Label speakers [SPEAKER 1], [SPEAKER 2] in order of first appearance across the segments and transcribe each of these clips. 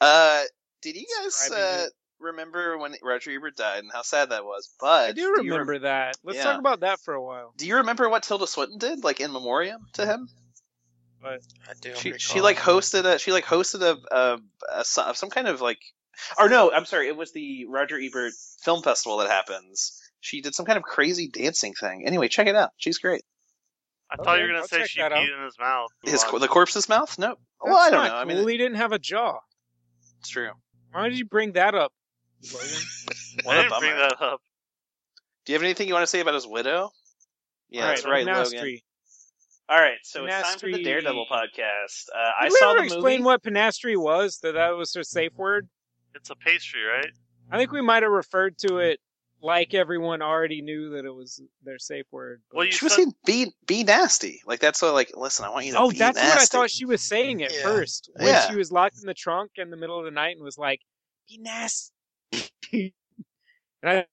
[SPEAKER 1] Uh, did you guys
[SPEAKER 2] Describing
[SPEAKER 1] uh, remember when Roger Ebert died and how sad that was? But
[SPEAKER 2] I do
[SPEAKER 1] you
[SPEAKER 2] remember
[SPEAKER 1] rem-
[SPEAKER 2] that. Let's
[SPEAKER 1] Yeah.
[SPEAKER 2] talk about that for a while.
[SPEAKER 1] do you remember what Tilda Swinton did, like in memoriam to him?
[SPEAKER 3] I do.
[SPEAKER 1] She
[SPEAKER 3] recall.
[SPEAKER 1] she like hosted a she like hosted a, a, a so- some kind of like, or no, I'm sorry, it was the Roger Ebert Film Festival that happens. She did some kind of crazy dancing thing. Anyway, check it out. She's great.
[SPEAKER 4] I
[SPEAKER 2] Okay,
[SPEAKER 4] thought you were gonna
[SPEAKER 2] I'll
[SPEAKER 4] say
[SPEAKER 2] check
[SPEAKER 4] she
[SPEAKER 2] that
[SPEAKER 4] peed
[SPEAKER 2] out.
[SPEAKER 4] in his mouth.
[SPEAKER 1] His
[SPEAKER 4] Move on.
[SPEAKER 1] the corpse's mouth? No. Well, I
[SPEAKER 2] That's
[SPEAKER 1] don't
[SPEAKER 2] not
[SPEAKER 1] know. I
[SPEAKER 2] cool.
[SPEAKER 1] mean,
[SPEAKER 2] he didn't have a jaw.
[SPEAKER 1] it's true.
[SPEAKER 2] Why did you bring that up? Logan?
[SPEAKER 1] What
[SPEAKER 4] I
[SPEAKER 1] a
[SPEAKER 4] didn't bring
[SPEAKER 1] bummer.
[SPEAKER 4] that up.
[SPEAKER 1] Do you have anything you want to say about his widow? Yeah,
[SPEAKER 2] All
[SPEAKER 1] that's right,
[SPEAKER 2] Pinastri.
[SPEAKER 1] Logan. All right, so it's time for
[SPEAKER 2] Pinastri.
[SPEAKER 1] the Daredevil podcast. Uh, I
[SPEAKER 2] Did we
[SPEAKER 1] saw
[SPEAKER 2] ever
[SPEAKER 1] the
[SPEAKER 2] explain
[SPEAKER 1] movie.
[SPEAKER 2] what Panastri was? That that was her safe word.
[SPEAKER 4] It's a pastry, right?
[SPEAKER 2] I think we might have referred to it like everyone already knew that it was their safe word. but-
[SPEAKER 4] Well, you
[SPEAKER 1] she was
[SPEAKER 4] said-
[SPEAKER 1] saying be be nasty. Like that's what like listen, I want you to
[SPEAKER 2] oh,
[SPEAKER 1] be
[SPEAKER 2] that's
[SPEAKER 1] nasty.
[SPEAKER 2] what I thought she was saying at
[SPEAKER 3] Yeah.
[SPEAKER 2] first when
[SPEAKER 1] Yeah.
[SPEAKER 2] she was locked in the trunk in the middle of the night and was like, "Be nasty," and I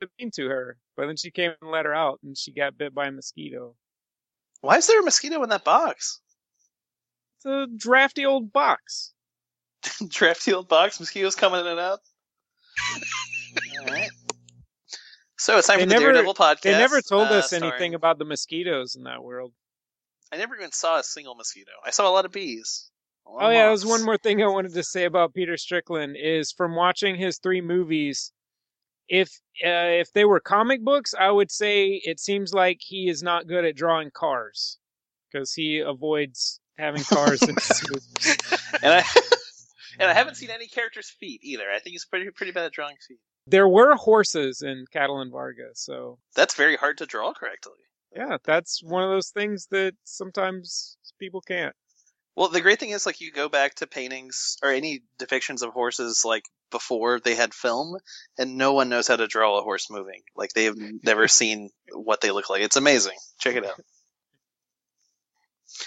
[SPEAKER 2] was mean to her. But then she came and let her out, and she got bit by a mosquito.
[SPEAKER 1] Why is there a mosquito in that box?
[SPEAKER 2] It's a drafty old box.
[SPEAKER 1] Drafty old box, mosquitoes coming in and out. All right. So it's time
[SPEAKER 2] They
[SPEAKER 1] for
[SPEAKER 2] never-
[SPEAKER 1] the Daredevil podcast.
[SPEAKER 2] They never told
[SPEAKER 1] uh,
[SPEAKER 2] us
[SPEAKER 1] starring-
[SPEAKER 2] anything about the mosquitoes in that world.
[SPEAKER 1] I never even saw a single mosquito. I saw a lot of bees. A lot
[SPEAKER 2] Oh
[SPEAKER 1] of
[SPEAKER 2] yeah, that was
[SPEAKER 1] moths.
[SPEAKER 2] one more thing I wanted to say about Peter Strickland is from watching his three movies. If uh, if they were comic books, I would say it seems like he is not good at drawing cars because he avoids having cars. in his movies.
[SPEAKER 1] And I and I haven't seen any character's feet either. I think he's pretty pretty bad at drawing feet.
[SPEAKER 2] there were horses in Catalan Varga, so
[SPEAKER 1] That's very hard to draw correctly.
[SPEAKER 2] yeah, that's one of those things that sometimes people can't.
[SPEAKER 1] Well, the great thing is like you go back to paintings or any depictions of horses like before they had film, and no one knows how to draw a horse moving. Like they have never seen what they look like. It's amazing. Check it out.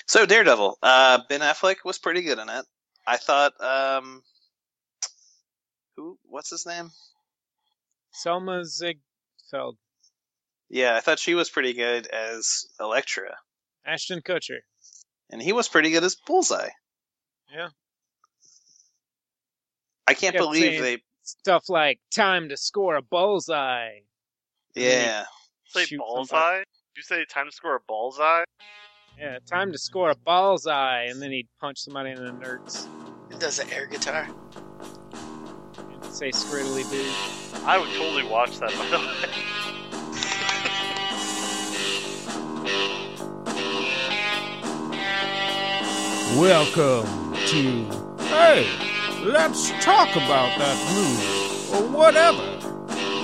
[SPEAKER 1] So Daredevil, uh, Ben Affleck was pretty good in it. I thought, um, who? What's his name?
[SPEAKER 2] Selma Ziegfeld,
[SPEAKER 1] Yeah, I thought she was pretty good as Elektra,
[SPEAKER 2] Ashton Kutcher.
[SPEAKER 1] and he was pretty good as Bullseye.
[SPEAKER 2] Yeah.
[SPEAKER 1] I can't
[SPEAKER 2] Yeah,
[SPEAKER 1] believe
[SPEAKER 2] same.
[SPEAKER 1] they.
[SPEAKER 2] Stuff like time to score a bullseye. Mm-hmm.
[SPEAKER 1] Yeah.
[SPEAKER 4] Say
[SPEAKER 2] Shoot
[SPEAKER 4] bullseye.
[SPEAKER 2] somebody.
[SPEAKER 4] You say time to score a bullseye.
[SPEAKER 2] Yeah, time to score a bullseye, and then he'd punch somebody in the nerds
[SPEAKER 3] It does an air guitar.
[SPEAKER 2] and say scriddly boo.
[SPEAKER 4] I would totally watch that. By the way,
[SPEAKER 5] Welcome to Hey, let's talk about that movie or whatever.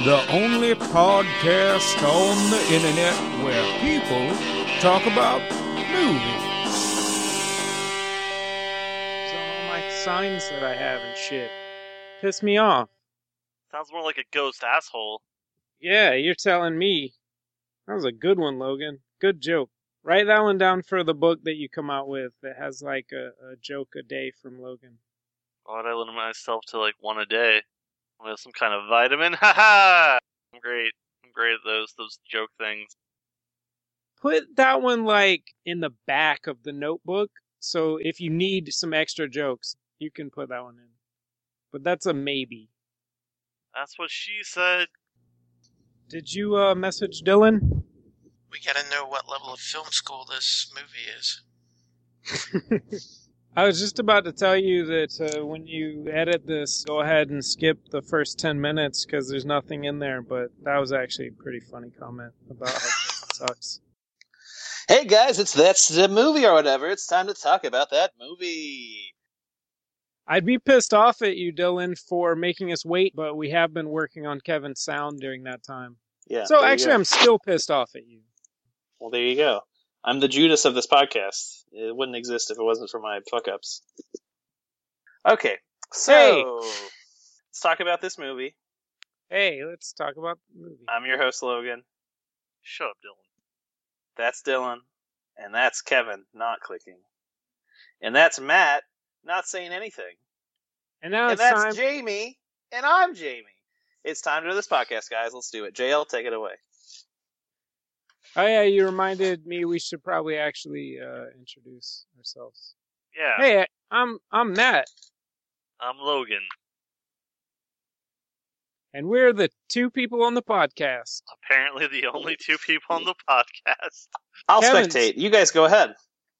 [SPEAKER 5] The only podcast on the internet where people talk about movies.
[SPEAKER 2] So all my signs that I have and shit piss me off.
[SPEAKER 4] sounds more like a ghost asshole.
[SPEAKER 2] Yeah, you're telling me. That was a good one, Logan. Good joke. Write that one down for the book that you come out with that has like a, a joke a day from Logan.
[SPEAKER 4] Why would I limit myself to like one a day? I have some kind of vitamin. Ha ha! I'm great. I'm great at those those joke things.
[SPEAKER 2] Put that one like in the back of the notebook. So if you need some extra jokes, you can put that one in. But that's a maybe.
[SPEAKER 4] That's what she said.
[SPEAKER 2] Did you uh, message Dylan?
[SPEAKER 3] We gotta know what level of film school this movie is.
[SPEAKER 2] I was just about to tell you that uh, when you edit this, go ahead and skip the first 10 minutes because there's nothing in there, but that was actually a pretty funny comment about how it sucks.
[SPEAKER 1] Hey guys, it's that's the movie or whatever. It's time to talk about that movie.
[SPEAKER 2] I'd be pissed off at you, Dylan, for making us wait, but we have been working on Kevin's sound during that time.
[SPEAKER 1] Yeah.
[SPEAKER 2] so actually, I'm still pissed off at you.
[SPEAKER 1] well, there you go. I'm the Judas of this podcast. It wouldn't exist if it wasn't for my fuck ups. Okay, so
[SPEAKER 2] Hey.
[SPEAKER 1] let's talk about this movie.
[SPEAKER 2] Hey, let's talk about the movie.
[SPEAKER 1] I'm your host Logan.
[SPEAKER 4] Shut up, Dylan.
[SPEAKER 1] That's Dylan, and that's Kevin not clicking, and that's Matt not saying anything.
[SPEAKER 2] And now
[SPEAKER 1] and
[SPEAKER 2] it's
[SPEAKER 1] that's
[SPEAKER 2] time.
[SPEAKER 1] Jamie, and I'm Jamie. It's time to do this podcast, guys. Let's do it. JL, take it away.
[SPEAKER 2] oh, yeah, you reminded me we should probably actually uh, introduce ourselves.
[SPEAKER 4] Yeah.
[SPEAKER 2] Hey, I'm I'm Matt.
[SPEAKER 4] I'm Logan.
[SPEAKER 2] And we're the two people on the podcast.
[SPEAKER 4] Apparently, the only two people on the podcast.
[SPEAKER 1] I'll
[SPEAKER 2] Kevin's-
[SPEAKER 1] spectate. You guys go ahead.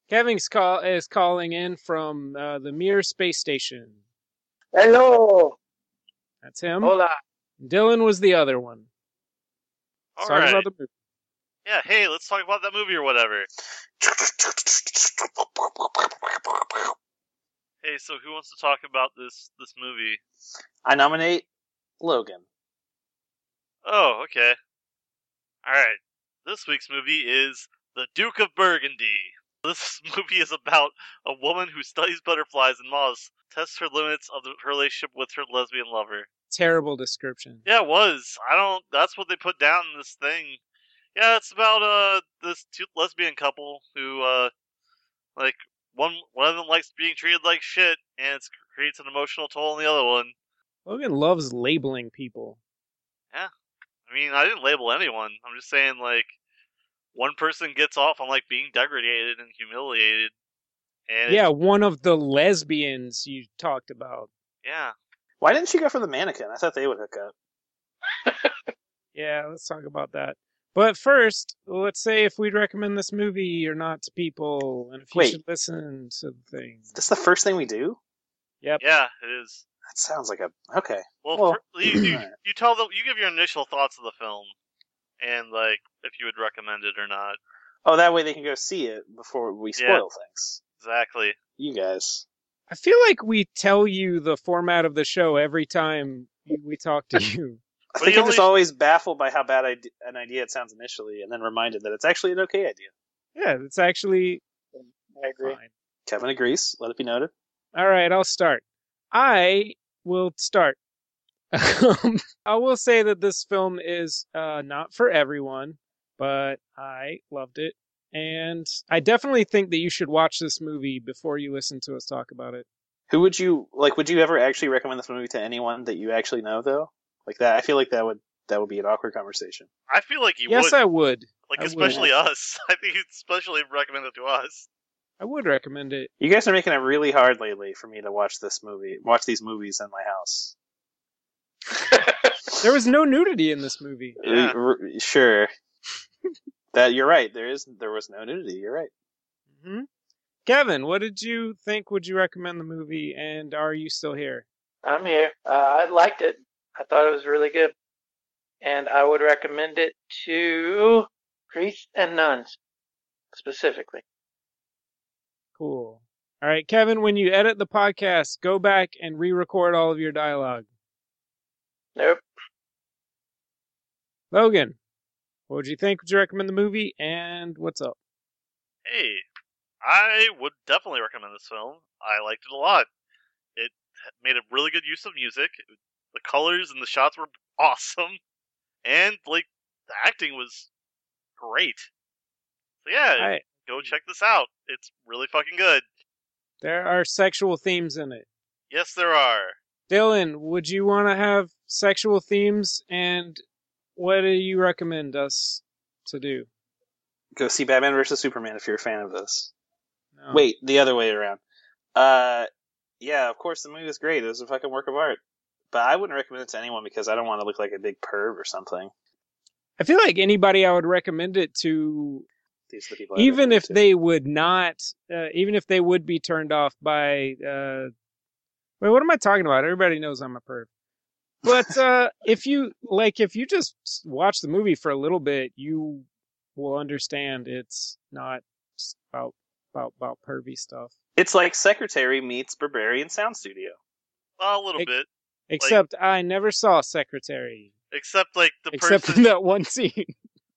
[SPEAKER 2] Kevin's call is calling in from uh, the Mir space station.
[SPEAKER 6] Hello.
[SPEAKER 2] That's him.
[SPEAKER 6] Hola.
[SPEAKER 2] Dylan was the other one.
[SPEAKER 4] All
[SPEAKER 2] Sorry
[SPEAKER 4] right.
[SPEAKER 2] about the movie.
[SPEAKER 4] Yeah, hey, let's talk about that movie or whatever. Hey, so who wants to talk about this this movie?
[SPEAKER 1] I nominate Logan.
[SPEAKER 4] Oh, okay. All right. This week's movie is The Duke of Burgundy. This movie is about a woman who studies butterflies and moths, tests her limits of the, her relationship with her lesbian lover.
[SPEAKER 2] Terrible description.
[SPEAKER 4] Yeah, it was. I don't. That's what they put down in this thing. Yeah, it's about uh this two lesbian couple who uh like one one of them likes being treated like shit, and it creates an emotional toll on the other one.
[SPEAKER 2] Logan loves labeling people.
[SPEAKER 4] I mean, I didn't label anyone. I'm just saying like one person gets off on like being degraded and humiliated. And
[SPEAKER 2] Yeah, one of the lesbians you talked about.
[SPEAKER 4] yeah.
[SPEAKER 1] Why didn't she go for the mannequin? I thought they would hook up.
[SPEAKER 2] Yeah, let's talk about that. But first, let's say if we'd recommend this movie or not to people, and if you
[SPEAKER 1] Wait.
[SPEAKER 2] should listen to the thing.
[SPEAKER 1] That's the first thing we do.
[SPEAKER 2] Yep.
[SPEAKER 4] Yeah, it is.
[SPEAKER 1] That sounds like a okay.
[SPEAKER 4] Well,
[SPEAKER 1] Well,
[SPEAKER 4] fir- you, you,
[SPEAKER 1] alright.
[SPEAKER 4] you tell them you give your initial thoughts of the film, and like if you would recommend it or not.
[SPEAKER 1] Oh, that way they can go see it before we spoil
[SPEAKER 4] Yeah.
[SPEAKER 1] things.
[SPEAKER 4] Exactly.
[SPEAKER 1] You guys.
[SPEAKER 2] I feel like we tell you the format of the show every time we talk to you.
[SPEAKER 1] I
[SPEAKER 4] But
[SPEAKER 1] think
[SPEAKER 4] he
[SPEAKER 1] I'm just
[SPEAKER 4] only-
[SPEAKER 1] always baffled by how bad ide- an idea it sounds initially, and then reminded that it's actually an okay idea.
[SPEAKER 2] yeah, it's actually
[SPEAKER 6] I agree.
[SPEAKER 2] fine.
[SPEAKER 1] Kevin agrees. Let it be noted.
[SPEAKER 2] All right, I'll start. I will start. I will say that this film is uh, not for everyone, but I loved it. And I definitely think that you should watch this movie before you listen to us talk about it.
[SPEAKER 1] Who would you like? Would you ever actually recommend this movie to anyone that you actually know, though? Like that, I feel like that would that would be an awkward conversation.
[SPEAKER 4] I feel like you
[SPEAKER 2] yes,
[SPEAKER 4] would.
[SPEAKER 2] I would.
[SPEAKER 4] Like
[SPEAKER 2] I would.
[SPEAKER 4] especially us. I think you'd especially recommend it to us.
[SPEAKER 2] I would recommend it.
[SPEAKER 1] You guys are making it really hard lately for me to watch this movie, watch these movies in my house.
[SPEAKER 2] There was no nudity in this movie.
[SPEAKER 4] Yeah.
[SPEAKER 1] R- r- sure. that you're right. There is there was no nudity. You're right.
[SPEAKER 2] hmm Kevin, what did you think? Would you recommend the movie? And are you still here?
[SPEAKER 6] I'm here. Uh, I liked it. I thought it was really good. And I would recommend it to priests and nuns specifically.
[SPEAKER 2] Cool. All right, Kevin, when you edit the podcast, go back and re record all of your dialogue.
[SPEAKER 6] Nope.
[SPEAKER 2] Logan, what would you think? Would you recommend the movie? And what's up?
[SPEAKER 4] Hey, I would definitely recommend this film. I liked it a lot. It made a really good use of music. The colors and the shots were awesome, and like the acting was great. So yeah,
[SPEAKER 2] All right.
[SPEAKER 4] go check this out. It's really fucking good.
[SPEAKER 2] There are sexual themes in it.
[SPEAKER 4] Yes, there are.
[SPEAKER 2] Dylan, would you want to have sexual themes? And what do you recommend us to do?
[SPEAKER 1] Go see Batman versus Superman if you're a fan of this.
[SPEAKER 2] No.
[SPEAKER 1] Wait, the other way around. Uh, yeah, of course the movie was great. It was a fucking work of art. But I wouldn't recommend it to anyone because I don't want to look like a big perv or something.
[SPEAKER 2] I feel like anybody I would recommend it to
[SPEAKER 1] These are the people. I
[SPEAKER 2] even
[SPEAKER 1] recommend it
[SPEAKER 2] if
[SPEAKER 1] to.
[SPEAKER 2] they would not, uh, even if they would be turned off by, uh, wait, what am I talking about? Everybody knows I'm a perv. But uh, if you like, if you just watch the movie for a little bit, you will understand it's not s- about about about pervy stuff.
[SPEAKER 1] it's like Secretary meets Barbarian Sound Studio.
[SPEAKER 4] Well, a little
[SPEAKER 2] Ex-
[SPEAKER 4] bit,
[SPEAKER 2] Except I never saw Secretary,
[SPEAKER 4] except like the
[SPEAKER 2] except in
[SPEAKER 4] person,
[SPEAKER 2] that one scene.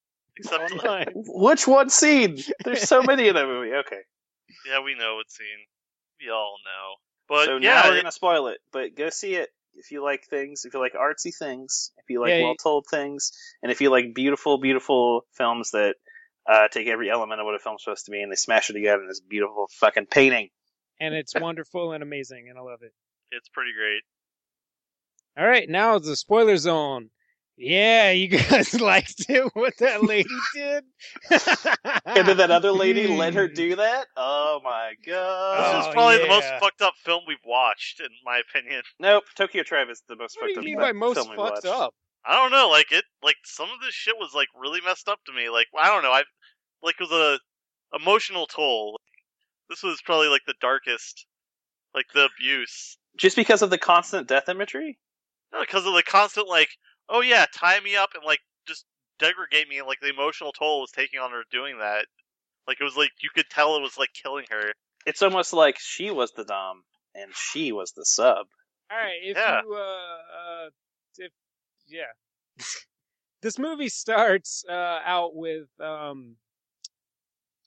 [SPEAKER 4] except
[SPEAKER 2] online.
[SPEAKER 1] Which one scene? There's so many in that movie. Okay,
[SPEAKER 4] yeah, we know what scene. We all know. But
[SPEAKER 1] so
[SPEAKER 4] yeah,
[SPEAKER 1] now we're
[SPEAKER 4] it-
[SPEAKER 1] gonna spoil it. But go see it if you like things, if you like artsy things, if you like
[SPEAKER 2] Yeah, you-
[SPEAKER 1] well told things, and if you like beautiful, beautiful films that uh, take every element of what a film's supposed to be and they smash it together in this beautiful fucking painting.
[SPEAKER 2] and it's wonderful and amazing, and I love it.
[SPEAKER 4] it's pretty great.
[SPEAKER 2] All right, now it's the spoiler zone. Yeah, you guys liked it what that lady did. Ah.
[SPEAKER 1] And then that other lady let her
[SPEAKER 2] Hmm.
[SPEAKER 1] do that? Oh my god.
[SPEAKER 2] Oh,
[SPEAKER 4] this is probably the most
[SPEAKER 2] yeah.
[SPEAKER 4] fucked up film we've watched, in my opinion.
[SPEAKER 1] Nope, Tokyo Drive is the most
[SPEAKER 2] What do
[SPEAKER 1] fucked up
[SPEAKER 2] you mean
[SPEAKER 1] bu-
[SPEAKER 2] by most
[SPEAKER 1] film we
[SPEAKER 2] fucked
[SPEAKER 1] watched.
[SPEAKER 2] up?
[SPEAKER 4] I don't know, like it, like some of this shit was like really messed up to me. Like I don't know, I like it was a emotional toll. This was probably like the darkest, like the abuse,
[SPEAKER 1] Just because of the constant death imagery?
[SPEAKER 4] because of the constant like, oh yeah, tie me up and like just degradate me, and like the emotional toll was taking on her doing that. Like it was like you could tell it was like killing her.
[SPEAKER 1] It's almost like she was the dom and she was the sub.
[SPEAKER 2] All right, if
[SPEAKER 4] Yeah.
[SPEAKER 2] you, uh, uh, if yeah, this movie starts uh, out with um,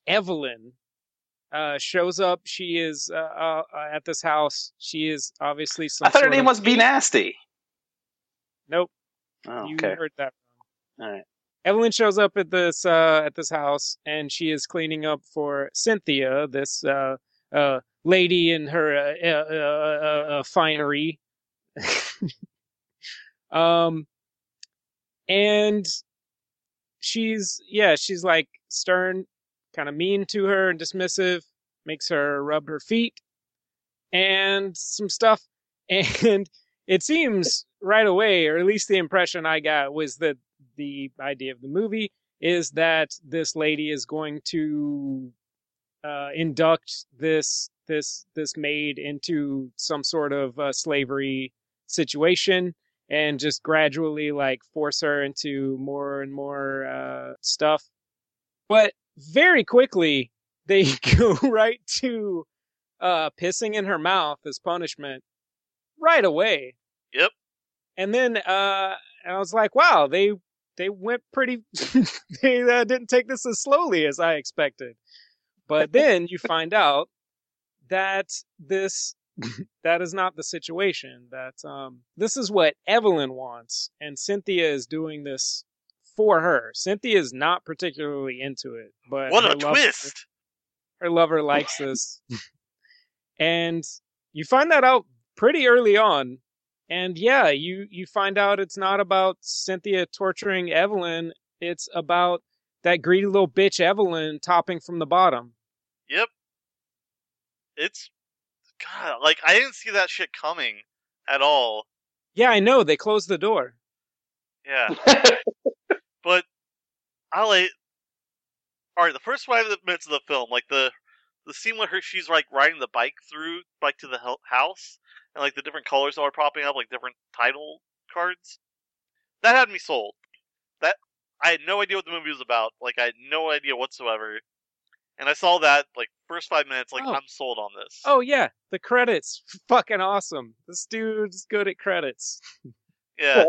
[SPEAKER 2] Evelyn uh, shows up. She is uh, uh, uh, at this house. She is obviously some.
[SPEAKER 1] I thought her
[SPEAKER 2] sort
[SPEAKER 1] name
[SPEAKER 2] of-
[SPEAKER 1] was Be Nasty.
[SPEAKER 2] Nope,
[SPEAKER 1] Oh,
[SPEAKER 2] you
[SPEAKER 1] okay.
[SPEAKER 2] heard that
[SPEAKER 1] All right.
[SPEAKER 2] Evelyn shows up at this uh, at this house, and she is cleaning up for Cynthia, this uh, uh, lady in her uh, uh, uh, uh, uh, finery. um, and she's yeah, she's like stern, kind of mean to her and dismissive, makes her rub her feet, and some stuff, and. It seems right away, or at least the impression I got was that the idea of the movie is that this lady is going to uh, induct this this this maid into some sort of uh, slavery situation and just gradually like force her into more and more uh, stuff but very quickly they go right to uh, pissing in her mouth as punishment right away
[SPEAKER 4] Yep.
[SPEAKER 2] and then uh, and i was like wow they they went pretty they uh, didn't take this as slowly as i expected but then you find out that this that is not the situation that um this is what evelyn wants and cynthia is doing this for her cynthia is not particularly into it but
[SPEAKER 4] What
[SPEAKER 2] her
[SPEAKER 4] a
[SPEAKER 2] love-
[SPEAKER 4] twist!
[SPEAKER 2] her lover likes this and you find that out pretty early on and yeah you you find out it's not about cynthia torturing evelyn it's about that greedy little bitch evelyn topping from the bottom
[SPEAKER 4] Yep. It's God, like I didn't see that shit coming at all.
[SPEAKER 2] yeah i know they closed the door
[SPEAKER 4] Yeah. But I like. All right, the first five minutes of the film, like the the scene where her, she's like riding the bike through, like to the hel- house, and like the different colors that are popping up, like different title cards. That had me sold. That I had no idea what the movie was about. Like I had no idea whatsoever. And I saw that like first five minutes, like
[SPEAKER 2] Oh.
[SPEAKER 4] I'm sold on this.
[SPEAKER 2] oh yeah the credits fucking awesome this dude's good at credits
[SPEAKER 4] yeah.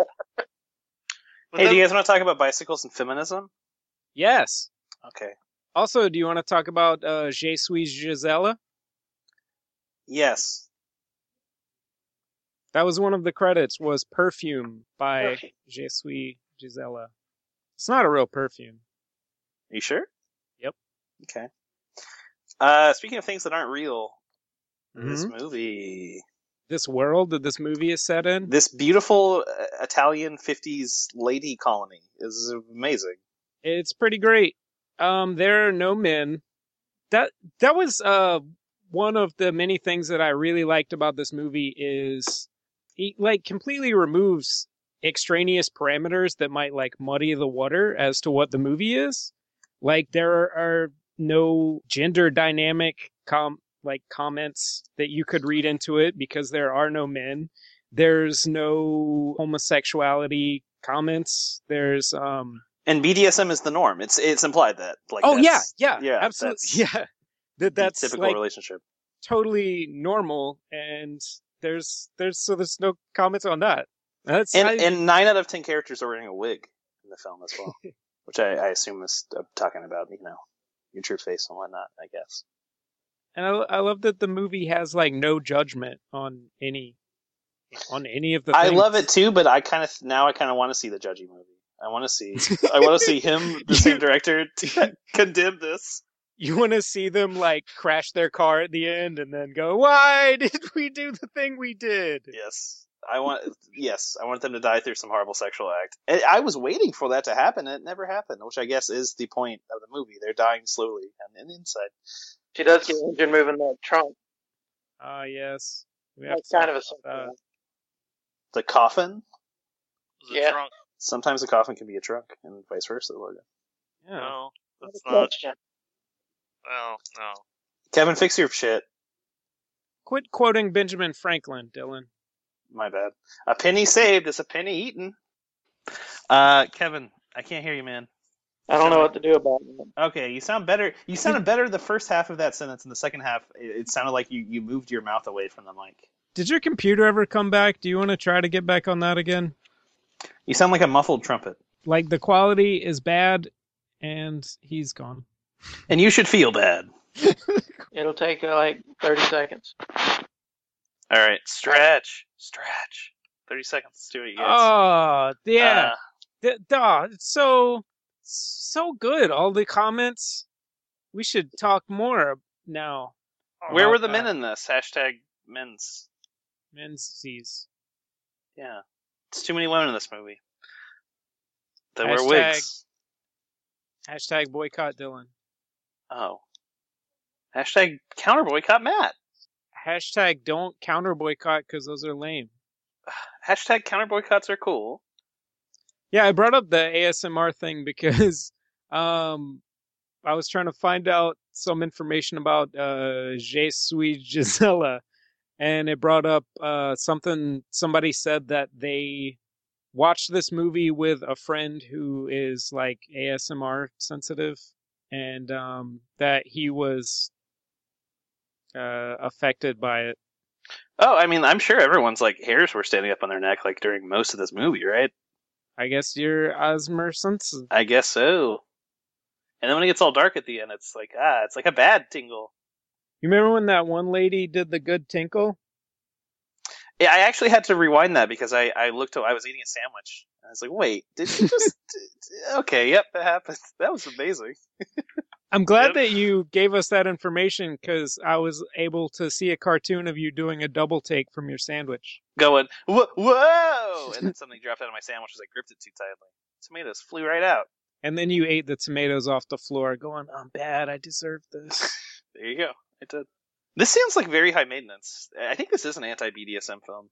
[SPEAKER 4] But
[SPEAKER 1] Hey,
[SPEAKER 4] then-
[SPEAKER 1] do you guys want to talk about bicycles and feminism?
[SPEAKER 2] yes
[SPEAKER 1] Okay.
[SPEAKER 2] also do you want to talk about uh je suis gisela
[SPEAKER 1] Yes.
[SPEAKER 2] That was one of the credits was Perfume by
[SPEAKER 6] Perfume.
[SPEAKER 2] Je suis Gisela. It's not a real perfume.
[SPEAKER 1] you sure?
[SPEAKER 2] Yep.
[SPEAKER 1] Okay. Uh, speaking of things that aren't real,
[SPEAKER 2] Mm-hmm.
[SPEAKER 1] this movie,
[SPEAKER 2] This world that this movie is set in.
[SPEAKER 1] this beautiful uh, Italian '50s lady colony, is amazing.
[SPEAKER 2] It's pretty great. Um, there are no men. That that was uh one of the many things that I really liked about this movie is he like completely removes extraneous parameters that might like muddy the water as to what the movie is. Like there are, are no gender dynamic com like comments that you could read into it because there are no men. There's no homosexuality comments. There's um
[SPEAKER 1] And BDSM is the norm. It's it's implied that. Like,
[SPEAKER 2] oh yeah,
[SPEAKER 1] that's
[SPEAKER 2] yeah,
[SPEAKER 1] yeah,
[SPEAKER 2] absolutely,
[SPEAKER 1] that's
[SPEAKER 2] yeah. That
[SPEAKER 1] the
[SPEAKER 2] that's
[SPEAKER 1] typical
[SPEAKER 2] like
[SPEAKER 1] relationship.
[SPEAKER 2] totally normal, and there's there's so there's no comments on that. That's
[SPEAKER 1] And
[SPEAKER 2] I-
[SPEAKER 1] and nine out of ten characters are wearing a wig in the film as well, which I, I assume is uh, talking about you know your true face and whatnot. I guess.
[SPEAKER 2] and I, I love that the movie has like no judgment on any on any of the.
[SPEAKER 1] I
[SPEAKER 2] things.
[SPEAKER 1] love it too, but I kind of now I kind of want to see the Judgy movie. I want to see. I want to see him, the same director, to condemn this.
[SPEAKER 2] You want to see them like crash their car at the end and then go, "Why did we do the thing we did?"
[SPEAKER 1] Yes. I want yes, I want them to die through some horrible sexual act. And I was waiting for that to happen, and it never happened, which I guess is the point of the movie. They're dying slowly and, and inside.
[SPEAKER 6] She does get injured moving that trunk.
[SPEAKER 2] Ah, yes. We have
[SPEAKER 6] That's
[SPEAKER 2] to
[SPEAKER 6] kind of a
[SPEAKER 2] talk about
[SPEAKER 6] something.
[SPEAKER 2] that.
[SPEAKER 1] The coffin.
[SPEAKER 4] It was a
[SPEAKER 6] Yeah.
[SPEAKER 4] trunk.
[SPEAKER 1] Sometimes a coffin can be a trunk, and vice versa. Logan.
[SPEAKER 2] Yeah.
[SPEAKER 4] No, that's not.
[SPEAKER 6] Question.
[SPEAKER 4] Oh no.
[SPEAKER 1] Kevin, fix your shit.
[SPEAKER 2] Quit quoting Benjamin Franklin, Dylan.
[SPEAKER 1] My bad. A penny saved is a penny eaten. Uh, Kevin, I can't hear you, man.
[SPEAKER 6] I don't know what to do about it.
[SPEAKER 1] Okay, you sound better. You sounded better the first half of that sentence, and the second half, it, it sounded like you, you moved your mouth away from the mic.
[SPEAKER 2] Did your computer ever come back? Do you want to try to get back on that again?
[SPEAKER 1] You sound like a muffled trumpet,
[SPEAKER 2] Like the quality is bad, and he's gone.
[SPEAKER 1] and you should feel bad.
[SPEAKER 6] It'll take uh, like 30 seconds.
[SPEAKER 1] All right, stretch, stretch. Thirty seconds. Let's do it, you guys.
[SPEAKER 2] Oh, yeah.
[SPEAKER 1] Uh,
[SPEAKER 2] D- duh, it's so so good. All the comments. We should talk more now.
[SPEAKER 1] where
[SPEAKER 2] about
[SPEAKER 1] were the
[SPEAKER 2] that.
[SPEAKER 1] men in this? Hashtag men's.
[SPEAKER 2] Menzies.
[SPEAKER 1] Yeah. It's too many women in this movie. They
[SPEAKER 2] Hashtag-
[SPEAKER 1] wear wigs.
[SPEAKER 2] Hashtag boycott Dylan.
[SPEAKER 1] Oh. Hashtag counter boycott Matt.
[SPEAKER 2] Hashtag don't counter boycott because those are lame.
[SPEAKER 1] Hashtag counter boycotts are cool.
[SPEAKER 2] Yeah, I brought up the ASMR thing because um, I was trying to find out some information about uh, Je suis Gisela, and it brought up uh, something somebody said that they watched this movie with a friend who is like ASMR sensitive, and um, that he was uh, affected by it.
[SPEAKER 1] Oh, I mean, I'm sure everyone's like hairs were standing up on their neck like during most of this movie, right?
[SPEAKER 2] I guess you're Osmer sensitive.
[SPEAKER 1] I guess so. And then when it gets all dark at the end, it's like ah, it's like a bad tingle.
[SPEAKER 2] You remember when that one lady did the good tinkle?
[SPEAKER 1] Yeah, I actually had to rewind that because I I looked. I was eating a sandwich. And I was like, wait, did you just? okay, yep, that happened. That was amazing.
[SPEAKER 2] I'm glad
[SPEAKER 4] Yep.
[SPEAKER 2] that you gave us that information because I was able to see a cartoon of you doing a double take from your sandwich.
[SPEAKER 1] going, whoa, whoa! And then something dropped out of my sandwich as I gripped it too tightly. Tomatoes flew right out.
[SPEAKER 2] And then you ate the tomatoes off the floor, going, I'm bad. I deserve this.
[SPEAKER 1] There you go. I did. This sounds like very high maintenance. I think this is an anti BDSM film.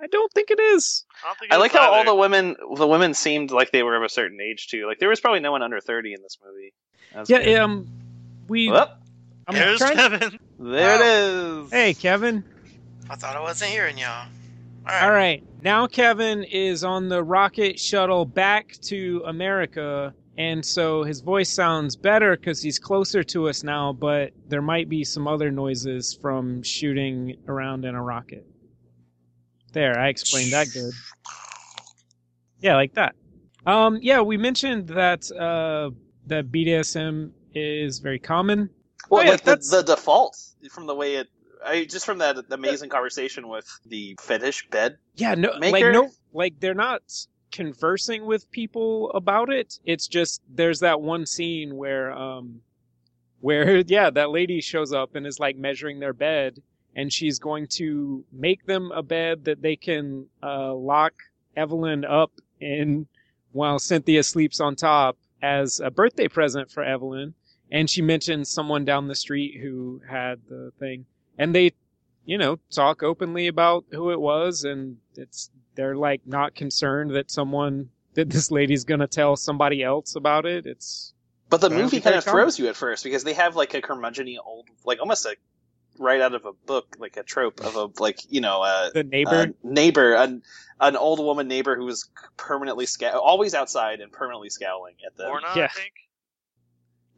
[SPEAKER 2] I don't think it is.
[SPEAKER 4] I don't think.
[SPEAKER 1] I like how all the women, the women seemed like they were of a certain age too. Like there was probably no one under thirty in this movie. That was good.
[SPEAKER 2] Yeah, um, we.
[SPEAKER 1] Well,
[SPEAKER 2] I'm
[SPEAKER 4] There's
[SPEAKER 2] trying-
[SPEAKER 4] Kevin.
[SPEAKER 1] there it is.
[SPEAKER 2] Hey, Kevin.
[SPEAKER 3] I thought I wasn't hearing y'all. All
[SPEAKER 2] All right. Now Kevin is on the rocket shuttle back to America. And so his voice sounds better because he's closer to us now, but there might be some other noises from shooting around in a rocket. There, I explained that good. Yeah, like that. Um, yeah, we mentioned that uh, that BDSM is very common.
[SPEAKER 1] Well,
[SPEAKER 2] Oh, yeah,
[SPEAKER 1] like the,
[SPEAKER 2] that's-
[SPEAKER 1] the default from the way it, I just from that amazing conversation with the fetish bed.
[SPEAKER 2] Yeah, no,
[SPEAKER 1] Maker?
[SPEAKER 2] like no, like they're not conversing with people about it. It's just there's that one scene where, um, where yeah, that lady shows up and is like measuring their bed, and she's going to make them a bed that they can uh, lock Evelyn up in while Cynthia sleeps on top as a birthday present for Evelyn. And she mentions someone down the street who had the thing, and they you know, talk openly about who it was, and it's they're like not concerned that someone that this lady's gonna tell somebody else about it. It's
[SPEAKER 1] But the
[SPEAKER 2] Right,
[SPEAKER 1] movie
[SPEAKER 2] it's very
[SPEAKER 1] kind of throws you at first because they have like a curmudgeony old, like almost a right out of a book, like a trope of a like you know uh, a,
[SPEAKER 2] the neighbor.
[SPEAKER 1] a neighbor, an an old woman neighbor who was permanently scow- always outside and permanently scowling at them.
[SPEAKER 4] Or not,
[SPEAKER 2] Yeah.
[SPEAKER 4] I think.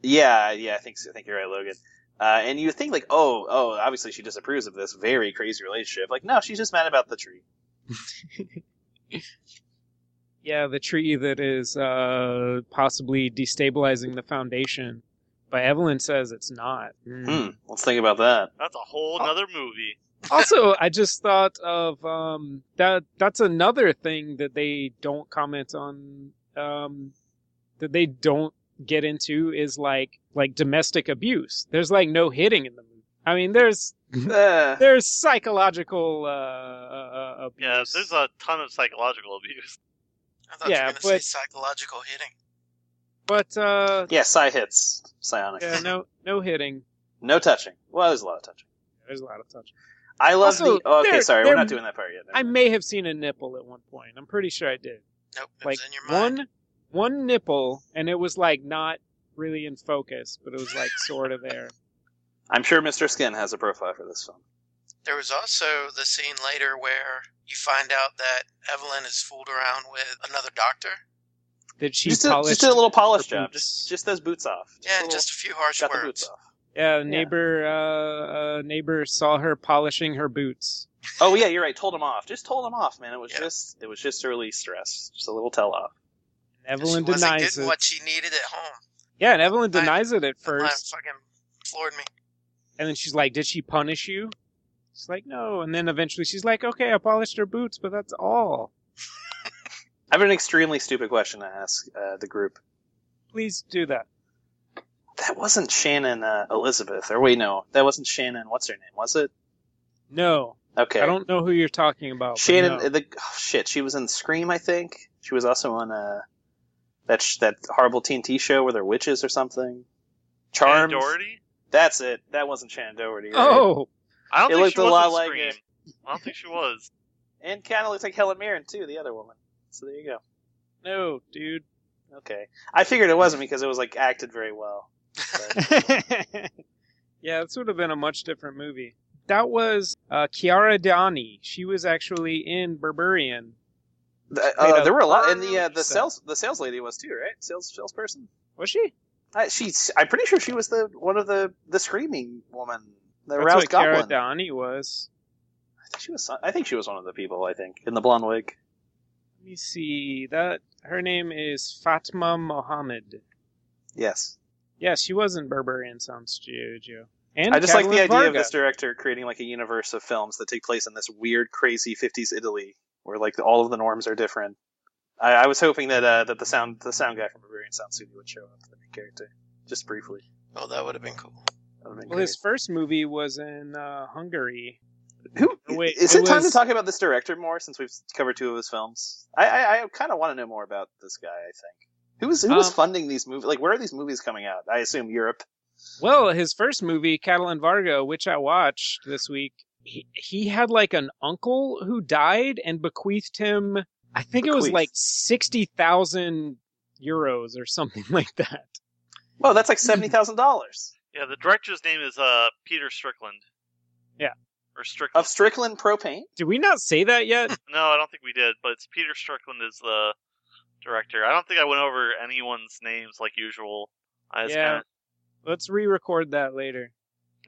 [SPEAKER 1] Yeah, yeah, I think so. I think you're right, Logan. Uh, and you think like, oh, oh, obviously she disapproves of this very crazy relationship. Like, no, she's just mad about the tree.
[SPEAKER 2] yeah, the tree that is uh, possibly destabilizing the foundation. But Evelyn says it's not. Mm.
[SPEAKER 1] Hmm. Let's think about that.
[SPEAKER 4] That's a whole
[SPEAKER 1] Uh,
[SPEAKER 4] nother movie.
[SPEAKER 2] also, I just thought of um, that. That's another thing that they don't comment on. Um, that they don't get into is like like domestic abuse. There's like no hitting in the movie. I mean, there's
[SPEAKER 1] Uh,
[SPEAKER 2] there's psychological uh, uh, uh, abuse.
[SPEAKER 4] Yeah, there's a ton of psychological abuse.
[SPEAKER 3] I thought
[SPEAKER 2] Yeah,
[SPEAKER 3] you were going to
[SPEAKER 2] but-
[SPEAKER 3] say psychological hitting.
[SPEAKER 2] but uh,
[SPEAKER 1] Yeah, psi hits psionic.
[SPEAKER 2] yeah, no, no hitting.
[SPEAKER 1] No touching. Well, there's a lot of touching.
[SPEAKER 2] There's a lot of touch.
[SPEAKER 1] I love
[SPEAKER 2] Also,
[SPEAKER 1] the. Oh, okay,
[SPEAKER 2] they're-
[SPEAKER 1] sorry,
[SPEAKER 2] they're-
[SPEAKER 1] we're not doing that part yet.
[SPEAKER 2] I may have seen a nipple at one point. I'm pretty sure I did.
[SPEAKER 3] Nope, it
[SPEAKER 2] Like
[SPEAKER 3] was in your mind.
[SPEAKER 2] one, one nipple, and it was like not really in focus, but it was like sort of there.
[SPEAKER 1] I'm sure Mr. Skin has a profile for this film.
[SPEAKER 3] There was also the scene later where you find out that Evelyn is fooled around with another doctor.
[SPEAKER 2] Did she
[SPEAKER 1] just, a,
[SPEAKER 2] polish? uh,
[SPEAKER 1] just did a little polish
[SPEAKER 2] her
[SPEAKER 1] job.
[SPEAKER 2] boots.
[SPEAKER 1] Just, just those boots off. Just
[SPEAKER 3] Yeah,
[SPEAKER 1] a
[SPEAKER 3] and
[SPEAKER 1] little-
[SPEAKER 3] just a few harsh
[SPEAKER 1] got the
[SPEAKER 3] words.
[SPEAKER 1] boots off.
[SPEAKER 2] yeah, neighbor, Uh, uh, neighbor saw her polishing her boots.
[SPEAKER 1] Oh yeah, you're right. Told him off. Just told him off, man. It was
[SPEAKER 3] Yeah.
[SPEAKER 1] just it was just to release stress. Just a little tell off.
[SPEAKER 2] Evelyn
[SPEAKER 3] she wasn't
[SPEAKER 2] denies
[SPEAKER 3] getting
[SPEAKER 2] it.
[SPEAKER 3] what she needed at home.
[SPEAKER 2] Yeah, and Evelyn
[SPEAKER 3] I-
[SPEAKER 2] denies it at
[SPEAKER 3] That line
[SPEAKER 2] first,
[SPEAKER 3] fucking floored me.
[SPEAKER 2] and then she's like, "Did she punish you?" She's like, "No," and then eventually she's like, "Okay, I polished her boots, but that's all.
[SPEAKER 1] I have an extremely stupid question to ask uh, the group.
[SPEAKER 2] Please do that."
[SPEAKER 1] That wasn't Shannon uh, Elizabeth, or wait, no, that wasn't Shannon. What's her name? Was it?
[SPEAKER 2] No,
[SPEAKER 1] Okay,
[SPEAKER 2] I don't know who you're talking about. but
[SPEAKER 1] Shannon.
[SPEAKER 2] no.
[SPEAKER 1] The oh, shit. She was in Scream, I think. She was also on uh, that sh- that horrible TNT show where they're witches or something.
[SPEAKER 4] And
[SPEAKER 1] Charmed.
[SPEAKER 4] Doherty?
[SPEAKER 1] That's it. That wasn't Shannon Doherty. Right?
[SPEAKER 2] Oh,
[SPEAKER 4] I don't
[SPEAKER 1] It
[SPEAKER 4] think
[SPEAKER 1] looked
[SPEAKER 4] she
[SPEAKER 1] a
[SPEAKER 4] was
[SPEAKER 1] lot
[SPEAKER 4] in
[SPEAKER 1] like
[SPEAKER 4] Scream.
[SPEAKER 1] it.
[SPEAKER 4] I don't think she was.
[SPEAKER 1] and kind of looks like Helen Mirren too, the other woman. So there you go.
[SPEAKER 2] no, dude.
[SPEAKER 1] Okay, I figured it wasn't because it was like acted very well. But-
[SPEAKER 2] yeah, this would have been a much different movie. That was uh, Chiara Dani. She was actually in Berberian.
[SPEAKER 1] The-
[SPEAKER 2] Made
[SPEAKER 1] uh,
[SPEAKER 2] a
[SPEAKER 1] there were a lot, and the
[SPEAKER 2] lot
[SPEAKER 1] uh,
[SPEAKER 2] of
[SPEAKER 1] the
[SPEAKER 2] sense.
[SPEAKER 1] sales the sales lady was too, right? Sales salesperson.
[SPEAKER 2] Was she?
[SPEAKER 1] I, she's I'm pretty sure she was the one of the the screaming woman, the
[SPEAKER 2] That's
[SPEAKER 1] roused
[SPEAKER 2] what Chiara
[SPEAKER 1] goblin.
[SPEAKER 2] Dani was.
[SPEAKER 1] I think she was. I think she was one of the people. I think in the blonde wig.
[SPEAKER 2] Let me see. That her name is Fatma Mohammed.
[SPEAKER 1] Yes,
[SPEAKER 2] Yeah, she was in Berberian. Sounds Geo Geo. And
[SPEAKER 1] I just like the
[SPEAKER 2] Catalan
[SPEAKER 1] idea of
[SPEAKER 2] Varga.
[SPEAKER 1] this director creating like a universe of films that take place in this weird, crazy '50s Italy, where like all of the norms are different. I, I was hoping that uh, that the sound the sound guy from Bavarian Sound Studio would show up, the main character, just briefly.
[SPEAKER 3] Oh, that would have been cool.
[SPEAKER 1] That would've been
[SPEAKER 2] Well,
[SPEAKER 1] great.
[SPEAKER 2] his first movie was in uh, Hungary.
[SPEAKER 1] Who
[SPEAKER 2] Oh, wait,
[SPEAKER 1] is
[SPEAKER 2] it
[SPEAKER 1] it, time
[SPEAKER 2] was-
[SPEAKER 1] to talk about this director more since we've covered two of his films? I I, I kind of want to know more about this guy. I think who was who was
[SPEAKER 2] Um,
[SPEAKER 1] funding these movies? Like, where are these movies coming out? I assume Europe.
[SPEAKER 2] Well, his first movie, Catalan Vargo, which I watched this week, he, he had like an uncle who died and bequeathed him, I think it was
[SPEAKER 1] Bequeathed.
[SPEAKER 2] like 60,000 euros or something like that.
[SPEAKER 1] Well, Oh, that's like seventy thousand dollars
[SPEAKER 4] Yeah, the director's name is uh Peter Strickland.
[SPEAKER 2] Yeah.
[SPEAKER 4] Or Strickland.
[SPEAKER 1] of Strickland propane.
[SPEAKER 2] Did we not say that yet?
[SPEAKER 4] No, I don't think we did, but it's Peter Strickland is the director. I don't think I went over anyone's names like usual. I just
[SPEAKER 2] Yeah.
[SPEAKER 4] kinda,
[SPEAKER 2] Let's re record that later.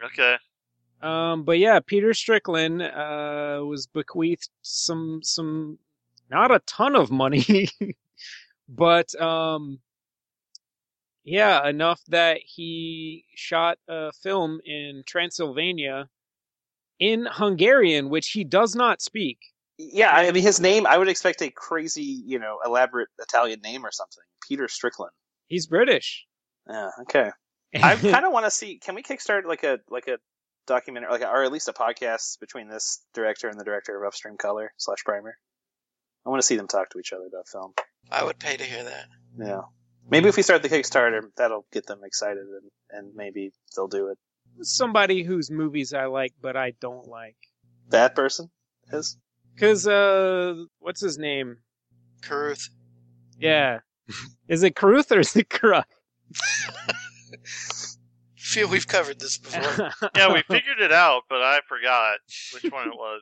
[SPEAKER 4] okay.
[SPEAKER 2] Um, but yeah, Peter Strickland uh, was bequeathed some some not a ton of money, but um, yeah, enough that he shot a film in Transylvania in Hungarian, which he does not speak.
[SPEAKER 1] Yeah, I mean his name. I would expect a crazy, you know, elaborate Italian name or something. Peter Strickland.
[SPEAKER 2] He's British.
[SPEAKER 1] Yeah. Okay. I kind of want to see. Can we kickstart like a like a documentary, like a, or at least a podcast between this director and the director of Upstream Color slash Primer? I want to see them talk to each other about film.
[SPEAKER 3] I would pay to hear that.
[SPEAKER 1] Yeah. Maybe if we start the Kickstarter, that'll get them excited, and, and maybe they'll do it.
[SPEAKER 2] somebody whose movies I like, but I don't like.
[SPEAKER 1] That person is.
[SPEAKER 2] Cause uh, what's his name?
[SPEAKER 3] Caruth.
[SPEAKER 2] Yeah, is it Caruth or is it Caruth?
[SPEAKER 3] Feel we've covered this before.
[SPEAKER 4] Yeah, we figured it out, but I forgot which one it was.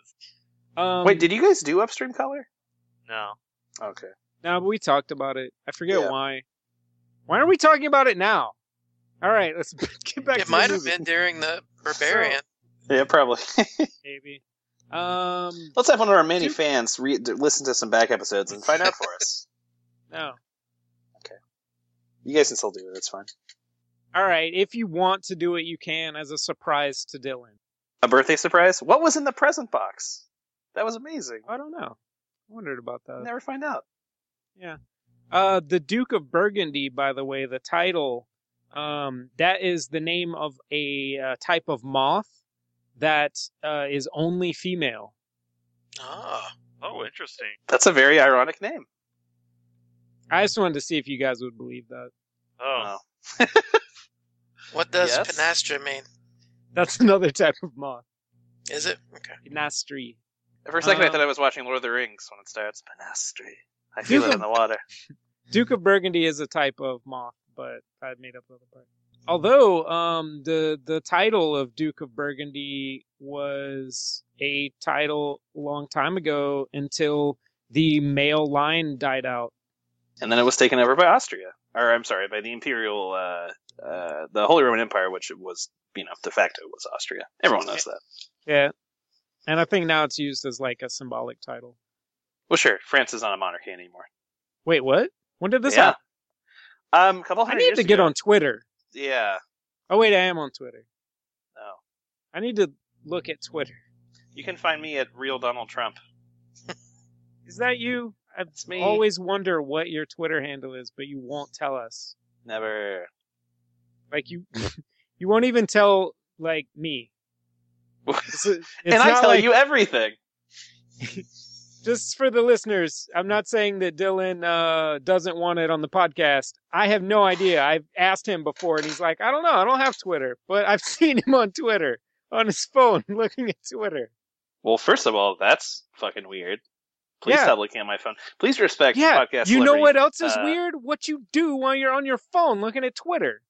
[SPEAKER 2] Um,
[SPEAKER 1] Wait, did you guys do Upstream Color?
[SPEAKER 4] No.
[SPEAKER 1] Okay.
[SPEAKER 2] No, but we talked about it. I forget
[SPEAKER 1] Yeah.
[SPEAKER 2] why. Why are we talking about it now? All right, let's get back. to
[SPEAKER 3] it
[SPEAKER 2] the
[SPEAKER 3] might have
[SPEAKER 2] movie,
[SPEAKER 3] been during the Barbarian.
[SPEAKER 1] Yeah, probably.
[SPEAKER 2] maybe. Um,
[SPEAKER 1] Let's have one of our many
[SPEAKER 2] Do-
[SPEAKER 1] fans re- d- listen to some back episodes and find out for us.
[SPEAKER 2] no.
[SPEAKER 1] You guys can still do it. It's fine.
[SPEAKER 2] All right, if you want to do it, you can as a surprise to Dylan.
[SPEAKER 1] A birthday surprise? What was in the present box? That was amazing.
[SPEAKER 2] I don't know. I wondered about that.
[SPEAKER 1] Never find out.
[SPEAKER 2] Uh, the Duke of Burgundy, by the way, the title, um, that is the name of a uh, type of moth that uh, is only female.
[SPEAKER 3] Ah,
[SPEAKER 4] Oh, interesting.
[SPEAKER 1] That's a very ironic name.
[SPEAKER 2] I just wanted to see if you guys would believe that.
[SPEAKER 4] Oh,
[SPEAKER 3] What does
[SPEAKER 1] Yes.
[SPEAKER 3] Penastra mean?
[SPEAKER 2] That's another type of moth.
[SPEAKER 3] Is it? Okay.
[SPEAKER 2] Nastri.
[SPEAKER 1] For a second, I
[SPEAKER 2] Uh,
[SPEAKER 1] thought I was watching Lord of the Rings when it starts. Panastri. I feel
[SPEAKER 2] Duke
[SPEAKER 1] it
[SPEAKER 2] of-
[SPEAKER 1] in the water.
[SPEAKER 2] Duke of Burgundy is a type of moth, but I made up the other part.
[SPEAKER 1] Hmm.
[SPEAKER 2] Although um, the the title of Duke of Burgundy was a title a long time ago until the male line died out.
[SPEAKER 1] And then it was taken over by Austria. Or, I'm sorry, by the Imperial, uh, uh, the Holy Roman Empire, which was, you know, de facto was Austria. Everyone knows that.
[SPEAKER 2] Yeah, and I think now it's used as like a symbolic title.
[SPEAKER 1] Well, sure, France is not a monarchy anymore.
[SPEAKER 2] Wait, what? When did this
[SPEAKER 1] yeah.
[SPEAKER 2] happen?
[SPEAKER 1] Um, couple
[SPEAKER 2] I
[SPEAKER 1] hundred
[SPEAKER 2] need
[SPEAKER 1] years
[SPEAKER 2] to get
[SPEAKER 1] ago.
[SPEAKER 2] on Twitter.
[SPEAKER 1] Yeah.
[SPEAKER 2] Oh wait, I am on Twitter.
[SPEAKER 1] Oh.
[SPEAKER 2] I need to look at Twitter.
[SPEAKER 1] You can find me at real Donald Trump.
[SPEAKER 2] Is that you? I
[SPEAKER 1] It's me.
[SPEAKER 2] always wonder what your Twitter handle is, but you won't tell us.
[SPEAKER 1] Never.
[SPEAKER 2] Like you, you won't even tell like me. It's, it's
[SPEAKER 1] and I
[SPEAKER 2] not
[SPEAKER 1] tell
[SPEAKER 2] like-
[SPEAKER 1] you everything.
[SPEAKER 2] just for the listeners. I'm not saying that Dylan uh, doesn't want it on the podcast. I have no idea. I've asked him before, and he's like, I don't know. I don't have Twitter, but I've seen him on Twitter on his phone looking at Twitter.
[SPEAKER 1] Well, first of all, that's fucking weird. Please
[SPEAKER 2] Yeah.
[SPEAKER 1] stop looking at my phone. Please respect
[SPEAKER 2] Yeah,
[SPEAKER 1] podcast.
[SPEAKER 2] you know
[SPEAKER 1] celebrities.
[SPEAKER 2] what else is
[SPEAKER 1] uh,
[SPEAKER 2] weird? What you do while you're on your phone looking at Twitter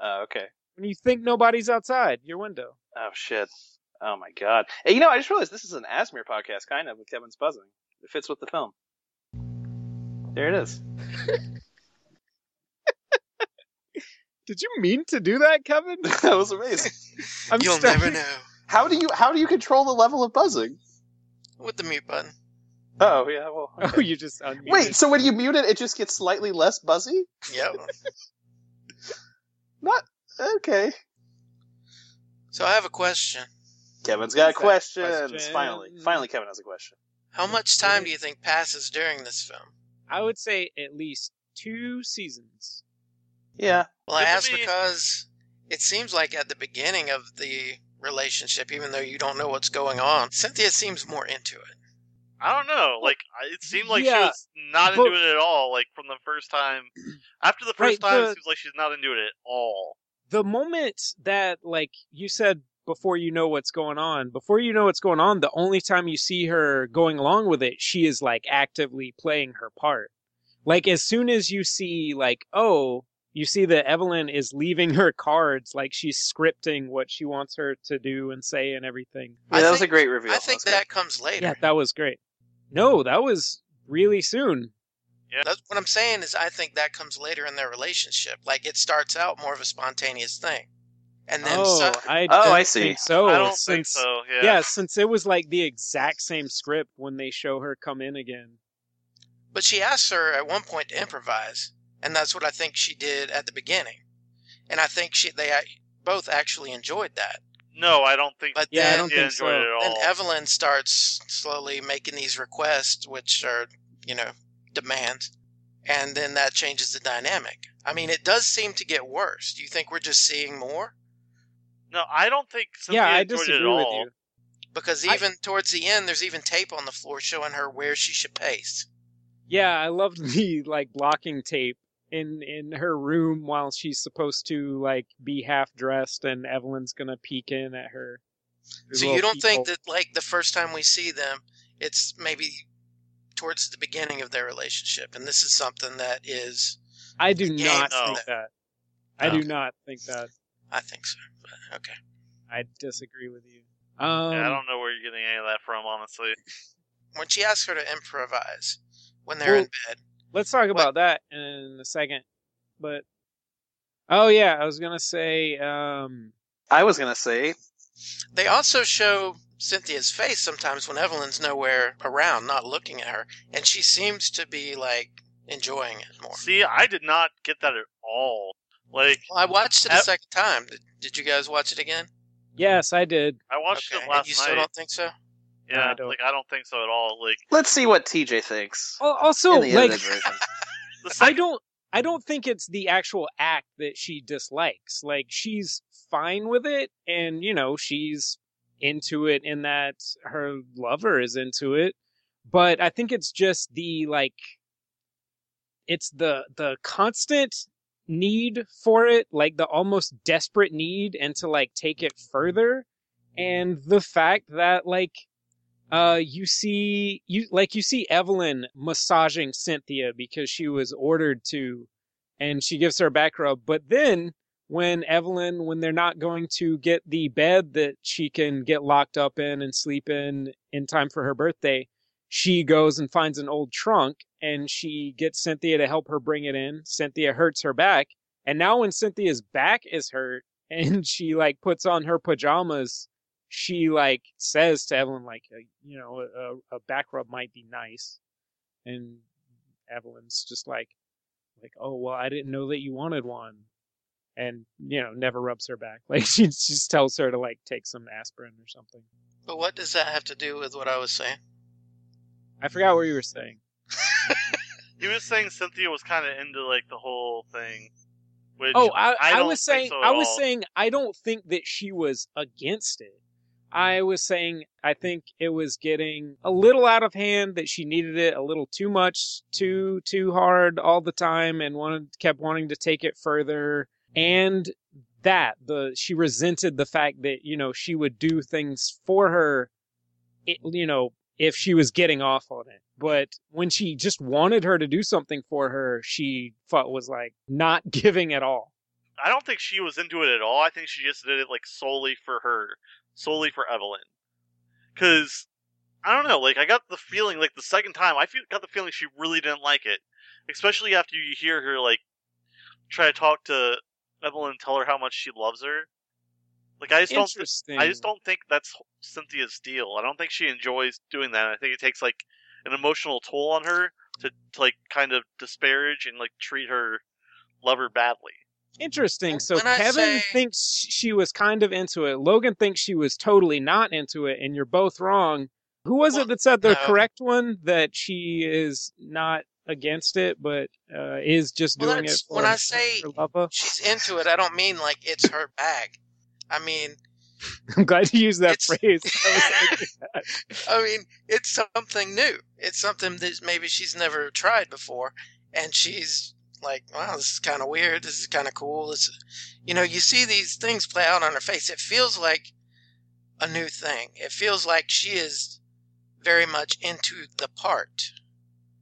[SPEAKER 1] Oh, okay.
[SPEAKER 2] when you think nobody's outside your window.
[SPEAKER 1] Oh shit. Oh my god. Hey, you know, I just realized this is an Asmir podcast, kind of, with Kevin's buzzing. It fits with the film. There it is.
[SPEAKER 2] Did you mean to do that, Kevin?
[SPEAKER 1] that was amazing.
[SPEAKER 2] I'm
[SPEAKER 3] You'll
[SPEAKER 2] starting-
[SPEAKER 3] never know
[SPEAKER 1] How do you how do you control the level of buzzing?
[SPEAKER 3] with the mute button.
[SPEAKER 1] Oh yeah. Well.
[SPEAKER 2] Oh, you just unmuted.
[SPEAKER 1] Wait. So when you mute it, it just gets slightly less buzzy.
[SPEAKER 3] Yep.
[SPEAKER 1] Okay.
[SPEAKER 3] so I have a question.
[SPEAKER 1] Kevin's got
[SPEAKER 2] Exact
[SPEAKER 1] questions.
[SPEAKER 2] question.
[SPEAKER 1] Finally, finally, Kevin has a question.
[SPEAKER 3] How much time do you think passes during this film?
[SPEAKER 2] I would say at least two seasons.
[SPEAKER 1] Yeah.
[SPEAKER 3] Well, I
[SPEAKER 4] Good to
[SPEAKER 3] ask
[SPEAKER 4] me.
[SPEAKER 3] because it seems like at the beginning of the relationship, even though you don't know what's going on, Cynthia seems more into it.
[SPEAKER 4] I don't know. Like I- it seemed like she
[SPEAKER 2] Yeah,
[SPEAKER 4] was not
[SPEAKER 2] but-
[SPEAKER 4] into it at all. Like from the first time, after the first
[SPEAKER 2] Right,
[SPEAKER 4] time,
[SPEAKER 2] the-
[SPEAKER 4] it seems like she's not into it at all.
[SPEAKER 2] The moment that, like you said, before you know what's going on, before you know what's going on, the only time you see her going along with it, she is like actively playing her part. Like as soon as you see, like, oh, you see that Evelyn is leaving her cards, like she's scripting what she wants her to do and say and everything.
[SPEAKER 1] Yeah,
[SPEAKER 3] I
[SPEAKER 1] that was a
[SPEAKER 3] think-
[SPEAKER 1] great reveal.
[SPEAKER 3] I think
[SPEAKER 1] That's good.
[SPEAKER 3] that comes later.
[SPEAKER 2] Yeah, that was great. No, that was really soon.
[SPEAKER 3] That's what I'm saying is I think that comes later in their relationship. Like it starts out more of a spontaneous thing, and then
[SPEAKER 2] Oh,
[SPEAKER 3] so-
[SPEAKER 2] I
[SPEAKER 1] Oh,
[SPEAKER 2] don't
[SPEAKER 1] I see.
[SPEAKER 2] think so.
[SPEAKER 4] I don't think
[SPEAKER 2] since-
[SPEAKER 4] so. Yeah.
[SPEAKER 2] Yeah. since it was like the exact same script when they show her come in again.
[SPEAKER 3] but she asks her at one point to improvise, and that's what I think she did at the beginning, and I think she they ac- both actually enjoyed that.
[SPEAKER 4] No, I don't think.
[SPEAKER 3] But
[SPEAKER 2] Yeah, I
[SPEAKER 3] then,
[SPEAKER 2] don't
[SPEAKER 4] she
[SPEAKER 2] think
[SPEAKER 4] enjoyed
[SPEAKER 2] so.
[SPEAKER 4] it at
[SPEAKER 3] then
[SPEAKER 4] all.
[SPEAKER 3] Evelyn starts slowly making these requests, which are you know demands, and then that changes the dynamic. I mean, it does seem to get worse. Do you think we're just seeing more?
[SPEAKER 4] no, I don't think. Cynthia
[SPEAKER 2] yeah, I
[SPEAKER 4] enjoyed
[SPEAKER 2] disagree
[SPEAKER 4] it at
[SPEAKER 2] with
[SPEAKER 4] all.
[SPEAKER 2] you.
[SPEAKER 3] Because
[SPEAKER 2] I-
[SPEAKER 3] even towards the end, there's even tape on the floor showing her where she should pace.
[SPEAKER 2] Yeah, I loved the like blocking tape in in her room while she's supposed to like be half dressed and Evelyn's gonna peek in at her. Her
[SPEAKER 3] So
[SPEAKER 2] little
[SPEAKER 3] you don't think
[SPEAKER 2] peephole.
[SPEAKER 3] that, like, the first time we see them, it's maybe towards the beginning of their relationship, and this is something that is,
[SPEAKER 2] I do
[SPEAKER 3] Yeah,
[SPEAKER 2] not
[SPEAKER 4] no.
[SPEAKER 2] think that. I
[SPEAKER 3] No.
[SPEAKER 2] do not think that.
[SPEAKER 3] I think so. But, okay,
[SPEAKER 2] I disagree with you. Um,
[SPEAKER 4] Yeah, I don't know where you're getting any of that from, honestly.
[SPEAKER 3] when she asks her to improvise when they're in bed,
[SPEAKER 2] let's talk about that in a second. But oh yeah, I was gonna say um,
[SPEAKER 1] I was gonna say
[SPEAKER 3] they also show Cynthia's face sometimes when Evelyn's nowhere around, not looking at her, and she seems to be like enjoying it more.
[SPEAKER 4] See, I did not get that at all. Like
[SPEAKER 3] Well, I watched it a
[SPEAKER 4] Ev-
[SPEAKER 3] second time. Did, did you guys watch it again?
[SPEAKER 2] yes, I did.
[SPEAKER 4] I watched
[SPEAKER 3] okay.
[SPEAKER 4] it
[SPEAKER 3] and
[SPEAKER 4] last
[SPEAKER 3] you still
[SPEAKER 4] night.
[SPEAKER 3] don't think so?
[SPEAKER 4] Yeah,
[SPEAKER 2] I don't.
[SPEAKER 4] like I don't think so at all. Like
[SPEAKER 1] let's see what TJ thinks.
[SPEAKER 2] Al- Also,
[SPEAKER 1] in the
[SPEAKER 2] like
[SPEAKER 1] edited version.
[SPEAKER 4] the
[SPEAKER 2] I
[SPEAKER 4] second,
[SPEAKER 2] don't, I don't think it's the actual act that she dislikes. Like she's fine with it, and you know she's into it in that her lover is into it. but I think it's just the like it's the the constant need for it, like the almost desperate need and to like take it further and the fact that like uh you see you like you see Evelyn massaging Cynthia because she was ordered to and she gives her a back rub, but then when Evelyn when they're not going to get the bed that she can get locked up in and sleep in in time for her birthday, she goes and finds an old trunk and she gets Cynthia to help her bring it in. Cynthia hurts her back. And now when Cynthia's back is hurt and she like puts on her pajamas, she like says to Evelyn like uh, you know a, a back rub might be nice. And Evelyn's just like like oh well I didn't know that you wanted one. And you know never rubs her back. Like she just tells her to like take some aspirin or something.
[SPEAKER 3] But what does that have to do with what I was saying?
[SPEAKER 2] I forgot what you were saying.
[SPEAKER 4] He was saying Cynthia was kind of into like the whole thing. Which
[SPEAKER 2] Oh, I,
[SPEAKER 4] I
[SPEAKER 2] I,
[SPEAKER 4] don't
[SPEAKER 2] was
[SPEAKER 4] think
[SPEAKER 2] saying,
[SPEAKER 4] so at
[SPEAKER 2] I was
[SPEAKER 4] all.
[SPEAKER 2] saying, I don't think that she was against it. I was saying, I think it was getting a little out of hand that she needed it a little too much, too too hard all the time, and wanted kept wanting to take it further. And that the she resented the fact that you know she would do things for her, it, you know, if she was getting off on it. But when she just wanted her to do something for her, she felt was like not giving at all.
[SPEAKER 4] I don't think she was into it at all. I think she just did it like solely for her, solely for Evelyn. Cause I don't know, like I got the feeling like the second time I feel, got the feeling she really didn't like it, especially after you hear her like try to talk to Evelyn and tell her how much she loves her. Like I just don't
[SPEAKER 2] Interesting.
[SPEAKER 4] I just don't think that's Cynthia's deal. I don't think she enjoys doing that. I think it takes like an emotional toll on her to, to like kind of disparage and like treat her lover badly.
[SPEAKER 2] Interesting. So
[SPEAKER 3] When I
[SPEAKER 2] Kevin
[SPEAKER 3] say-
[SPEAKER 2] thinks she was kind of into it. Logan thinks she was totally not into it, and you're both wrong. Who was
[SPEAKER 3] Well,
[SPEAKER 2] it that said the
[SPEAKER 3] no.
[SPEAKER 2] correct one that she is not against it, but uh, is just
[SPEAKER 3] Well,
[SPEAKER 2] doing it
[SPEAKER 3] that's-
[SPEAKER 2] for
[SPEAKER 3] when I say-
[SPEAKER 2] her lover?
[SPEAKER 3] She's into it. I don't mean like it's her bag. I mean,
[SPEAKER 2] I'm glad you used that
[SPEAKER 3] It's-
[SPEAKER 2] phrase. I was thinking that.
[SPEAKER 3] I mean, it's something new. It's something that maybe she's never tried before, and she's like, "Wow, this is kind of weird. This is kind of cool." This, you know, you see these things play out on her face. It feels like a new thing. It feels like she is very much into the part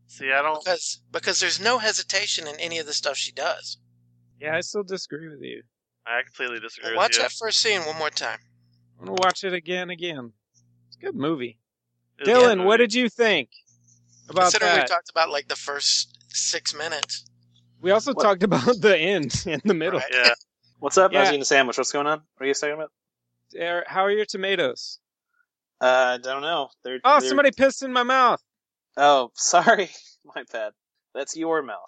[SPEAKER 4] See, I don't.
[SPEAKER 3] because because there's no hesitation in any of the stuff she does.
[SPEAKER 2] yeah, I still disagree with you.
[SPEAKER 4] I completely disagree with
[SPEAKER 3] Watch
[SPEAKER 4] you.
[SPEAKER 3] that first scene one more time.
[SPEAKER 2] I'm gonna watch it again, again. It's a good movie.
[SPEAKER 4] It was a
[SPEAKER 2] Dylan,
[SPEAKER 4] good
[SPEAKER 2] what
[SPEAKER 4] movie.
[SPEAKER 2] did you think about
[SPEAKER 3] Considering we
[SPEAKER 2] that?
[SPEAKER 3] talked about like the first six minutes.
[SPEAKER 2] we also
[SPEAKER 1] What-
[SPEAKER 2] talked about the end in the middle.
[SPEAKER 3] Right.
[SPEAKER 4] Yeah,
[SPEAKER 1] What's up? I was
[SPEAKER 2] Yeah.
[SPEAKER 1] eating a sandwich. What's going on? What are you guys talking about?
[SPEAKER 2] Er, How are your tomatoes?
[SPEAKER 1] Uh, I don't know. They're,
[SPEAKER 2] Oh,
[SPEAKER 1] they're-
[SPEAKER 2] somebody pissed in my mouth.
[SPEAKER 1] Oh, sorry. My bad. That's your mouth.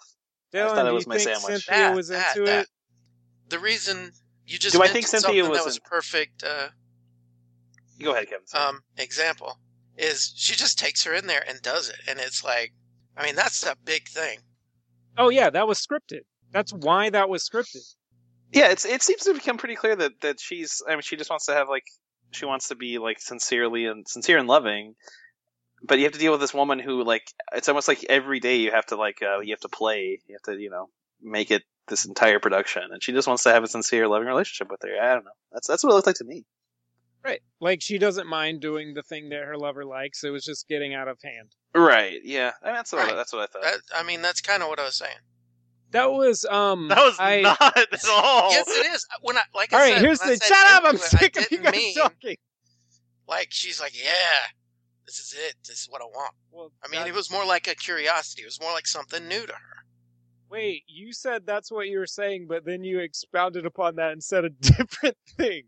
[SPEAKER 1] I
[SPEAKER 2] Dylan,
[SPEAKER 1] thought it
[SPEAKER 2] do
[SPEAKER 1] was
[SPEAKER 2] you
[SPEAKER 1] my
[SPEAKER 2] think
[SPEAKER 1] sandwich.
[SPEAKER 2] Cynthia was into it?
[SPEAKER 3] The reason you just
[SPEAKER 1] Do I
[SPEAKER 3] mentioned
[SPEAKER 1] think Cynthia
[SPEAKER 3] something
[SPEAKER 1] was
[SPEAKER 3] that was
[SPEAKER 1] in-
[SPEAKER 3] perfect uh,
[SPEAKER 1] Go ahead, Kevin.
[SPEAKER 3] um, example is she just takes her in there and does it, and it's like, I mean, that's a big thing.
[SPEAKER 2] Oh yeah, that was scripted. That's why that was scripted.
[SPEAKER 1] yeah, it's it seems to become pretty clear that that she's. I mean, she just wants to have like she wants to be like sincerely and sincere and loving. But you have to deal with this woman who like it's almost like every day you have to like uh, you have to play you have to you know make it this entire production and she just wants to have a sincere loving relationship with her. I don't know. That's that's what it looked like to me.
[SPEAKER 2] Right. Like she doesn't mind doing the thing that her lover likes. It was just getting out of hand.
[SPEAKER 1] Right. Yeah. I mean, that's what
[SPEAKER 3] Right.
[SPEAKER 1] that's what I thought.
[SPEAKER 3] That, I mean, that's kind of what I was saying.
[SPEAKER 2] That was um
[SPEAKER 4] that was
[SPEAKER 2] I,
[SPEAKER 4] not at
[SPEAKER 1] Oh.
[SPEAKER 4] all.
[SPEAKER 3] Yes, it is. When I like,
[SPEAKER 2] All
[SPEAKER 3] I
[SPEAKER 2] right,
[SPEAKER 3] said,
[SPEAKER 2] here's
[SPEAKER 3] when I
[SPEAKER 2] the
[SPEAKER 3] said
[SPEAKER 2] shut up.
[SPEAKER 3] into
[SPEAKER 2] I'm
[SPEAKER 3] it, I
[SPEAKER 2] sick of you
[SPEAKER 3] didn't
[SPEAKER 2] guys
[SPEAKER 3] mean,
[SPEAKER 2] talking.
[SPEAKER 3] Like she's like, yeah, this is it. This is what I want.
[SPEAKER 2] Well,
[SPEAKER 3] I mean,
[SPEAKER 2] that-
[SPEAKER 3] it was more like a curiosity. It was more like something new to her.
[SPEAKER 2] wait, you said that's what you were saying, but then you expounded upon that and said a different thing.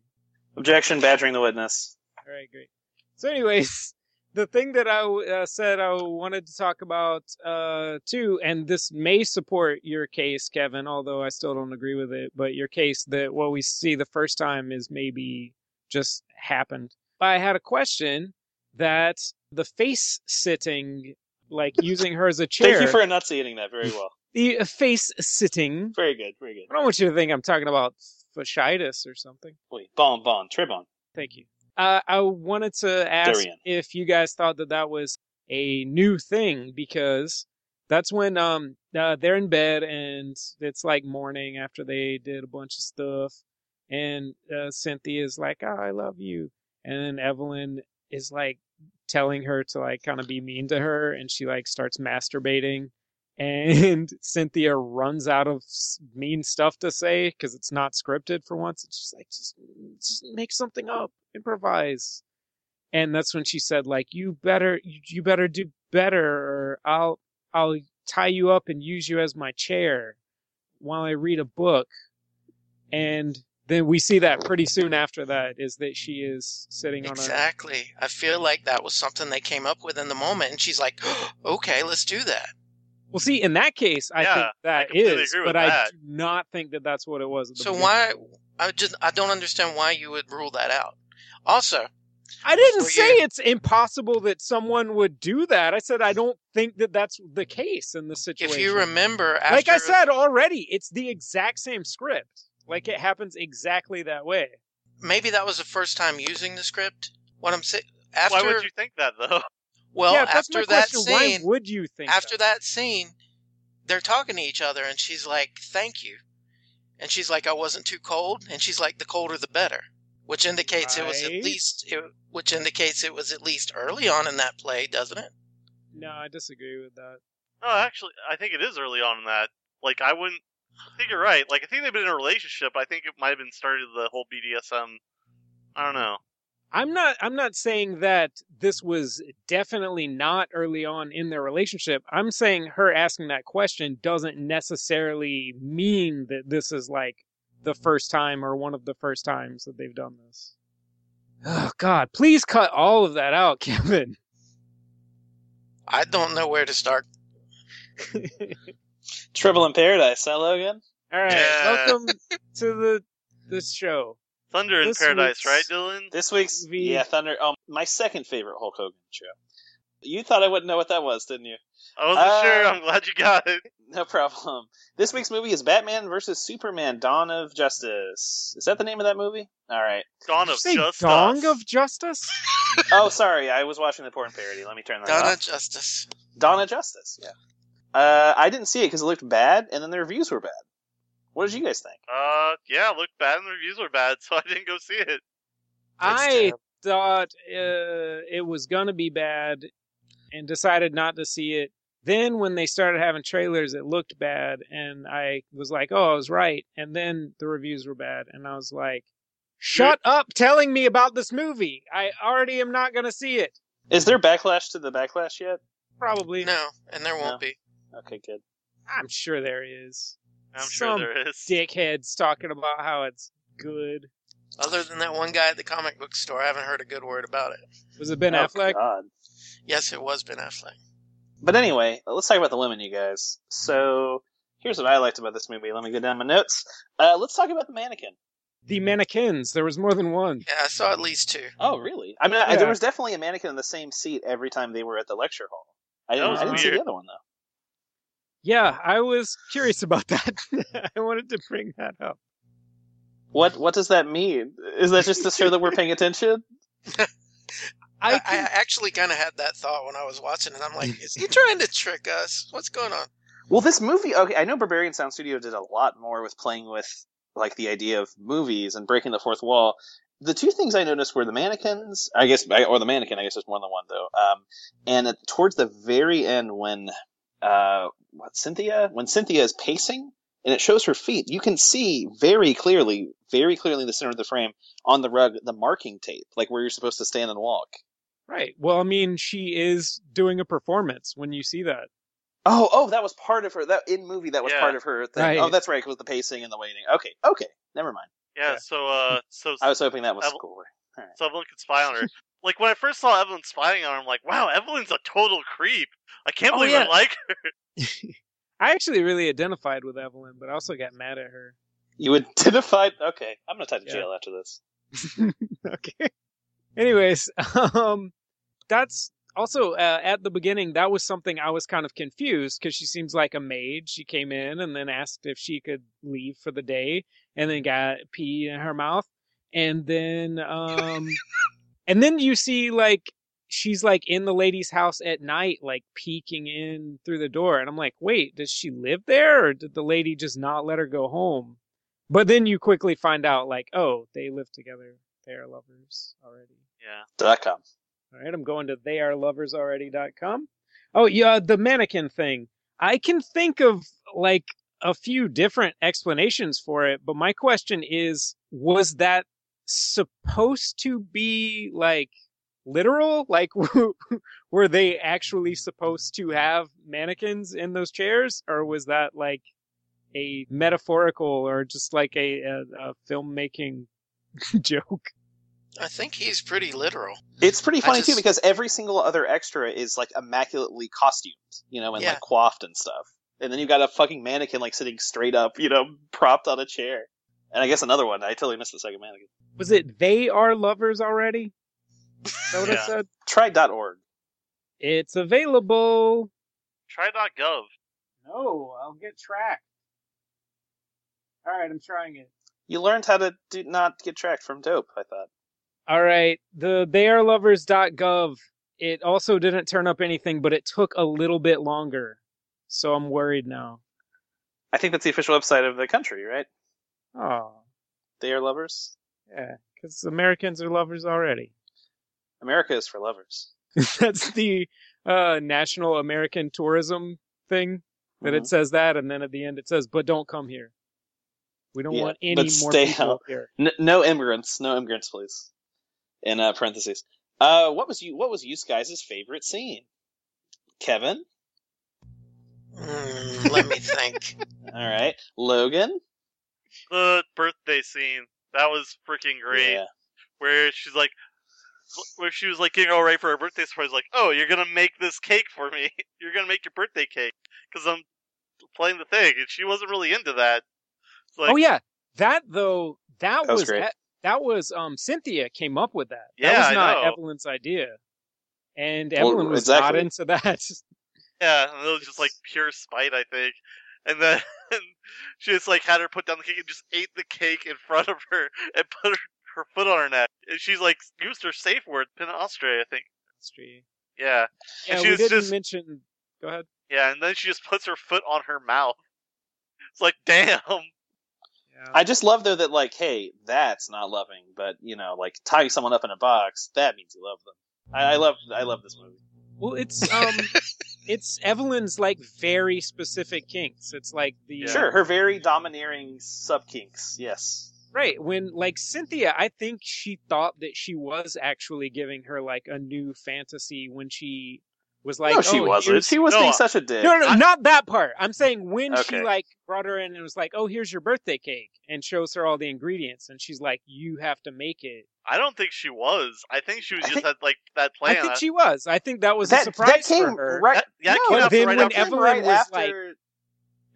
[SPEAKER 1] Objection, badgering the witness.
[SPEAKER 2] All right, great. So, anyways, the thing that I uh, said I wanted to talk about uh, too, and this may support your case, Kevin, although I still don't agree with it, but your case that what we see the first time is maybe just happened. I had a question that the face sitting, like using her as a chair,
[SPEAKER 1] Thank you for enunciating that very well.
[SPEAKER 2] the uh, face sitting.
[SPEAKER 1] Very good. Very good.
[SPEAKER 2] I don't want you to think I'm talking about fasciitis or something.
[SPEAKER 1] Wait, bon, bon, tribon.
[SPEAKER 2] Thank you. Uh, I wanted to ask
[SPEAKER 1] Durian.
[SPEAKER 2] if you guys thought that that was a new thing because that's when um uh, they're in bed and it's like morning after they did a bunch of stuff and uh, cynthia's like oh, i love you and then evelyn is like telling her to like kind of be mean to her and she like starts masturbating and cynthia runs out of s- mean stuff to say because it's not scripted for once and she's like just, just make something up improvise and that's when she said like you better you, you better do better or i'll I'll tie you up and use you as my chair while I read a book. And then we see that pretty soon after that is that she is sitting
[SPEAKER 3] Exactly. I feel like that was something they came up with in the moment, and she's like, "Okay, let's do that."
[SPEAKER 2] on a. Well, see, in that case, I
[SPEAKER 4] Yeah,
[SPEAKER 2] think
[SPEAKER 4] I
[SPEAKER 2] that is,
[SPEAKER 4] completely agree with
[SPEAKER 2] but I
[SPEAKER 4] that.
[SPEAKER 2] do not think that that's what it was. At the
[SPEAKER 3] So
[SPEAKER 2] beginning.
[SPEAKER 3] why? I just I don't understand why you would rule that out. Also,
[SPEAKER 2] I didn't
[SPEAKER 3] Well,
[SPEAKER 2] say
[SPEAKER 3] yeah.
[SPEAKER 2] it's impossible that someone would do that. I said I don't think that that's the case in this situation.
[SPEAKER 3] if you remember, after,
[SPEAKER 2] like I said already, it's the exact same script. Like it happens exactly that way.
[SPEAKER 3] maybe that was the first time using the script. What I'm saying after
[SPEAKER 4] Why would you think that though?
[SPEAKER 3] well
[SPEAKER 2] yeah, if that's
[SPEAKER 3] after
[SPEAKER 2] my
[SPEAKER 3] that
[SPEAKER 2] question.
[SPEAKER 3] scene
[SPEAKER 2] why would you think
[SPEAKER 3] after
[SPEAKER 2] that?
[SPEAKER 3] that scene, they're talking to each other, and she's like, "Thank you," and she's like, "I wasn't too cold," and she's like, "The colder the better," which indicates it was at
[SPEAKER 2] Right.
[SPEAKER 3] least it, which indicates it was at least early on in that play, doesn't it?
[SPEAKER 2] No, I disagree with that.
[SPEAKER 4] No, actually, I think it is early on in that. Like, I wouldn't. I think you're right. Like, I think they've been in a relationship. I think it might have been started the whole BDSM. I don't know.
[SPEAKER 2] I'm not I'm not saying that this was definitely not early on in their relationship. I'm saying her asking that question doesn't necessarily mean that this is like the
[SPEAKER 4] Mm-hmm.
[SPEAKER 2] first time or one of the first times that they've done this. Oh god, please cut all of that out, Kevin.
[SPEAKER 3] I don't know where to start.
[SPEAKER 1] Trouble in Paradise. Hello again.
[SPEAKER 2] all right.
[SPEAKER 4] Yeah.
[SPEAKER 2] Welcome to the this show.
[SPEAKER 4] Thunder in
[SPEAKER 2] This
[SPEAKER 4] Paradise, right,
[SPEAKER 2] week's-
[SPEAKER 4] Dylan?
[SPEAKER 1] This week's
[SPEAKER 2] V.
[SPEAKER 1] yeah Thunder. Um, my second favorite Hulk Hogan show. You thought I wouldn't know what that was, didn't you?
[SPEAKER 4] I wasn't
[SPEAKER 1] Uh,
[SPEAKER 4] sure. I'm glad you got it.
[SPEAKER 1] No problem. This week's movie is Batman versus Superman: Dawn of Justice. Is that the name of that movie? All right.
[SPEAKER 4] Dawn
[SPEAKER 2] Did
[SPEAKER 4] of
[SPEAKER 2] you say
[SPEAKER 4] Justice.
[SPEAKER 2] Dong of Justice?
[SPEAKER 1] Oh, sorry, I was watching the porn parody. Let me turn that
[SPEAKER 3] Donna
[SPEAKER 1] off.
[SPEAKER 3] Justice.
[SPEAKER 1] Donna Justice. Yeah. Uh, I didn't see it because it looked bad, and then the reviews were bad. What did you guys think?
[SPEAKER 4] Uh, yeah, it looked bad and the reviews were bad, so I didn't go see it.
[SPEAKER 2] I
[SPEAKER 3] terrible.
[SPEAKER 2] thought uh, it was gonna be bad, and decided not to see it. Then when they started having trailers, it looked bad, and I was like, "Oh, I was right." And then the reviews were bad, and I was like, "Shut up, telling me about this movie! I already am not gonna see it.
[SPEAKER 1] Is there backlash to the backlash yet?
[SPEAKER 2] Probably,
[SPEAKER 3] No, and there won't be.
[SPEAKER 1] Okay, good.
[SPEAKER 2] I'm sure there is
[SPEAKER 4] I'm
[SPEAKER 2] Some
[SPEAKER 4] sure there is.
[SPEAKER 2] dickheads talking about how it's good."
[SPEAKER 3] Other than that one guy at the comic book store, I haven't heard a good word about it.
[SPEAKER 2] Was it Ben
[SPEAKER 1] Oh,
[SPEAKER 2] Affleck?
[SPEAKER 1] God.
[SPEAKER 3] Yes, it was Ben Affleck.
[SPEAKER 1] But anyway, let's talk about the women, you guys. So here's what I liked about this movie. Let me go down my notes. Uh, let's talk about the mannequin.
[SPEAKER 2] The mannequins. There was more than one.
[SPEAKER 3] Yeah, I saw at least two.
[SPEAKER 1] Oh, really? I mean, I,
[SPEAKER 2] Yeah.
[SPEAKER 1] there was definitely a mannequin in the same seat every time they were at the lecture hall. I
[SPEAKER 4] That
[SPEAKER 1] didn't,
[SPEAKER 4] was
[SPEAKER 1] I didn't see
[SPEAKER 4] weird.
[SPEAKER 1] the other one though.
[SPEAKER 2] Yeah, I was curious about that. I wanted to bring that up.
[SPEAKER 1] What What does that mean? Is that just to show that we're paying attention?
[SPEAKER 3] I,
[SPEAKER 2] I
[SPEAKER 3] I
[SPEAKER 2] can,
[SPEAKER 3] actually kind of had that thought when I was watching it. I'm like, is he trying to trick us? What's going on?
[SPEAKER 1] Well, this movie. Okay, I know Barbarian Sound Studio did a lot more with playing with like the idea of movies and breaking the fourth wall. The two things I noticed were the mannequins, I guess, I- or the mannequin. I guess there's more than one though. Um, and at, towards the very end, when uh, what Cynthia, when Cynthia is pacing and it shows her feet, you can see very clearly, very clearly in the center of the frame on the rug the marking tape, like where you're supposed to stand and walk.
[SPEAKER 2] right. Well, I mean, she is doing a performance when you see that.
[SPEAKER 1] Oh, oh, that was part of her. That in movie, that was
[SPEAKER 4] Yeah.
[SPEAKER 1] part of her thing.
[SPEAKER 2] Right.
[SPEAKER 1] Oh, that's right, with the pacing and the waiting. Okay, okay, never mind.
[SPEAKER 4] Yeah, so, uh, so,
[SPEAKER 1] I was hoping that was
[SPEAKER 4] Evel-
[SPEAKER 1] cooler.
[SPEAKER 4] so Evelyn could spy on her. like, when I first saw Evelyn spying on her, I'm like, wow, Evelyn's a total creep. I can't
[SPEAKER 2] Oh,
[SPEAKER 4] believe
[SPEAKER 2] yeah.
[SPEAKER 4] I like her.
[SPEAKER 2] I actually really identified with Evelyn, but I also got mad at her.
[SPEAKER 1] You identified. Okay, I'm gonna tie to
[SPEAKER 2] Yeah.
[SPEAKER 1] jail after this.
[SPEAKER 2] okay. Anyways, um, that's also uh, at the beginning. That was something I was kind of confused because she seems like a maid. She came in and then asked if she could leave for the day, and then got pee in her mouth, and then um, and then you see like she's like in the lady's house at night, like peeking in through the door. And I'm like, wait, does she live there or did the lady just not let her go home? But then you quickly find out, like, oh, they live together. They are lovers already.
[SPEAKER 4] Yeah.
[SPEAKER 1] Dot com.
[SPEAKER 2] All right, I'm going to theyAreLoversAlready.com. Oh, yeah, the mannequin thing. I can think of like a few different explanations for it, but my question is was that supposed to be like literal? Like, were they actually supposed to have mannequins in those chairs, or was that like a metaphorical or just like a, a, a filmmaking joke?
[SPEAKER 3] I think he's pretty literal.
[SPEAKER 1] It's pretty
[SPEAKER 3] I
[SPEAKER 1] funny too
[SPEAKER 3] just-
[SPEAKER 1] because every single other extra is like immaculately costumed, you know, and
[SPEAKER 3] Yeah.
[SPEAKER 1] like coiffed and stuff. And then you got a fucking mannequin like sitting straight up, you know, propped on a chair. And I guess another one. I totally missed the second mannequin.
[SPEAKER 2] Was it they are lovers already? Is that what I
[SPEAKER 4] Yeah.
[SPEAKER 2] said?
[SPEAKER 1] Try.org.
[SPEAKER 2] It's available.
[SPEAKER 4] Try.gov.
[SPEAKER 2] No, I'll get tracked. All right, I'm trying it.
[SPEAKER 1] You learned how to do not get tracked from dope, I thought.
[SPEAKER 2] All right, the theyarelovers.gov. It also didn't turn up anything, but it took a little bit longer, so I'm worried now.
[SPEAKER 1] I think that's the official website of the country, right?
[SPEAKER 2] Oh,
[SPEAKER 1] They are lovers.
[SPEAKER 2] yeah, because Americans are lovers already.
[SPEAKER 1] America is for lovers.
[SPEAKER 2] That's the uh, National American Tourism thing that
[SPEAKER 1] Mhm.
[SPEAKER 2] it says that, and then at the end it says, "But don't come here. We don't
[SPEAKER 1] Yeah,
[SPEAKER 2] want any
[SPEAKER 1] but
[SPEAKER 2] more
[SPEAKER 1] stay
[SPEAKER 2] people
[SPEAKER 1] out."
[SPEAKER 2] up here."
[SPEAKER 1] N- no immigrants. No immigrants, please. In uh, parentheses. Uh, what was you? What was you guys' favorite scene? Kevin.
[SPEAKER 3] Mm, let me think.
[SPEAKER 1] All right. Logan.
[SPEAKER 4] The birthday scene. That was freaking great.
[SPEAKER 1] Yeah.
[SPEAKER 4] Where she's like, where she was like getting all ready for her birthday surprise. Like, oh, you're gonna make this cake for me. You're gonna make your birthday cake because I'm playing the thing, and she wasn't really into that. It's like,
[SPEAKER 2] oh yeah, that though that,
[SPEAKER 1] That was
[SPEAKER 2] was,
[SPEAKER 1] great.
[SPEAKER 2] that, that was um Cynthia came up with that.
[SPEAKER 4] Yeah,
[SPEAKER 2] that was
[SPEAKER 4] I
[SPEAKER 2] not
[SPEAKER 4] know.
[SPEAKER 2] Evelyn's idea, and
[SPEAKER 1] Well,
[SPEAKER 2] Evelyn was
[SPEAKER 1] exactly.
[SPEAKER 2] not into that.
[SPEAKER 4] Yeah, and it was just like pure spite, I think. And then she just like had her put down the cake and just ate the cake in front of her and put her, her foot on her neck. And she's like used her safe word, Austria, I think. Yeah,
[SPEAKER 2] yeah,
[SPEAKER 4] she
[SPEAKER 2] we
[SPEAKER 4] was
[SPEAKER 2] didn't
[SPEAKER 4] just-
[SPEAKER 2] mention. Go ahead.
[SPEAKER 4] yeah. And then she just puts her foot on her mouth. It's like, damn.
[SPEAKER 2] Yeah.
[SPEAKER 1] I just love though that like, hey, that's not loving, but you know, like tying someone up in a box, that means you love them. I, I love. I love this movie.
[SPEAKER 2] Well, it's um, it's Evelyn's like very specific kinks. It's like the uh,
[SPEAKER 1] Sure, her very domineering sub kinks. Yes.
[SPEAKER 2] Right. When like Cynthia, I think she thought that she was actually giving her like a new fantasy when she was like,
[SPEAKER 1] no, she
[SPEAKER 2] oh,
[SPEAKER 1] wasn't.
[SPEAKER 2] here's-
[SPEAKER 1] She was
[SPEAKER 4] No, uh,
[SPEAKER 1] being
[SPEAKER 4] I-
[SPEAKER 1] such a dick.
[SPEAKER 2] No, no, not that part. I'm saying when
[SPEAKER 1] Okay.
[SPEAKER 2] she like brought her in and was like, "Oh, here's your birthday cake," and shows her all the ingredients, and she's like, "You have to make it."
[SPEAKER 4] I don't think she was. I think she was
[SPEAKER 1] I
[SPEAKER 4] just
[SPEAKER 1] think-
[SPEAKER 4] had like that plan.
[SPEAKER 2] I think she was. I think that was a
[SPEAKER 1] that, that
[SPEAKER 2] surprise
[SPEAKER 1] came
[SPEAKER 2] for her.
[SPEAKER 1] right.
[SPEAKER 4] That- yeah, it
[SPEAKER 1] no,
[SPEAKER 4] came
[SPEAKER 1] that
[SPEAKER 4] out
[SPEAKER 1] came
[SPEAKER 4] right
[SPEAKER 1] right
[SPEAKER 4] after-
[SPEAKER 1] after,
[SPEAKER 2] Evelyn was like-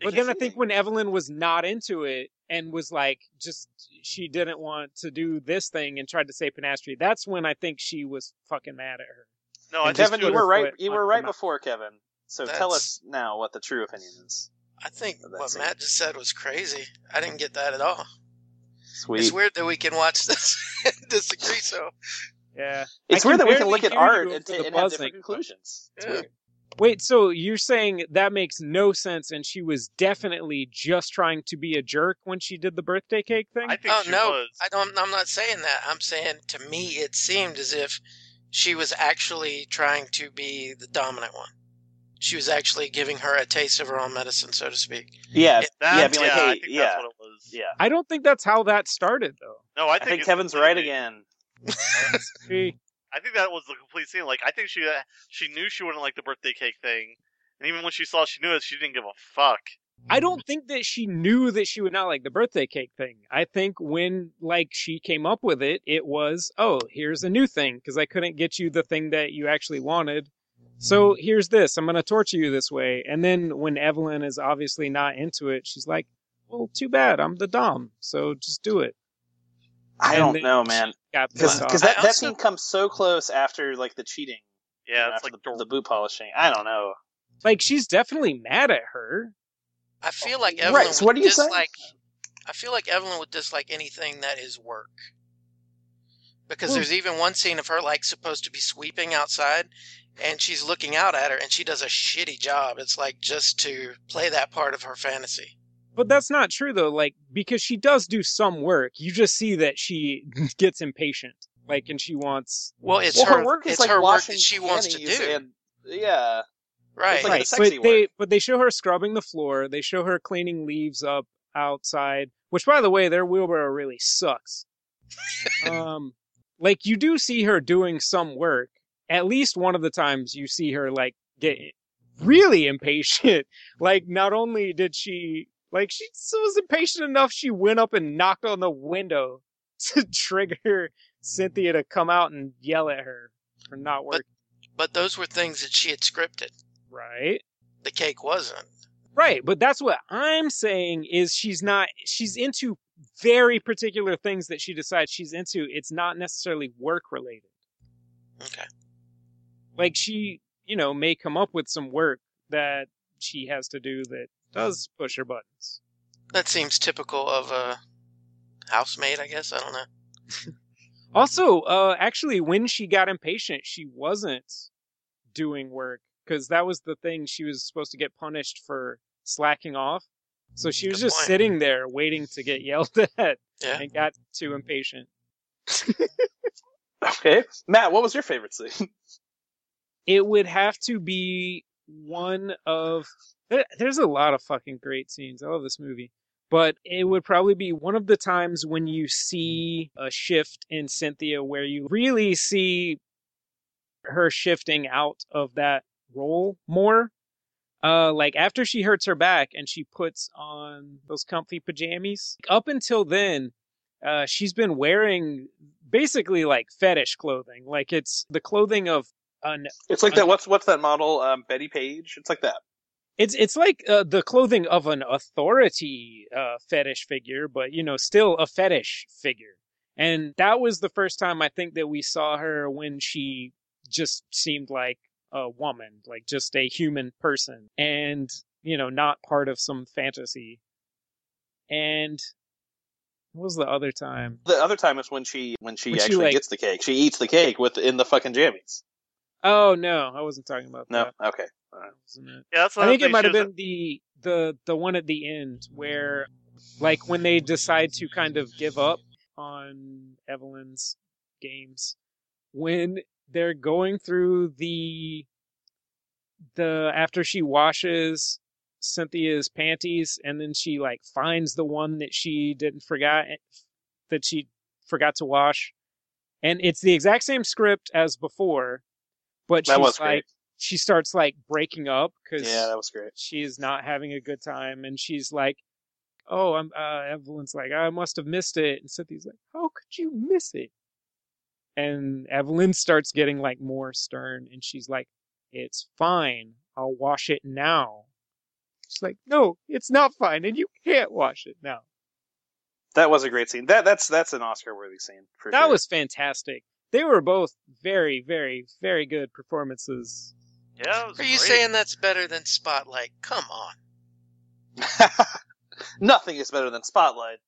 [SPEAKER 2] But then I think when Evelyn was not into it and was like, just she didn't want to do this thing and tried to say panastri, that's when I think she was fucking mad at her.
[SPEAKER 4] no, I
[SPEAKER 2] and
[SPEAKER 4] think
[SPEAKER 1] Kevin,
[SPEAKER 4] she
[SPEAKER 1] you
[SPEAKER 4] was-
[SPEAKER 1] were
[SPEAKER 2] Twitter
[SPEAKER 1] right.
[SPEAKER 2] foot
[SPEAKER 1] You
[SPEAKER 2] on
[SPEAKER 1] were
[SPEAKER 2] the
[SPEAKER 1] right
[SPEAKER 2] map.
[SPEAKER 1] before Kevin. So tell
[SPEAKER 3] That's-
[SPEAKER 1] us now what the true opinion is.
[SPEAKER 3] I think
[SPEAKER 1] That's
[SPEAKER 3] what
[SPEAKER 1] it.
[SPEAKER 3] Matt just said was crazy. I didn't get that at all.
[SPEAKER 1] Sweet.
[SPEAKER 3] It's weird that we can watch this and disagree so.
[SPEAKER 2] Yeah.
[SPEAKER 1] It's
[SPEAKER 2] I
[SPEAKER 1] weird
[SPEAKER 2] can
[SPEAKER 1] that we can
[SPEAKER 2] barely
[SPEAKER 1] look at
[SPEAKER 2] hear
[SPEAKER 1] art
[SPEAKER 2] you
[SPEAKER 1] and,
[SPEAKER 2] for
[SPEAKER 1] t-
[SPEAKER 2] the
[SPEAKER 1] and have different
[SPEAKER 2] buzzing.
[SPEAKER 1] conclusions. It's
[SPEAKER 3] Yeah.
[SPEAKER 1] weird.
[SPEAKER 2] Wait, so you're saying that makes no sense and she was definitely just trying to be a jerk when she did the birthday cake thing?
[SPEAKER 4] I think
[SPEAKER 3] oh
[SPEAKER 4] she
[SPEAKER 3] no,
[SPEAKER 4] was.
[SPEAKER 3] I don't. I'm not saying that. I'm saying to me it seemed as if she was actually trying to be the dominant one. She was actually giving her a taste of her own medicine, so to speak.
[SPEAKER 1] Yeah,
[SPEAKER 3] It-
[SPEAKER 4] That's,
[SPEAKER 1] yeah, being like,
[SPEAKER 4] yeah, I
[SPEAKER 1] hey,
[SPEAKER 4] think
[SPEAKER 1] yeah,
[SPEAKER 4] that's what it was.
[SPEAKER 1] yeah.
[SPEAKER 2] I don't think that's how that started though.
[SPEAKER 4] No, I
[SPEAKER 1] I
[SPEAKER 4] think,
[SPEAKER 1] think
[SPEAKER 4] it's
[SPEAKER 1] Kevin's
[SPEAKER 4] completely-
[SPEAKER 1] right again.
[SPEAKER 2] She-
[SPEAKER 4] I think that was the complete scene. Like, I think she uh, she knew she wouldn't like the birthday cake thing, and even when she saw she knew it, she didn't give a fuck.
[SPEAKER 2] I don't think that she knew that she would not like the birthday cake thing. I think when like she came up with it, it was, "Oh, here's a new thing because I couldn't get you the thing that you actually wanted. So, here's this. I'm going to torture you this way." And then when Evelyn is obviously not into it, she's like, "Well, too bad. I'm the dom. So, just do it."
[SPEAKER 1] I
[SPEAKER 2] And
[SPEAKER 1] don't
[SPEAKER 2] then-
[SPEAKER 1] know, man,
[SPEAKER 2] Got
[SPEAKER 1] because
[SPEAKER 2] pissed off.
[SPEAKER 1] that,
[SPEAKER 3] I
[SPEAKER 1] that
[SPEAKER 3] also-
[SPEAKER 1] scene comes so close after like the cheating. you
[SPEAKER 4] Yeah,
[SPEAKER 1] know,
[SPEAKER 4] it's
[SPEAKER 1] after
[SPEAKER 4] like
[SPEAKER 1] the, the boot polishing. I don't know.
[SPEAKER 2] like she's definitely mad at her.
[SPEAKER 3] I feel like
[SPEAKER 1] Right,
[SPEAKER 3] Evelyn
[SPEAKER 1] so
[SPEAKER 3] would
[SPEAKER 1] what are you saying?
[SPEAKER 3] dislike. I feel like Evelyn would dislike anything that is work. because
[SPEAKER 1] Hmm.
[SPEAKER 3] there's even one scene of her like supposed to be sweeping outside and she's looking out at her and she does a shitty job it's like just to play that part of her fantasy
[SPEAKER 2] But that's not true though, like because she does do some work. You just see that she gets impatient, like, and she wants
[SPEAKER 3] well it's
[SPEAKER 1] well,
[SPEAKER 3] her,
[SPEAKER 1] her, work is
[SPEAKER 3] it's
[SPEAKER 1] like
[SPEAKER 3] her work
[SPEAKER 1] washing
[SPEAKER 3] that she wants to
[SPEAKER 1] panties
[SPEAKER 3] do
[SPEAKER 1] and- yeah,
[SPEAKER 3] right
[SPEAKER 1] it's like- the
[SPEAKER 2] but
[SPEAKER 1] sexy
[SPEAKER 2] they
[SPEAKER 1] work.
[SPEAKER 2] but they show her scrubbing the floor. They show her cleaning leaves up outside. Which, by the way, their wheelbarrow really sucks. um, like you do see her doing some work. At least one of the times you see her like get really impatient. like not only did she like she was impatient enough, she went up and knocked on the window to trigger Cynthia to come out and yell at her for not working
[SPEAKER 3] but those were things that she had scripted
[SPEAKER 2] right.
[SPEAKER 3] the cake wasn't
[SPEAKER 2] Right, but that's what I'm saying is she's not she's into very particular things that she decides she's into. It's not necessarily work related.
[SPEAKER 3] okay
[SPEAKER 2] Like she, you know, may come up with some work that she has to do that does push her buttons.
[SPEAKER 3] that seems typical of a housemaid i guess i don't know
[SPEAKER 2] Also, uh actually when she got impatient, she wasn't doing work cuz that was the thing she was supposed to get punished for slacking off. So she was
[SPEAKER 3] Mm, Good
[SPEAKER 2] just
[SPEAKER 3] point.
[SPEAKER 2] sitting there waiting to get yelled at
[SPEAKER 3] Yeah.
[SPEAKER 2] and got too impatient.
[SPEAKER 1] Okay, Matt, what was your favorite scene?
[SPEAKER 2] it would have to be one of there- there's a lot of fucking great scenes i love this movie but it would probably be one of the times when you see a shift in cynthia where you really see her shifting out of that role more uh like after she hurts her back and she puts on those comfy pajamas up until then uh she's been wearing basically like fetish clothing like it's the clothing of an
[SPEAKER 1] It's like that. What's what's that model? Um, Betty Page. It's like that.
[SPEAKER 2] It's it's like uh, the clothing of an authority uh, fetish figure, but you know, still a fetish figure. And that was the first time I think that we saw her when she just seemed like a woman, like just a human person, and you know, not part of some fantasy. And what was the other time?
[SPEAKER 1] The other time is when she when she
[SPEAKER 2] When she,
[SPEAKER 1] actually
[SPEAKER 2] like-
[SPEAKER 1] gets the cake. She eats the cake with in the fucking jammies.
[SPEAKER 2] Oh no, I wasn't talking about
[SPEAKER 1] No,
[SPEAKER 2] that.
[SPEAKER 1] okay.
[SPEAKER 2] That wasn't it.
[SPEAKER 4] Yeah, that's
[SPEAKER 2] I
[SPEAKER 4] another
[SPEAKER 2] think it
[SPEAKER 4] thing
[SPEAKER 2] might
[SPEAKER 4] she
[SPEAKER 2] have
[SPEAKER 4] was-
[SPEAKER 2] been the the the one at the end where, like, when they decide to kind of give up on Evelyn's games, when they're going through the the after she washes Cynthia's panties and then she like finds the one that she didn't forgot eh, that she forgot to wash, and it's the exact same script as before, but
[SPEAKER 1] That
[SPEAKER 2] she's
[SPEAKER 1] was
[SPEAKER 2] like
[SPEAKER 1] great.
[SPEAKER 2] she starts like breaking up because
[SPEAKER 1] Yeah, that was great.
[SPEAKER 2] she's not having a good time and she's like oh i'm uh, evelyn's like i must have missed it and cynthia's like how could you miss it and evelyn starts getting like more stern and she's like it's fine i'll wash it now she's like no it's not fine and you can't wash it now
[SPEAKER 1] That was a great scene. That that's that's an Oscar worthy scene. For
[SPEAKER 2] that
[SPEAKER 1] sure.
[SPEAKER 2] was fantastic they were both very very very good performances
[SPEAKER 4] Yeah, it was
[SPEAKER 3] are you
[SPEAKER 4] great.
[SPEAKER 3] saying that's better than spotlight come on
[SPEAKER 1] nothing is better than Spotlight.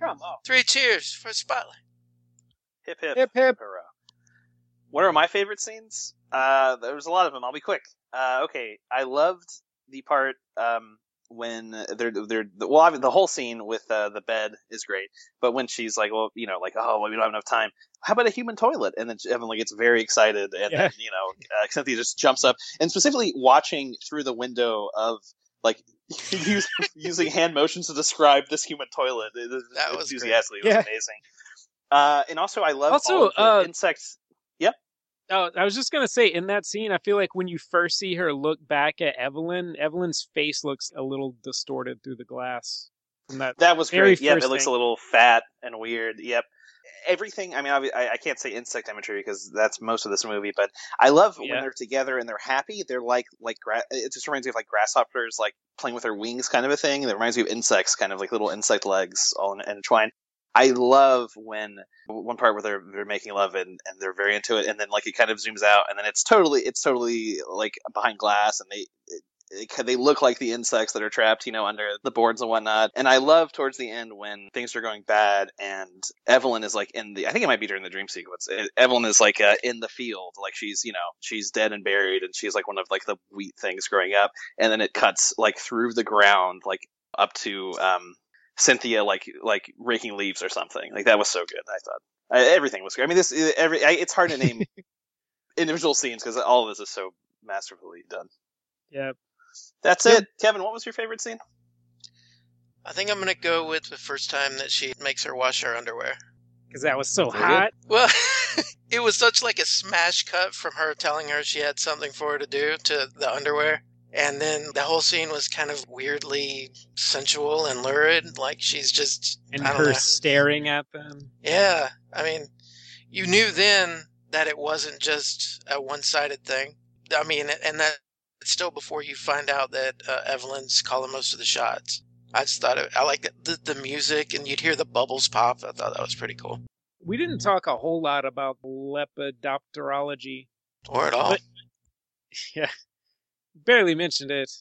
[SPEAKER 2] come on
[SPEAKER 3] three cheers for spotlight
[SPEAKER 1] Hip hip.
[SPEAKER 2] hip hip
[SPEAKER 1] Hurrah. What are my favorite scenes? Uh, there was a lot of them. I'll be quick. Uh, okay, I loved the part um, when they're they're well, I mean, the whole scene with uh, the bed is great. But when she's like, well, you know, like, oh, well, we don't have enough time. How about a human toilet? And then Evan like gets very excited, and
[SPEAKER 2] Yeah.
[SPEAKER 1] then you know, uh, Cynthia just jumps up, and specifically watching through the window of like use- using hand motions to describe this human toilet. It is
[SPEAKER 3] That was great.
[SPEAKER 1] enthusiastically, it was
[SPEAKER 2] Yeah.
[SPEAKER 1] amazing. Uh, and also, I love
[SPEAKER 2] Also,
[SPEAKER 1] all of the
[SPEAKER 2] uh,
[SPEAKER 1] insects.
[SPEAKER 2] Oh, I was just gonna say in that scene, I feel like when you first see her look back at Evelyn, Evelyn's face looks a little distorted through the glass from that.
[SPEAKER 1] That was
[SPEAKER 2] very
[SPEAKER 1] great. Yep, it
[SPEAKER 2] first
[SPEAKER 1] looks a
[SPEAKER 2] thing.
[SPEAKER 1] little fat and weird. Yep. Everything. I mean, obvi- I, I can't say insect imagery because that's most of this movie, but I love
[SPEAKER 2] Yeah.
[SPEAKER 1] when they're together and they're happy. They're like like gra- it just reminds me of like grasshoppers like playing with their wings kind of a thing. That reminds me of insects, kind of like little insect legs all in, entwined. I love when one part where they're they're making love and, and they're very into it, and then like it kind of zooms out, and then it's totally it's totally like behind glass, and they it ca- they look like the insects that are trapped, you know, under the boards and whatnot. And I love towards the end when things are going bad, and Evelyn is like in the. I think it might be during the dream sequence. E- Evelyn is like uh, in the field, like she's you know she's dead and buried, and she's like one of like the wheat things growing up. And then it cuts like through the ground, like up to um, Cynthia, like like raking leaves or something. Like that was so good. I thought I, everything was good. I mean, this eh, every I, it's hard to name individual scenes because all of this is so masterfully done.
[SPEAKER 2] Yep.
[SPEAKER 1] That's
[SPEAKER 2] Yep.
[SPEAKER 1] it. Kevin, what was your favorite scene?
[SPEAKER 3] I think I'm gonna go with the first time that she makes her wash her underwear.
[SPEAKER 2] Because that was so
[SPEAKER 1] Really?
[SPEAKER 2] hot.
[SPEAKER 3] Well, it was such like a smash cut from her telling her she had something for her to do to the underwear. And then the whole scene was kind of weirdly sensual and lurid. Like she's just,
[SPEAKER 2] And
[SPEAKER 3] I don't
[SPEAKER 2] her
[SPEAKER 3] know.
[SPEAKER 2] staring at them.
[SPEAKER 3] Yeah. I mean, you knew then that it wasn't just a one sided thing. I mean, and that it's still before you find out that uh, Evelyn's calling most of the shots. I just thought it, I liked the, the music and you'd hear the bubbles pop. I thought that was pretty cool.
[SPEAKER 2] We didn't
[SPEAKER 3] Mm-hmm.
[SPEAKER 2] talk a whole lot about lepidopterology.
[SPEAKER 3] Or at all.
[SPEAKER 2] But- yeah barely mentioned it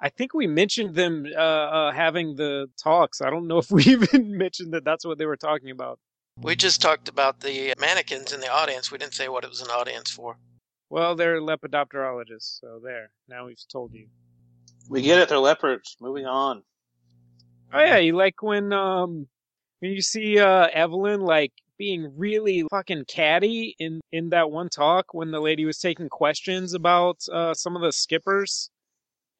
[SPEAKER 2] i think we mentioned them uh, uh having the talks i don't know if we even mentioned that that's what they were talking about
[SPEAKER 3] We just talked about the mannequins in the audience. We didn't say what it was an audience for.
[SPEAKER 2] well they're lepidopterologists so there now we've told you
[SPEAKER 1] We get it. They're leopards. Moving on.
[SPEAKER 2] oh yeah you like when um when you see uh evelyn like being really fucking catty in in that one talk when the lady was taking questions about uh some of the skippers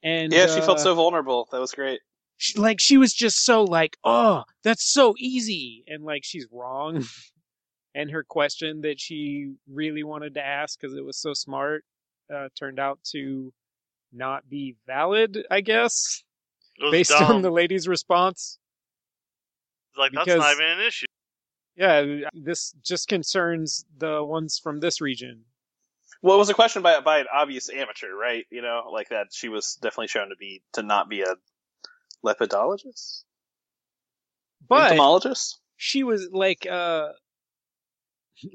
[SPEAKER 2] and
[SPEAKER 1] yeah, she
[SPEAKER 2] uh,
[SPEAKER 1] felt so vulnerable. That was great.
[SPEAKER 2] she, like she was just so like oh that's so easy and like she's wrong and her question that she really wanted to ask because it was so smart uh, turned out to not be valid i guess
[SPEAKER 4] It was
[SPEAKER 2] based
[SPEAKER 4] dumb.
[SPEAKER 2] on the lady's response
[SPEAKER 4] It's like, that's not
[SPEAKER 2] because-
[SPEAKER 4] even an issue.
[SPEAKER 2] yeah uh, this just concerns the ones from this region
[SPEAKER 1] Well, it was a question by by an obvious amateur, right? You know, like that. She was definitely shown to be to not be a lepidologist,
[SPEAKER 2] but
[SPEAKER 1] entomologist.
[SPEAKER 2] she was like a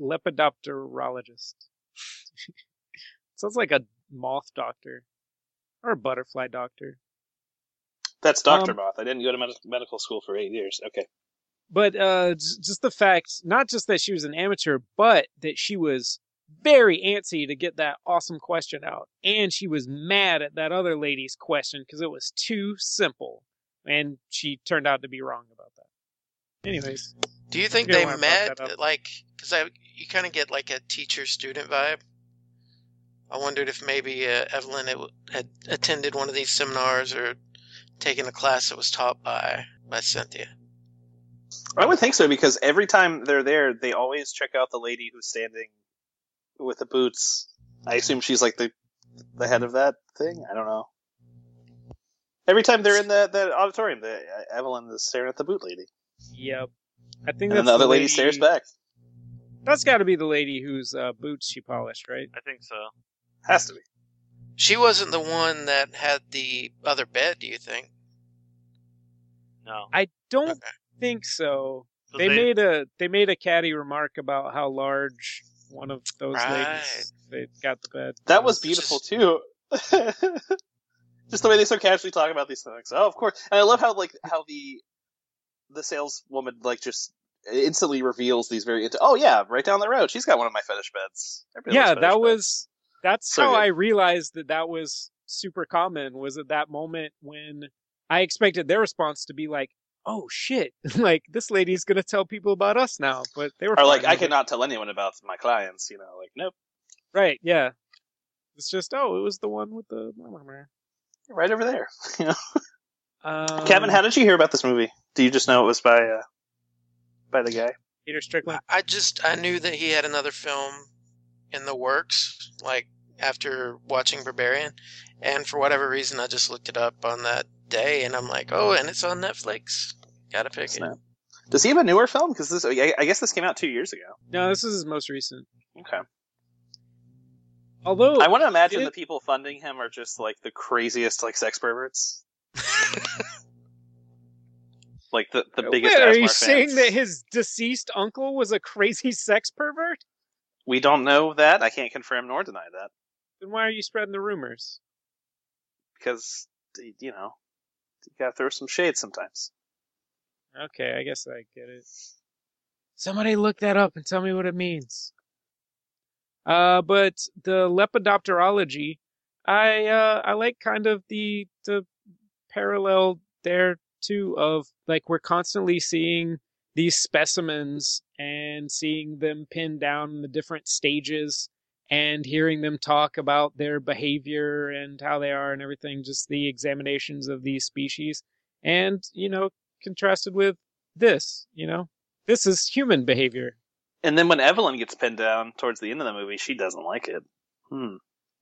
[SPEAKER 2] lepidopterologist. Sounds like a moth doctor or a butterfly doctor.
[SPEAKER 1] That's Doctor
[SPEAKER 2] Um,
[SPEAKER 1] Moth. I didn't go to med- medical school for eight years. Okay,
[SPEAKER 2] But uh, j- just the fact, not just that she was an amateur, but that she was very antsy to get that awesome question out. And she was mad at that other lady's question because it was too simple. And she turned out to be wrong about that. Anyways,
[SPEAKER 3] Do you think
[SPEAKER 2] Yeah,
[SPEAKER 3] they
[SPEAKER 2] when I brought
[SPEAKER 3] met?
[SPEAKER 2] that up.
[SPEAKER 3] Like, because I you kind of get like a teacher-student vibe. I wondered if maybe uh, Evelyn had, had attended one of these seminars or taken a class that was taught by by Cynthia.
[SPEAKER 1] I would think so because every time they're there, they always check out the lady who's standing with the boots. I assume she's like the the head of that thing. I don't know. Every time they're in that that auditorium, the, Evelyn is staring at the boot lady.
[SPEAKER 2] yep. I think
[SPEAKER 1] And then
[SPEAKER 2] that's
[SPEAKER 1] the other
[SPEAKER 2] the
[SPEAKER 1] lady stares back.
[SPEAKER 2] That's got to be the lady whose uh, boots she polished, right?
[SPEAKER 4] I think so.
[SPEAKER 1] Has to be.
[SPEAKER 3] She wasn't the one that had the other bed. Do you think?
[SPEAKER 4] No.
[SPEAKER 2] I don't
[SPEAKER 3] Okay.
[SPEAKER 2] think so.
[SPEAKER 4] 'Cause
[SPEAKER 2] They, made a they made a catty remark about how large one of those
[SPEAKER 3] Right.
[SPEAKER 2] ladies they got the bed.
[SPEAKER 1] That was
[SPEAKER 2] was.
[SPEAKER 1] beautiful too. Just the way they so casually talk about these things. Oh, of course. And I love how like how the the saleswoman like just instantly reveals these very. Into- oh yeah, right down the road, she's got one of my fetish beds. Everybody
[SPEAKER 2] yeah,
[SPEAKER 1] loves fetish
[SPEAKER 2] that was that's
[SPEAKER 1] So
[SPEAKER 2] how
[SPEAKER 1] good.
[SPEAKER 2] I realized that that was super common was at that moment when I expected their response to be like, "Oh shit, like this lady's going to tell people about us now." But they were
[SPEAKER 1] beds. Or like,
[SPEAKER 2] fine
[SPEAKER 1] I
[SPEAKER 2] with it.
[SPEAKER 1] cannot tell anyone about my clients. You know, like nope,
[SPEAKER 2] Right, yeah. It's just, "Oh, it was the one with the
[SPEAKER 1] right over there.
[SPEAKER 2] um,
[SPEAKER 1] Kevin, how did you hear about this movie? Do you just know it was by uh, by the guy?
[SPEAKER 2] Peter Strickland.
[SPEAKER 3] I just I knew that he had another film in the works, like after watching Barbarian, and for whatever reason I just looked it up on that day, and I'm like, oh, and it's on Netflix. Gotta pick it.
[SPEAKER 1] Snap. Does he have a newer film? Because this, I I guess this came out two years ago.
[SPEAKER 2] No, this is his most recent.
[SPEAKER 1] Okay.
[SPEAKER 2] Although
[SPEAKER 1] I want to imagine
[SPEAKER 2] Did-
[SPEAKER 1] the people funding him are just like the craziest, like sex perverts. like the the biggest.
[SPEAKER 2] Uh, Wait, are
[SPEAKER 1] Asmar
[SPEAKER 2] you
[SPEAKER 1] fans.
[SPEAKER 2] saying that his deceased uncle was a crazy sex pervert?
[SPEAKER 1] we don't know that? I can't confirm nor deny that
[SPEAKER 2] Then why are you spreading the rumors?
[SPEAKER 1] because you know you gotta throw some shade sometimes.
[SPEAKER 2] Okay, I guess I get it. Somebody look that up and tell me what it means. Uh, but the lepidopterology, I uh, I like kind of the the parallel there too of like we're constantly seeing these specimens and seeing them pinned down in the different stages and hearing them talk about their behavior and how they are and everything just the examinations of these species and you know contrasted with this you know this is human behavior
[SPEAKER 1] And then when Evelyn gets pinned down towards the end of the movie, she doesn't like it. Hmm.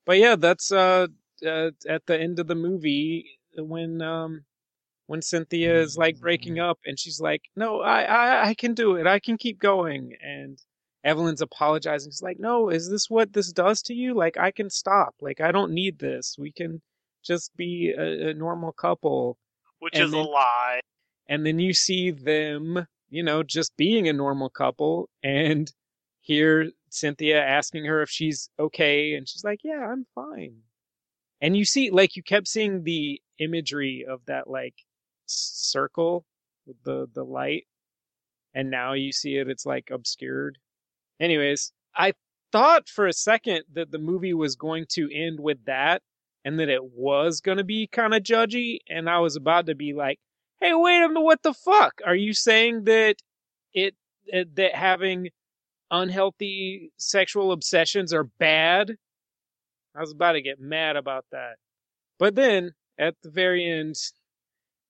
[SPEAKER 2] but yeah that's uh, uh at the end of the movie when um when cynthia is like breaking up and she's like no i i, I can do it i can keep going and evelyn's apologizing she's like no is this what this does to you like i can stop like i don't need this we can just be a, a normal couple
[SPEAKER 4] which
[SPEAKER 2] And
[SPEAKER 4] is
[SPEAKER 2] then-
[SPEAKER 4] a lie.
[SPEAKER 2] and then you see them, you know, just being a normal couple and hear Cynthia asking her if she's okay and she's like, "Yeah, I'm fine." And you see like you kept seeing the imagery of that like s- circle with the the light and now you see it it's like obscured. Anyways, I thought for a second that the movie was going to end with that and that it was going to be kind of judgy and I was about to be like hey wait a minute what the fuck are you saying that it that that having unhealthy sexual obsessions are bad i was about to get mad about that but then at the very end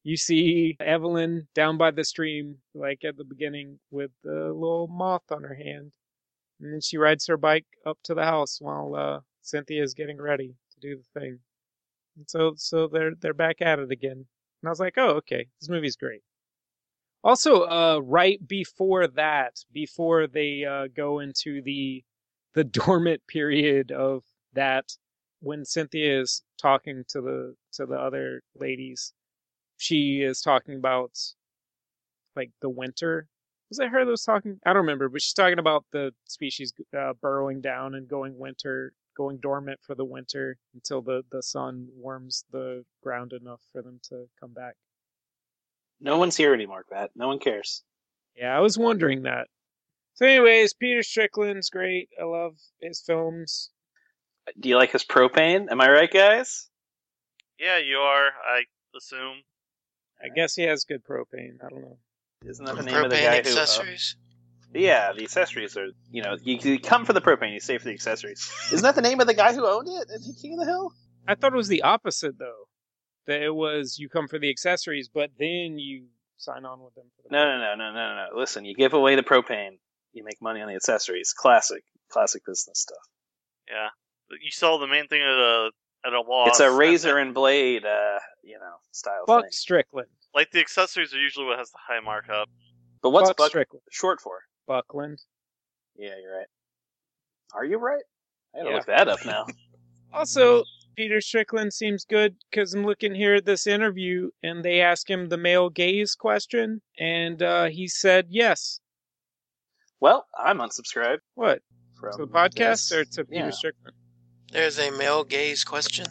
[SPEAKER 2] you see evelyn down by the stream like at the beginning with the little moth on her hand and then she rides her bike up to the house while uh, cynthia is getting ready to do the thing and so so they're they're back at it again and I was like, oh, okay, this movie's great. Also, uh, right before that, before they uh, go into the the dormant period of that, when Cynthia is talking to the to the other ladies, she is talking about like the winter. Was it her that was talking? I don't remember, but she's talking about the species uh, burrowing down and going winter, going dormant for the winter until the the sun warms the ground enough for them to come back.
[SPEAKER 1] No one's here anymore, Pat. No one cares.
[SPEAKER 2] Yeah, I was wondering that. So, anyways, Peter Strickland's great. I love his films.
[SPEAKER 1] Do you like his propane? Am I right, guys?
[SPEAKER 4] Yeah, you are. I assume.
[SPEAKER 2] I guess he has good propane. I don't know.
[SPEAKER 1] Isn't that the name of the
[SPEAKER 3] Propane
[SPEAKER 1] guy who? uh,
[SPEAKER 3] accessories.
[SPEAKER 1] yeah, the accessories are. You know, you, you come for the propane, you stay for the accessories. Isn't that the name of the guy who owned it? Is he King of the Hill?
[SPEAKER 2] I thought it was the opposite though. That it was you come for the accessories, but then you sign on with them for the
[SPEAKER 1] No, no, no, no, no, no. Listen, you give away the propane, you make money on the accessories. Classic, classic business stuff.
[SPEAKER 4] Yeah, But you sell the main thing at a at a loss.
[SPEAKER 1] it's a
[SPEAKER 4] and
[SPEAKER 1] razor and blade, uh, you know, style
[SPEAKER 2] Fuck
[SPEAKER 1] thing.
[SPEAKER 2] Strickland.
[SPEAKER 4] Like the accessories are usually what has the high markup.
[SPEAKER 1] But what's
[SPEAKER 2] Fuck
[SPEAKER 1] buck
[SPEAKER 2] Strickland.
[SPEAKER 1] short for?
[SPEAKER 2] Buckland.
[SPEAKER 1] Yeah, you're right. Are you right? I gotta
[SPEAKER 2] Yeah.
[SPEAKER 1] look that up now.
[SPEAKER 2] Also, Peter Strickland seems good because I'm looking here at this interview and they ask him the male gaze question, and uh, he said yes.
[SPEAKER 1] well, I'm unsubscribed
[SPEAKER 2] What
[SPEAKER 1] from
[SPEAKER 2] to the podcast
[SPEAKER 1] this.
[SPEAKER 2] or to Peter
[SPEAKER 1] yeah.
[SPEAKER 2] Strickland?
[SPEAKER 3] There's a male gaze question.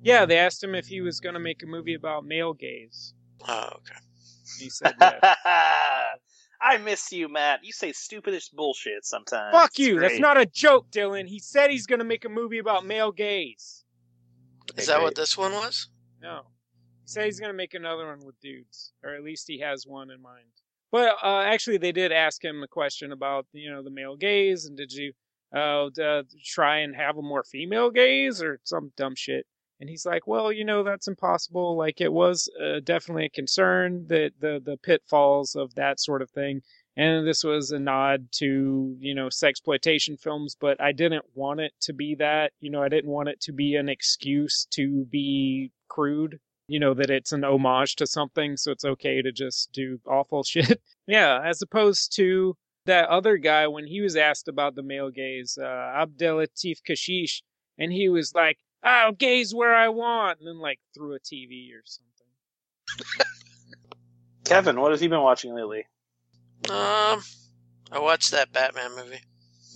[SPEAKER 2] Yeah, they asked him if he was going to make a movie about male gaze.
[SPEAKER 3] Oh, okay.
[SPEAKER 2] And he said yes.
[SPEAKER 1] I miss you, Matt. You say stupidest bullshit sometimes.
[SPEAKER 2] Fuck
[SPEAKER 1] It's
[SPEAKER 2] you. That's
[SPEAKER 1] great.
[SPEAKER 2] not a joke, Dylan. He said he's going to make a movie about male gaze.
[SPEAKER 1] Okay,
[SPEAKER 3] Is that what
[SPEAKER 1] great.
[SPEAKER 3] this one was?
[SPEAKER 2] No. He said he's going to make another one with dudes, or at least he has one in mind. But uh, actually, they did ask him a question about, you know, the male gaze and did you uh, d- uh, try and have a more female gaze or some dumb shit. And he's like, well, you know, that's impossible. Like, it was uh, definitely a concern that the, the pitfalls of that sort of thing. And this was a nod to, you know, sexploitation films, but I didn't want it to be that. You know, I didn't want it to be an excuse to be crude. You know, that it's an homage to something, so it's okay to just do awful shit. yeah, as opposed to that other guy when he was asked about the male gaze, uh, Abdelatif Kashish, and he was like, I'll gaze where I want, and then like threw a TV or something.
[SPEAKER 1] Kevin, what have you been watching lately?
[SPEAKER 3] Um, I watched that Batman movie.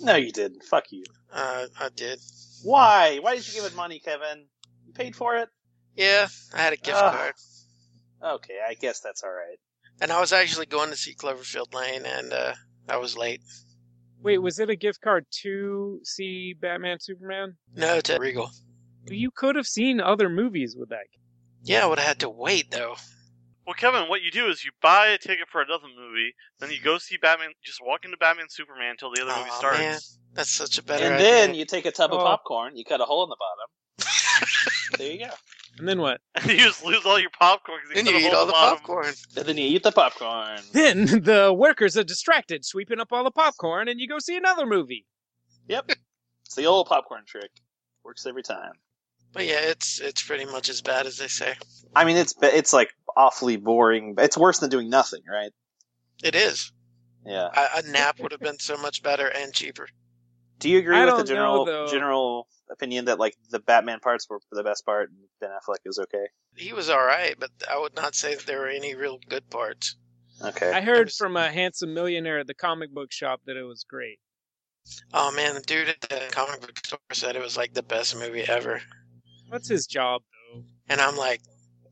[SPEAKER 1] No, you didn't. Fuck you.
[SPEAKER 3] Uh, I did.
[SPEAKER 1] Why? Why did you give it money, Kevin? You paid for it?
[SPEAKER 3] Yeah, I had a gift
[SPEAKER 1] Ah.
[SPEAKER 3] card,
[SPEAKER 1] Okay, I guess that's all right.
[SPEAKER 3] and I was actually going to see Cloverfield Lane, and uh, I was late.
[SPEAKER 2] Wait, was it a gift card to see Batman Superman?
[SPEAKER 3] No, to Regal.
[SPEAKER 2] Mm-hmm. You could have seen other movies with that.
[SPEAKER 3] Yeah, I would have had to wait though.
[SPEAKER 4] Well, Kevin, what you do is you buy a ticket for another movie, then you go see Batman. Just walk into Batman Superman until the other movie
[SPEAKER 3] Aw,
[SPEAKER 4] starts.
[SPEAKER 3] man, that's such a better
[SPEAKER 1] and
[SPEAKER 3] idea.
[SPEAKER 1] then you take a tub of
[SPEAKER 2] Oh.
[SPEAKER 1] popcorn, you cut a hole in the bottom. there you go.
[SPEAKER 2] And then what?
[SPEAKER 4] And you just lose all your popcorn. 'cause
[SPEAKER 3] Then
[SPEAKER 4] cut
[SPEAKER 3] you
[SPEAKER 4] a
[SPEAKER 3] eat
[SPEAKER 4] whole
[SPEAKER 3] all the
[SPEAKER 4] lot of-
[SPEAKER 3] popcorn.
[SPEAKER 1] And then you eat the popcorn.
[SPEAKER 2] Then the workers are distracted, sweeping up all the popcorn, and you go see another movie.
[SPEAKER 1] It's the old popcorn trick. Works every time.
[SPEAKER 3] But yeah, it's it's pretty much as bad as they say.
[SPEAKER 1] I mean, it's it's like awfully boring. It's worse than doing nothing, right?
[SPEAKER 3] It is.
[SPEAKER 1] Yeah.
[SPEAKER 3] A, a nap would have been so much better and cheaper.
[SPEAKER 1] Do you agree
[SPEAKER 2] I
[SPEAKER 1] with the
[SPEAKER 2] don't know,
[SPEAKER 1] general
[SPEAKER 2] though.
[SPEAKER 1] general opinion that like the Batman parts were the best part and Ben Affleck was okay?
[SPEAKER 3] He was all right, but I would not say that there were any real good parts.
[SPEAKER 1] Okay.
[SPEAKER 2] I heard
[SPEAKER 3] There's-
[SPEAKER 2] from a handsome millionaire at the comic book shop that it was great.
[SPEAKER 3] Oh man, the dude at the comic book store said it was like the best movie ever,
[SPEAKER 2] What's his job, though?
[SPEAKER 3] and I'm like,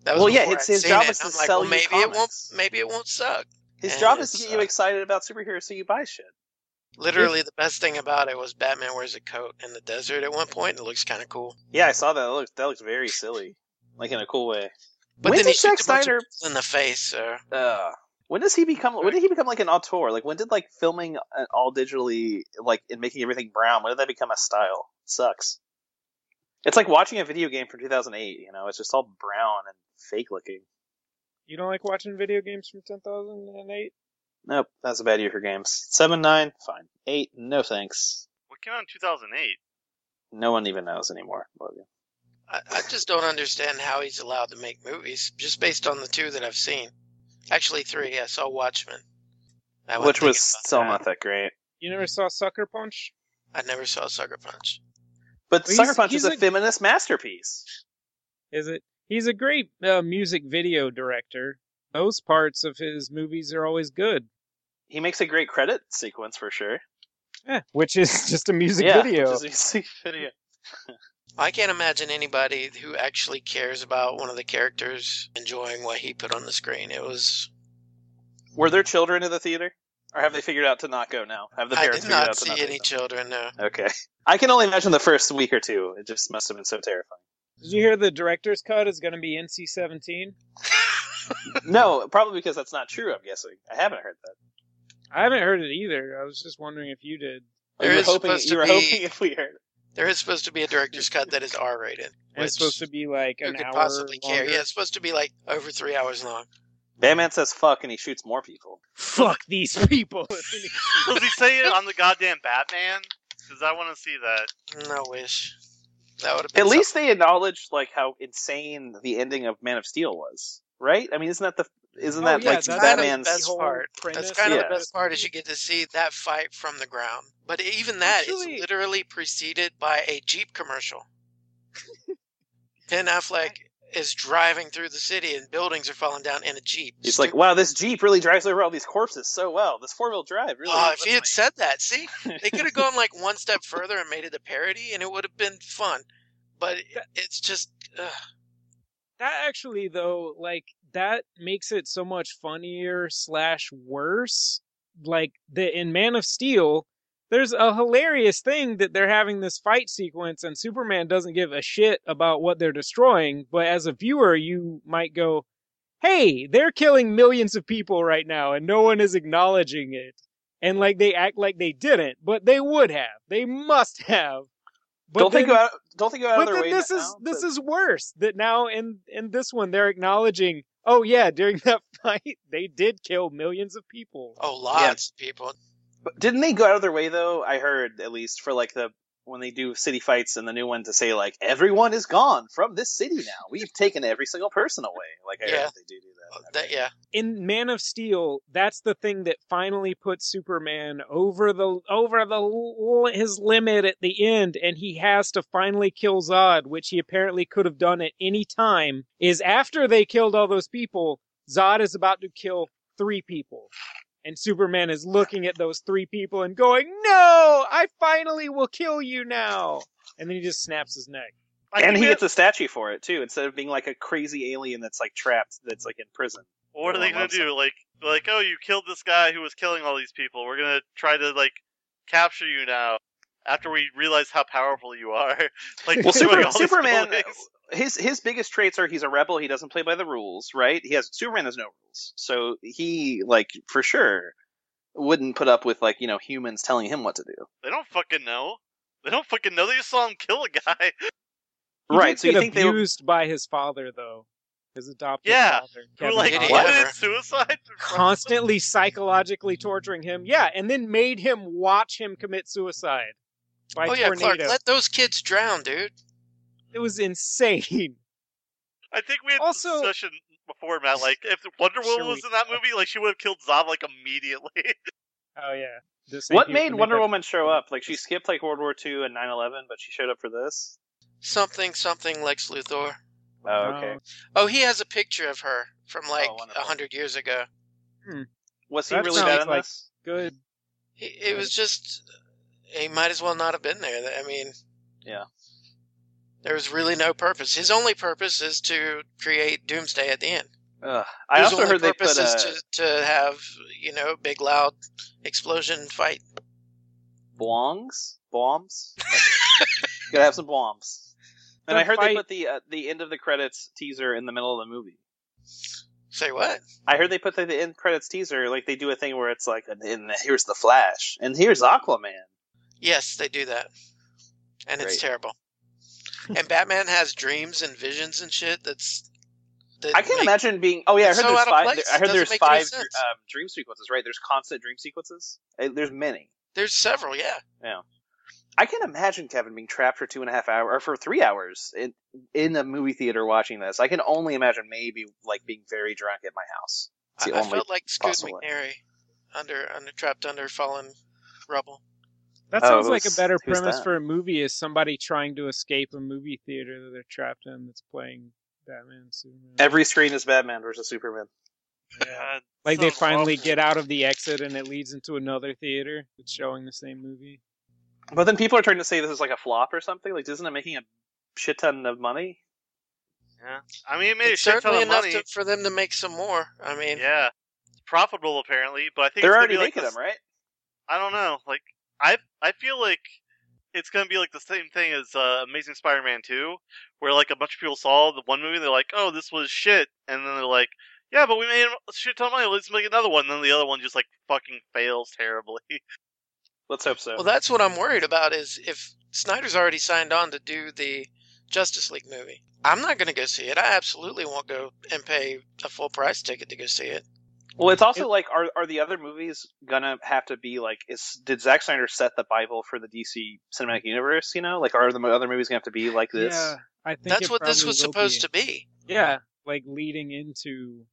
[SPEAKER 3] that was
[SPEAKER 1] Well, yeah,
[SPEAKER 3] before
[SPEAKER 1] it's
[SPEAKER 3] I'd
[SPEAKER 1] his
[SPEAKER 3] seen
[SPEAKER 1] job
[SPEAKER 3] it.
[SPEAKER 1] is to
[SPEAKER 3] I'm like,
[SPEAKER 1] sell
[SPEAKER 3] well,
[SPEAKER 1] you
[SPEAKER 3] maybe it won't,
[SPEAKER 1] comics.
[SPEAKER 3] maybe it won't suck.
[SPEAKER 1] His
[SPEAKER 3] and
[SPEAKER 1] job is to
[SPEAKER 3] it's,
[SPEAKER 1] get you
[SPEAKER 3] uh,
[SPEAKER 1] excited about superheroes so you buy shit.
[SPEAKER 3] Literally, the best thing about it was Batman wears a coat in the desert at one point, and it looks kind of cool.
[SPEAKER 1] Yeah, I saw that. That looked, that looked very silly, like in a cool way.
[SPEAKER 3] But
[SPEAKER 1] when
[SPEAKER 3] then
[SPEAKER 1] did
[SPEAKER 3] he
[SPEAKER 1] Zack
[SPEAKER 3] shoots a bunch of
[SPEAKER 1] Snyder?
[SPEAKER 3] people in the face. So
[SPEAKER 1] Uh, when does he become? When did he become like an auteur? Like when did like filming uh, all digitally, like and making everything brown? When did that become a style? sucks. It's like watching a video game from 2008. You know, it's just all brown and fake looking.
[SPEAKER 2] You don't like watching video games from 2008?
[SPEAKER 1] Nope, that's a bad year for games. Seven, nine, fine. Eight, no thanks.
[SPEAKER 4] What came out in 2008?
[SPEAKER 1] No one even knows anymore. Love you.
[SPEAKER 3] I, I just don't understand how he's allowed to make movies just based on the two that I've seen. Actually, three. I saw Watchmen, I wasn't
[SPEAKER 1] Which was
[SPEAKER 3] thinking about
[SPEAKER 1] still
[SPEAKER 3] that.
[SPEAKER 1] not that great.
[SPEAKER 2] You never saw Sucker Punch?
[SPEAKER 3] I never saw Sucker Punch.
[SPEAKER 1] But
[SPEAKER 2] Well,
[SPEAKER 1] Sucker
[SPEAKER 2] he's-
[SPEAKER 1] Punch
[SPEAKER 2] he's
[SPEAKER 1] is a,
[SPEAKER 2] a-
[SPEAKER 1] feminist masterpiece.
[SPEAKER 2] Is it? He's a great uh, music video director. Most parts of his movies are always good.
[SPEAKER 1] He makes a great credit sequence for sure.
[SPEAKER 2] Yeah, which is just a music
[SPEAKER 1] yeah,
[SPEAKER 2] video.
[SPEAKER 1] just a music video.
[SPEAKER 3] I can't imagine anybody who actually cares about one of the characters enjoying what he put on the screen. It was.
[SPEAKER 1] Were there children in the theater, or have they figured out to not go now? Have the
[SPEAKER 3] I
[SPEAKER 1] parents
[SPEAKER 3] did
[SPEAKER 1] figured out
[SPEAKER 3] not
[SPEAKER 1] to
[SPEAKER 3] see
[SPEAKER 1] not
[SPEAKER 3] any
[SPEAKER 1] take them?
[SPEAKER 3] children. No.
[SPEAKER 1] Okay, I can only imagine the first week or two. It just must have been so terrifying.
[SPEAKER 2] Did you hear the director's cut is going to be NC-17?
[SPEAKER 1] no, probably because that's not true. I'm guessing. I haven't heard that.
[SPEAKER 2] I haven't heard it either. I was just wondering if you did.
[SPEAKER 1] Well,
[SPEAKER 3] There
[SPEAKER 1] you were
[SPEAKER 3] is
[SPEAKER 1] hoping,
[SPEAKER 3] supposed to
[SPEAKER 1] you were
[SPEAKER 3] be-
[SPEAKER 1] hoping if we heard.
[SPEAKER 3] There is supposed to be a director's cut that is R rated.
[SPEAKER 2] And it's supposed to be like
[SPEAKER 3] Who
[SPEAKER 2] an
[SPEAKER 3] could
[SPEAKER 2] hour
[SPEAKER 3] possibly care?
[SPEAKER 2] longer.
[SPEAKER 3] Yeah, it's supposed to be like over three hours long.
[SPEAKER 1] Batman says "fuck" and he shoots more people.
[SPEAKER 2] Fuck these people.
[SPEAKER 4] Does he say it on the goddamn Batman? Because I want to see that.
[SPEAKER 3] No wish. That would have been
[SPEAKER 1] At least they acknowledged like how insane the ending of Man of Steel was, right? I mean, isn't that the isn't
[SPEAKER 2] Oh,
[SPEAKER 1] that
[SPEAKER 2] yeah,
[SPEAKER 1] like
[SPEAKER 2] that's kind
[SPEAKER 3] of the
[SPEAKER 1] Batman's?
[SPEAKER 3] best
[SPEAKER 2] whole
[SPEAKER 3] part.
[SPEAKER 2] premise.
[SPEAKER 3] That's kind of
[SPEAKER 1] Yeah.
[SPEAKER 3] the best part is you get to see that fight from the ground. But even that is
[SPEAKER 2] Actually-
[SPEAKER 3] literally preceded by a Jeep commercial. ben Affleck is driving through the city and buildings are falling down in a Jeep.
[SPEAKER 1] He's like, wow, this Jeep really drives over all these corpses so well. This four wheel drive really.
[SPEAKER 3] Oh,
[SPEAKER 1] lifts
[SPEAKER 3] if he had
[SPEAKER 1] me."
[SPEAKER 3] said that, see, they could have gone like one step further and made it a parody, and it would have been fun. But it- it's just, ugh.
[SPEAKER 2] that actually though like that makes it so much funnier slash worse like the in man of steel there's a hilarious thing that they're having this fight sequence and superman doesn't give a shit about what they're destroying but as a viewer you might go hey they're killing millions of people right now and no one is acknowledging it and like they act like they didn't but they would have they must have but
[SPEAKER 1] don't
[SPEAKER 2] then-
[SPEAKER 1] think about don't think about
[SPEAKER 2] but
[SPEAKER 1] other
[SPEAKER 2] then
[SPEAKER 1] way.
[SPEAKER 2] this
[SPEAKER 1] now,
[SPEAKER 2] is this
[SPEAKER 1] to-
[SPEAKER 2] is worse that now in in this one they're acknowledging oh yeah during that fight they did kill millions of people
[SPEAKER 3] oh, lots of people.
[SPEAKER 1] But didn't they go out of their way though? I heard at least for like the when they do city fights and the new one to say like everyone is gone from this city now. We've taken every single person away. Like I heard
[SPEAKER 3] Yeah.
[SPEAKER 1] that they do do that.
[SPEAKER 3] uh, That, yeah,
[SPEAKER 2] in man of steel that's the thing that finally puts superman over the over the l- his limit at the end and he has to finally kill zod which he apparently could have done at any time is after they killed all those people zod is about to kill three people and superman is looking at those three people and going no i finally will kill you now and then he just snaps his neck
[SPEAKER 4] Like,
[SPEAKER 1] and he
[SPEAKER 4] even-
[SPEAKER 1] gets a statue for it too, instead of being like a crazy alien that's like trapped, that's like in prison.
[SPEAKER 4] What are they gonna
[SPEAKER 1] Love
[SPEAKER 4] do? Like, like, oh, you killed this guy who was killing all these people. We're gonna try to like capture you now after we realize how powerful you are. like,
[SPEAKER 1] Well,
[SPEAKER 4] destroying
[SPEAKER 1] Super-
[SPEAKER 4] all these
[SPEAKER 1] Superman-
[SPEAKER 4] buildings.
[SPEAKER 1] His his biggest traits are he's a rebel. He doesn't play by the rules, right? He has Superman has no rules, so he like for sure wouldn't put up with like you know humans telling him what to do.
[SPEAKER 4] They don't fucking know. They don't fucking know. They just saw him kill a guy.
[SPEAKER 2] He
[SPEAKER 1] right?
[SPEAKER 2] did
[SPEAKER 1] So you
[SPEAKER 2] get
[SPEAKER 1] think they would?
[SPEAKER 2] abused by his father though, his adopted
[SPEAKER 4] Yeah,
[SPEAKER 2] father.
[SPEAKER 4] Who
[SPEAKER 2] Kevin
[SPEAKER 4] like
[SPEAKER 3] Did he
[SPEAKER 2] Conroy.
[SPEAKER 4] committed
[SPEAKER 3] ever?
[SPEAKER 4] suicide?
[SPEAKER 2] constantly psychologically torturing him. Yeah, and then made him watch him commit suicide by
[SPEAKER 3] oh yeah,
[SPEAKER 2] tornado.
[SPEAKER 3] Clark, let those kids drown, dude.
[SPEAKER 2] It was insane.
[SPEAKER 4] I think we had
[SPEAKER 2] Also-
[SPEAKER 4] this discussion before, Matt. Like, if Wonder
[SPEAKER 2] Sure
[SPEAKER 4] Woman was
[SPEAKER 2] we-
[SPEAKER 4] in that movie, like, she would have killed Zod like immediately.
[SPEAKER 2] Oh yeah. This ain't
[SPEAKER 1] What
[SPEAKER 2] you
[SPEAKER 1] made
[SPEAKER 2] for me,
[SPEAKER 1] Wonder
[SPEAKER 2] but-
[SPEAKER 1] Woman show up? Like she skipped like World War II and 9/11, but she showed up for this.
[SPEAKER 3] Something, something Lex Luthor.
[SPEAKER 1] Oh, okay.
[SPEAKER 3] Oh, he has a picture of her from like
[SPEAKER 1] Oh,
[SPEAKER 3] a
[SPEAKER 1] wonderful.
[SPEAKER 3] hundred years ago.
[SPEAKER 1] Was he
[SPEAKER 2] That
[SPEAKER 1] really
[SPEAKER 2] sounds
[SPEAKER 1] bad in
[SPEAKER 2] like-
[SPEAKER 1] this?
[SPEAKER 2] Good.
[SPEAKER 3] He, it was just he might as well not have been there. I mean,
[SPEAKER 1] Yeah.
[SPEAKER 3] there was really no purpose. His only purpose is to create Doomsday at the end.
[SPEAKER 1] Ugh. I
[SPEAKER 3] His
[SPEAKER 1] also
[SPEAKER 3] only
[SPEAKER 1] heard they
[SPEAKER 3] purpose
[SPEAKER 1] put uh, a
[SPEAKER 3] is to, to have you know big loud explosion fight.
[SPEAKER 1] blongs, bombs. Gotta have some bombs. And
[SPEAKER 2] The
[SPEAKER 1] I heard
[SPEAKER 2] fight-
[SPEAKER 1] they put the uh, the end of the credits teaser in the middle of the movie.
[SPEAKER 3] Say what?
[SPEAKER 1] I heard they put the, the end credits teaser like they do a thing where it's like, and, and here's the Flash, and here's Aquaman.
[SPEAKER 3] Yes, they do that. And it's
[SPEAKER 1] Great.
[SPEAKER 3] terrible. And Batman has dreams and visions and shit that's that
[SPEAKER 1] I can't
[SPEAKER 3] make-
[SPEAKER 1] imagine being. Oh yeah, I heard
[SPEAKER 3] It's so
[SPEAKER 1] there's
[SPEAKER 3] out of
[SPEAKER 1] five.
[SPEAKER 3] place.
[SPEAKER 1] I heard
[SPEAKER 3] Doesn't
[SPEAKER 1] there's
[SPEAKER 3] make any
[SPEAKER 1] five
[SPEAKER 3] sense.
[SPEAKER 1] um, dream sequences, right? There's constant dream sequences. Uh, There's many.
[SPEAKER 3] There's several, yeah.
[SPEAKER 1] I can't imagine Kevin being trapped for two and a half hours or for three hours in in a movie theater watching this. I can only imagine maybe like being very drunk at my house. It's
[SPEAKER 3] I,
[SPEAKER 1] the
[SPEAKER 3] I
[SPEAKER 1] only
[SPEAKER 3] felt like Scoot
[SPEAKER 1] possible way.
[SPEAKER 3] McNairy under under trapped under fallen rubble.
[SPEAKER 2] That
[SPEAKER 1] Oh,
[SPEAKER 2] sounds like a
[SPEAKER 1] who's-
[SPEAKER 2] better
[SPEAKER 1] who's
[SPEAKER 2] premise
[SPEAKER 1] that?
[SPEAKER 2] for a movie is somebody trying to escape a movie theater that they're trapped in that's playing Batman Superman.
[SPEAKER 1] Every screen is Batman versus Superman.
[SPEAKER 2] Yeah. like they
[SPEAKER 4] Sounds
[SPEAKER 2] finally
[SPEAKER 4] awful.
[SPEAKER 2] get out of the exit and it leads into another theater that's showing the same movie.
[SPEAKER 1] But then people are trying to say this is like a flop or something. Like, isn't it making a shit ton of money?
[SPEAKER 4] I mean, it made
[SPEAKER 3] It's
[SPEAKER 4] a shit ton
[SPEAKER 3] certainly
[SPEAKER 4] of
[SPEAKER 3] enough
[SPEAKER 4] money.
[SPEAKER 3] to, for them to make some more. I mean,
[SPEAKER 4] Yeah, it's profitable apparently, but I think
[SPEAKER 1] They're
[SPEAKER 4] it's gonna
[SPEAKER 1] already
[SPEAKER 4] be like
[SPEAKER 1] making
[SPEAKER 4] this-
[SPEAKER 1] them, right?
[SPEAKER 4] I don't know. Like I I feel like it's gonna be like the same thing as uh, Amazing Spider-Man Two, where like a bunch of people saw the one movie, they're like, "Oh, this was shit," and then they're like, "Yeah, but we made a shit ton of money. Let's make another one." And then the other one just like fucking fails terribly.
[SPEAKER 1] Let's hope so.
[SPEAKER 3] well that's what I'm worried about is if Snyder's already signed on to do the Justice League movie. I'm not going to go see it. I absolutely won't go and pay a full price ticket to go see it.
[SPEAKER 1] well, it's also like, are are the other movies gonna have to be like? Is did Zack Snyder set the Bible for the DC
[SPEAKER 3] Mm-hmm.
[SPEAKER 1] cinematic universe? You know, like, are the other movies gonna have to be like this?
[SPEAKER 2] Yeah, I think
[SPEAKER 3] That's
[SPEAKER 2] it
[SPEAKER 3] what this
[SPEAKER 2] probably
[SPEAKER 3] was
[SPEAKER 2] will
[SPEAKER 3] supposed
[SPEAKER 2] be.
[SPEAKER 3] to be.
[SPEAKER 2] Yeah, like leading into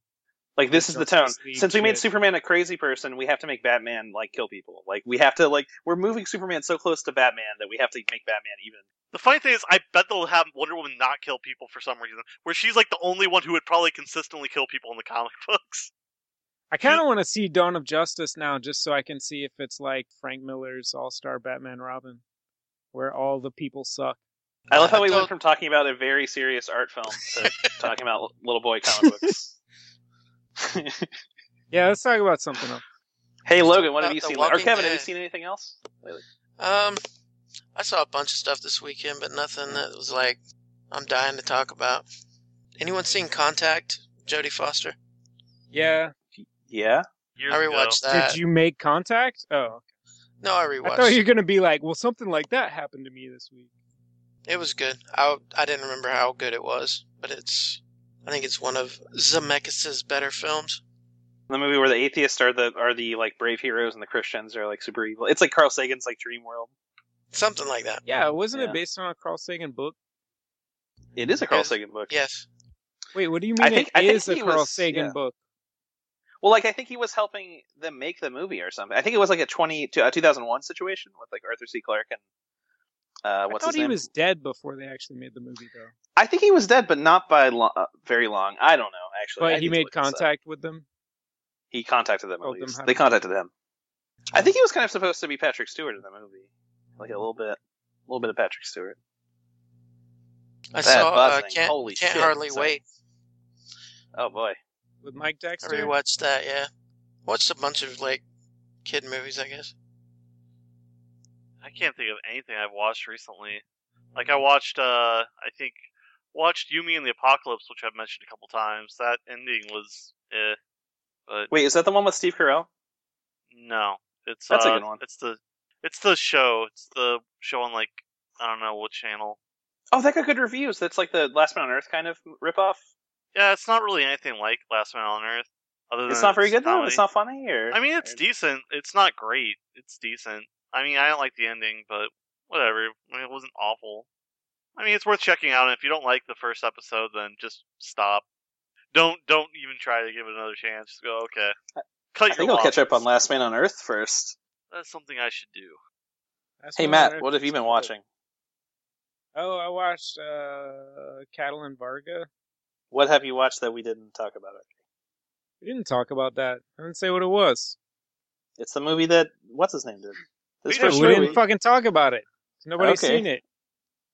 [SPEAKER 1] Like this is the tone.
[SPEAKER 2] Justice League
[SPEAKER 1] Since we made
[SPEAKER 2] shit.
[SPEAKER 1] Superman a crazy person, we have to make Batman like kill people. Like we have to like we're moving Superman so close to Batman that we have to make Batman even.
[SPEAKER 4] The funny thing is, I bet they'll have Wonder Woman not kill people for some reason, where she's like the only one who would probably consistently kill people in the comic books.
[SPEAKER 2] I kind of want to see Dawn of Justice now, just so I can see if it's like Frank Miller's All Star Batman Robin, where all the people suck.
[SPEAKER 1] I love how
[SPEAKER 3] I
[SPEAKER 1] we
[SPEAKER 3] don't-
[SPEAKER 1] went from talking about a very serious art film to talking about little boy comic books. Mm-hmm.
[SPEAKER 2] Yeah, let's talk about something else.
[SPEAKER 1] hey Logan, what have
[SPEAKER 3] About
[SPEAKER 1] you
[SPEAKER 3] The
[SPEAKER 1] seen? Or
[SPEAKER 3] Walking
[SPEAKER 1] Kevin, have you
[SPEAKER 3] Dead.
[SPEAKER 1] seen anything else?
[SPEAKER 3] Um, I saw a bunch of stuff this weekend, but nothing that was like I'm dying to talk about. Anyone seen Contact? Jodie Foster.
[SPEAKER 2] Yeah,
[SPEAKER 1] Yeah.
[SPEAKER 4] Years
[SPEAKER 3] I
[SPEAKER 4] ago.
[SPEAKER 3] rewatched that.
[SPEAKER 2] did you make contact? Oh,
[SPEAKER 3] No, I
[SPEAKER 2] I thought
[SPEAKER 3] rewatched.
[SPEAKER 2] you were gonna be like, well, something like that happened to me this week.
[SPEAKER 3] It was good. I I didn't remember how good it was, but it's I think it's one of Zemeckis' better films.
[SPEAKER 1] The movie where the atheists are the are the like brave heroes and the Christians are like super evil. It's like Carl Sagan's like dream world.
[SPEAKER 3] Something like that.
[SPEAKER 2] Yeah, wasn't
[SPEAKER 1] Yeah.
[SPEAKER 2] it based on a Carl Sagan book?
[SPEAKER 1] It is a Carl
[SPEAKER 3] Yes.
[SPEAKER 1] Sagan book.
[SPEAKER 3] Yes.
[SPEAKER 2] Wait, what do you
[SPEAKER 1] I
[SPEAKER 2] mean?
[SPEAKER 1] think- I
[SPEAKER 2] it
[SPEAKER 1] think
[SPEAKER 2] is a
[SPEAKER 1] he
[SPEAKER 2] Carl
[SPEAKER 1] was-
[SPEAKER 2] Sagan
[SPEAKER 1] yeah.
[SPEAKER 2] book.
[SPEAKER 1] Well, like I think he was helping them make the movie or something. I think it was like a twenty to a two thousand one situation with like Arthur C. Clarke and uh,
[SPEAKER 2] I
[SPEAKER 1] what's
[SPEAKER 2] thought
[SPEAKER 1] his
[SPEAKER 2] he
[SPEAKER 1] name?
[SPEAKER 2] was dead before they actually made the movie, though.
[SPEAKER 1] I think he was dead, but not by lo- uh, very long. I don't know actually. I
[SPEAKER 2] But
[SPEAKER 1] need
[SPEAKER 2] he
[SPEAKER 1] to
[SPEAKER 2] made
[SPEAKER 1] look this up.
[SPEAKER 2] contact with them.
[SPEAKER 1] uh, He contacted them. At
[SPEAKER 2] Told them
[SPEAKER 1] least.
[SPEAKER 2] how
[SPEAKER 1] They
[SPEAKER 2] to-
[SPEAKER 1] contacted him. I think he was kind of supposed to be Patrick Stewart in the movie, like a little bit, a little bit of Patrick Stewart.
[SPEAKER 3] I
[SPEAKER 1] Bad
[SPEAKER 3] saw. Uh,
[SPEAKER 1] buzzing.
[SPEAKER 3] can't
[SPEAKER 1] Holy
[SPEAKER 3] can't
[SPEAKER 1] shit,
[SPEAKER 3] hardly
[SPEAKER 1] so-
[SPEAKER 3] wait.
[SPEAKER 1] Oh boy.
[SPEAKER 2] with Mike
[SPEAKER 3] I
[SPEAKER 2] Dexter.
[SPEAKER 3] rewatched that. Yeah, watched a bunch of like kid movies. I guess.
[SPEAKER 4] I can't think of anything I've watched recently. Like I watched, uh, I think watched Yumi and the Apocalypse, which I've mentioned a couple times. That ending was, eh, but
[SPEAKER 1] Wait, is that the one with Steve Carell?
[SPEAKER 4] no, it's
[SPEAKER 1] That's a
[SPEAKER 4] uh,
[SPEAKER 1] good one.
[SPEAKER 4] It's the, it's the show. It's the show on like I don't know what channel.
[SPEAKER 1] Oh, that got good reviews. That's like the Last Man on Earth kind of ripoff.
[SPEAKER 4] Yeah, it's not really anything like Last Man on Earth. Other than
[SPEAKER 1] It's not very good though.
[SPEAKER 4] comedy.
[SPEAKER 1] It's not funny. Or
[SPEAKER 4] I mean, it's decent. It's not great. It's decent. I mean, I don't like the ending, but whatever. I mean, it wasn't awful. I mean, it's worth checking out. And if you don't like the first episode, then just stop. Don't don't even try to give it another chance. Just go okay. Cut
[SPEAKER 1] I think
[SPEAKER 4] your
[SPEAKER 1] I'll catch up
[SPEAKER 4] losses.
[SPEAKER 1] on Last Man on Earth first.
[SPEAKER 4] That's something I should do.
[SPEAKER 2] That's
[SPEAKER 1] Hey
[SPEAKER 2] one I
[SPEAKER 1] Matt,
[SPEAKER 2] read.
[SPEAKER 1] what have you been watching?
[SPEAKER 2] Oh, I watched uh, Catalan Varga.
[SPEAKER 1] What have you watched that we didn't talk about?
[SPEAKER 2] We didn't talk about that. I didn't say what it was.
[SPEAKER 1] It's the movie that what's his name did. This
[SPEAKER 2] Yeah,
[SPEAKER 4] We didn't-
[SPEAKER 1] first
[SPEAKER 2] we
[SPEAKER 1] movie.
[SPEAKER 2] didn't fucking talk about it. Nobody's
[SPEAKER 1] Okay.
[SPEAKER 2] seen it.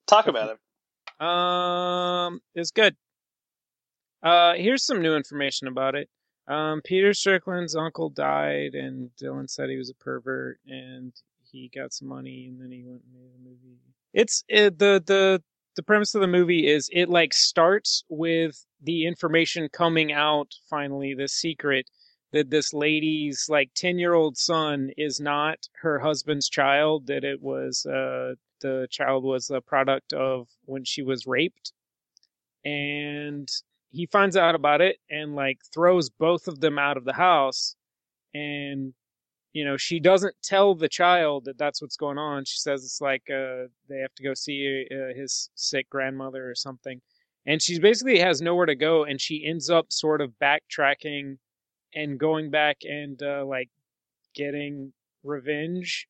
[SPEAKER 1] Talk about it.
[SPEAKER 2] Um, it's good. Uh, here's some new information about it. Um, Peter Strickland's uncle died, and Dylan said he was a pervert, and he got some money, and then he went and made a movie. It's it, the the the premise of the movie is it like starts with the information coming out finally, the secret that this lady's like ten year old son is not her husband's child, that it was uh the child was a product of when she was raped and he finds out about it and like throws both of them out of the house and you know she doesn't tell the child that that's what's going on she says it's like uh they have to go see uh, his sick grandmother or something and she basically has nowhere to go and she ends up sort of backtracking and going back and uh like getting revenge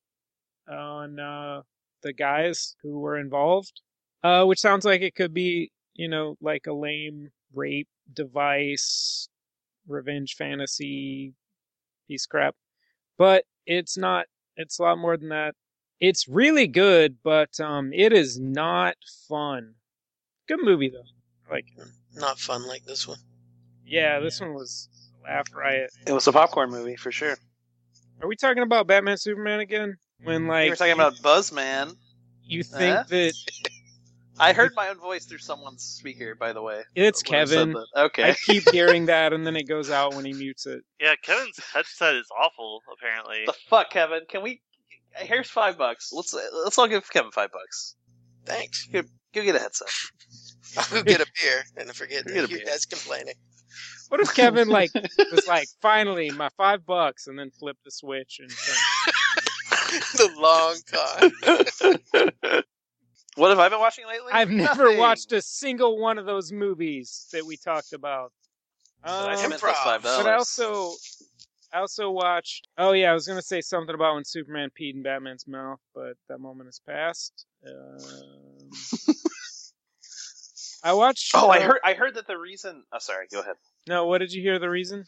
[SPEAKER 2] on uh the guys who were involved, uh, which sounds like it could be, you know, like a lame rape device, revenge fantasy piece of crap. But it's not, it's a lot more than that. It's really good, but um, it is not fun. Good movie, though.
[SPEAKER 3] Not fun like this one.
[SPEAKER 2] Yeah, this one was a laugh riot.
[SPEAKER 1] It was a popcorn movie for sure.
[SPEAKER 2] Are we talking about Batman Superman again? When, like,
[SPEAKER 1] Mm, we were talking about Eh? Buzzman.
[SPEAKER 2] you think
[SPEAKER 1] Huh?
[SPEAKER 2] that
[SPEAKER 1] I heard my own voice through someone's speaker, by the way.
[SPEAKER 2] it's
[SPEAKER 1] when I said
[SPEAKER 2] Kevin.
[SPEAKER 1] that. Okay.
[SPEAKER 2] I keep hearing that, and then it goes out when he mutes it.
[SPEAKER 4] Yeah, Kevin's headset is awful. Apparently,
[SPEAKER 1] the fuck, Kevin? Can we? Here's five bucks. Let's let's all give Kevin five bucks.
[SPEAKER 3] Thanks.
[SPEAKER 1] Go, go get a headset.
[SPEAKER 3] I'll go get a beer and forget
[SPEAKER 1] Go get a
[SPEAKER 3] that you
[SPEAKER 1] beer.
[SPEAKER 3] guys complaining.
[SPEAKER 2] What if Kevin like was like, finally, my five bucks, and then flip the switch and
[SPEAKER 3] the long con.
[SPEAKER 1] what have I been watching lately?
[SPEAKER 2] I've never
[SPEAKER 1] Nothing.
[SPEAKER 2] watched a single one of those movies that we talked about.
[SPEAKER 1] But I
[SPEAKER 2] Um,
[SPEAKER 1] spent those
[SPEAKER 3] Improv.
[SPEAKER 1] five
[SPEAKER 2] but
[SPEAKER 1] dollars.
[SPEAKER 2] I also I also watched. Oh yeah, I was gonna say something about when Superman peed in Batman's mouth, but that moment has passed. Um, I watched.
[SPEAKER 1] Oh, I
[SPEAKER 2] uh,
[SPEAKER 1] heard. I heard that the reason. Oh, sorry. Go ahead.
[SPEAKER 2] No, what did you hear? The reason?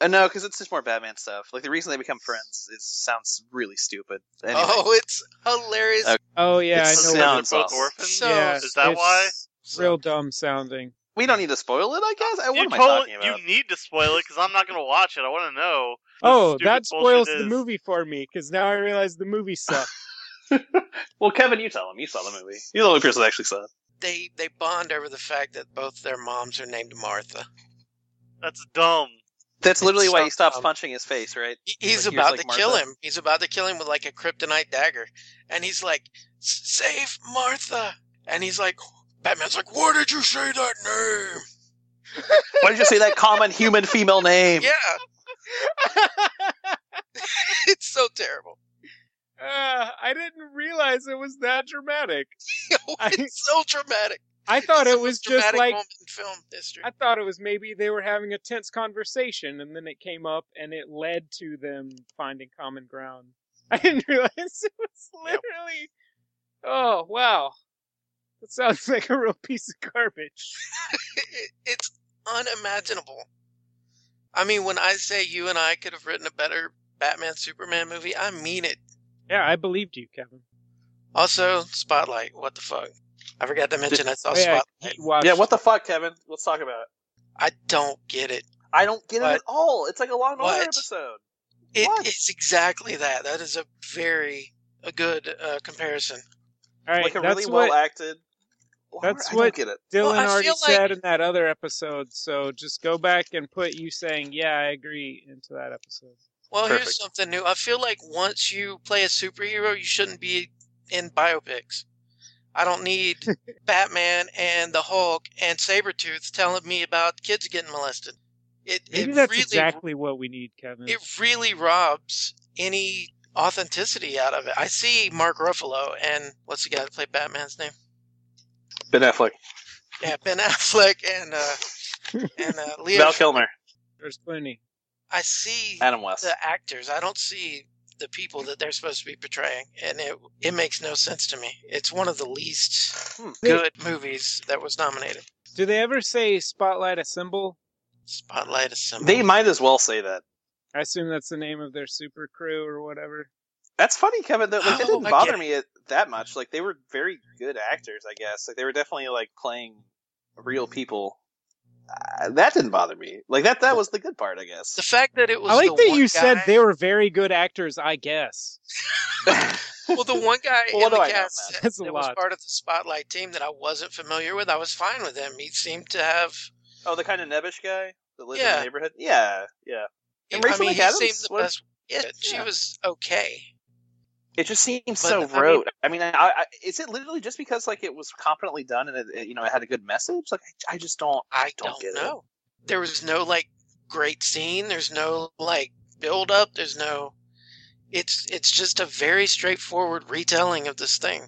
[SPEAKER 1] Uh, no, because it's just more Batman stuff. Like the reason they become friends is sounds really stupid. Anyway,
[SPEAKER 3] Oh, it's hilarious.
[SPEAKER 1] Okay.
[SPEAKER 2] Oh yeah,
[SPEAKER 1] It
[SPEAKER 2] I know.
[SPEAKER 1] sounds
[SPEAKER 2] what-
[SPEAKER 4] They're both
[SPEAKER 1] awful.
[SPEAKER 4] orphans.
[SPEAKER 3] So-
[SPEAKER 2] yeah,
[SPEAKER 4] Is that
[SPEAKER 2] it's
[SPEAKER 4] why?
[SPEAKER 2] Real dumb sounding.
[SPEAKER 1] we don't need to spoil it. I guess. Uh, What
[SPEAKER 4] you
[SPEAKER 1] am I
[SPEAKER 4] told-
[SPEAKER 1] talking about?
[SPEAKER 4] You need to spoil it because I'm not going to watch it. I want to know. what
[SPEAKER 2] Oh,
[SPEAKER 4] stupid
[SPEAKER 2] that spoils
[SPEAKER 4] bullshit
[SPEAKER 2] the
[SPEAKER 4] is.
[SPEAKER 2] movie for me because now I realize the movie sucks.
[SPEAKER 1] well, Kevin, you tell him. You saw the movie. You're the only person that actually saw it.
[SPEAKER 3] They they bond over the fact that both their moms are named Martha.
[SPEAKER 4] That's dumb.
[SPEAKER 1] That's literally why he
[SPEAKER 3] Stop,
[SPEAKER 1] stops
[SPEAKER 3] um,
[SPEAKER 1] punching his face, right?
[SPEAKER 3] He- He's
[SPEAKER 1] Like, here's,
[SPEAKER 3] about
[SPEAKER 1] like,
[SPEAKER 3] to kill
[SPEAKER 1] Martha.
[SPEAKER 3] him. He's about to kill him with like a kryptonite dagger, and he's like, "S- "Save Martha!" And he's like, "Batman's like, why did you say that name?"
[SPEAKER 1] Why did you say that common human female name?
[SPEAKER 3] Yeah, it's so terrible.
[SPEAKER 2] Uh, I didn't realize it was that dramatic. I-
[SPEAKER 3] it's so dramatic.
[SPEAKER 2] I thought
[SPEAKER 3] It's
[SPEAKER 2] it
[SPEAKER 3] the
[SPEAKER 2] was
[SPEAKER 3] most
[SPEAKER 2] just
[SPEAKER 3] dramatic
[SPEAKER 2] like
[SPEAKER 3] moment in film history.
[SPEAKER 2] I thought it was maybe they were having a tense conversation, and then it came up, and it led to them finding common ground. I didn't realize it was literally. Oh wow, that sounds like a real piece of garbage.
[SPEAKER 3] It- it's unimaginable. I mean, when I say you and I could have written a better Batman Superman movie, I mean it.
[SPEAKER 2] Yeah, I believed you, Kevin.
[SPEAKER 3] Also, Spotlight, what the fuck? I forgot to mention I saw
[SPEAKER 2] Oh, yeah,
[SPEAKER 3] Spotlight.
[SPEAKER 2] he watched-
[SPEAKER 1] Yeah, what the fuck, Kevin? Let's talk about it.
[SPEAKER 3] I don't get it.
[SPEAKER 1] I don't get it
[SPEAKER 3] What?
[SPEAKER 1] at all. It's like a Law and Order
[SPEAKER 3] What?
[SPEAKER 1] episode.
[SPEAKER 3] It
[SPEAKER 1] What?
[SPEAKER 3] it's exactly that. That is a very a good uh, comparison.
[SPEAKER 2] All right,
[SPEAKER 1] like a
[SPEAKER 2] that's
[SPEAKER 1] really
[SPEAKER 2] what
[SPEAKER 1] well acted.
[SPEAKER 2] that's
[SPEAKER 1] I
[SPEAKER 2] what-
[SPEAKER 1] don't get it.
[SPEAKER 2] Dylan
[SPEAKER 3] Well, I
[SPEAKER 2] already
[SPEAKER 3] feel like-
[SPEAKER 2] said in that other episode. So just go back and put you saying, "Yeah, I agree" into that episode.
[SPEAKER 3] Well,
[SPEAKER 4] Perfect.
[SPEAKER 3] here's something new. I feel like once you play a superhero, you shouldn't be in biopics. I don't need Batman and the Hulk and Sabretooth telling me about kids getting molested. It
[SPEAKER 2] Maybe
[SPEAKER 3] it
[SPEAKER 2] that's
[SPEAKER 3] really
[SPEAKER 2] exactly what we need, Kevin.
[SPEAKER 3] it really robs any authenticity out of it. I see Mark Ruffalo and what's the guy that played Batman's name?
[SPEAKER 1] Ben Affleck,
[SPEAKER 3] Yeah, Ben Affleck and uh and uh Leo.
[SPEAKER 1] Val Kilmer,
[SPEAKER 2] There's plenty.
[SPEAKER 3] I see
[SPEAKER 1] Adam West.
[SPEAKER 3] the actors. I don't see the people that they're supposed to be portraying, and it it makes no sense to me. It's one of the least
[SPEAKER 1] Hmm.
[SPEAKER 3] good movies that was nominated.
[SPEAKER 2] Do they ever say "Spotlight a symbol"?
[SPEAKER 3] Spotlight is some.
[SPEAKER 1] They might as well say that.
[SPEAKER 2] I assume that's the name of their super crew or whatever.
[SPEAKER 1] That's funny, Kevin. That, like, it
[SPEAKER 3] Oh,
[SPEAKER 1] didn't
[SPEAKER 3] I
[SPEAKER 1] bother
[SPEAKER 3] get
[SPEAKER 1] me it- that much. Like they were very good actors, I guess. Like they were definitely like playing real people. Uh, that didn't bother me. Like that. That was the good part, I guess.
[SPEAKER 3] the fact that it was.
[SPEAKER 2] I like
[SPEAKER 3] the
[SPEAKER 2] that
[SPEAKER 3] one
[SPEAKER 2] you said
[SPEAKER 3] guy-
[SPEAKER 2] they were very good actors. I guess.
[SPEAKER 3] Well, the one guy
[SPEAKER 1] Well, what
[SPEAKER 3] in
[SPEAKER 1] do
[SPEAKER 3] the
[SPEAKER 1] I know,
[SPEAKER 3] cast
[SPEAKER 1] man?
[SPEAKER 3] that,
[SPEAKER 2] That's a
[SPEAKER 3] that was
[SPEAKER 2] lot.
[SPEAKER 3] part of the Spotlight team that I wasn't familiar with, I was fine with him. He seemed to have.
[SPEAKER 1] oh, the kind of nebbish guy that lives in
[SPEAKER 3] Yeah.
[SPEAKER 1] the neighborhood. Yeah, yeah. And
[SPEAKER 3] I
[SPEAKER 1] Rachel
[SPEAKER 3] mean, he
[SPEAKER 1] McAdams
[SPEAKER 3] seemed the
[SPEAKER 1] was-
[SPEAKER 3] best. Yeah, she
[SPEAKER 1] yeah.
[SPEAKER 3] was okay.
[SPEAKER 1] It just seems so
[SPEAKER 3] I mean-
[SPEAKER 1] rote. I mean, I, I, is it literally just because like it was competently done and it, it, you know it had a good message? Like I, I just don't.
[SPEAKER 3] I
[SPEAKER 1] Don't
[SPEAKER 3] don't,
[SPEAKER 1] get it.
[SPEAKER 3] know. There was no like great scene. There's no like build up. There's no. It's it's just a very straightforward retelling of this thing,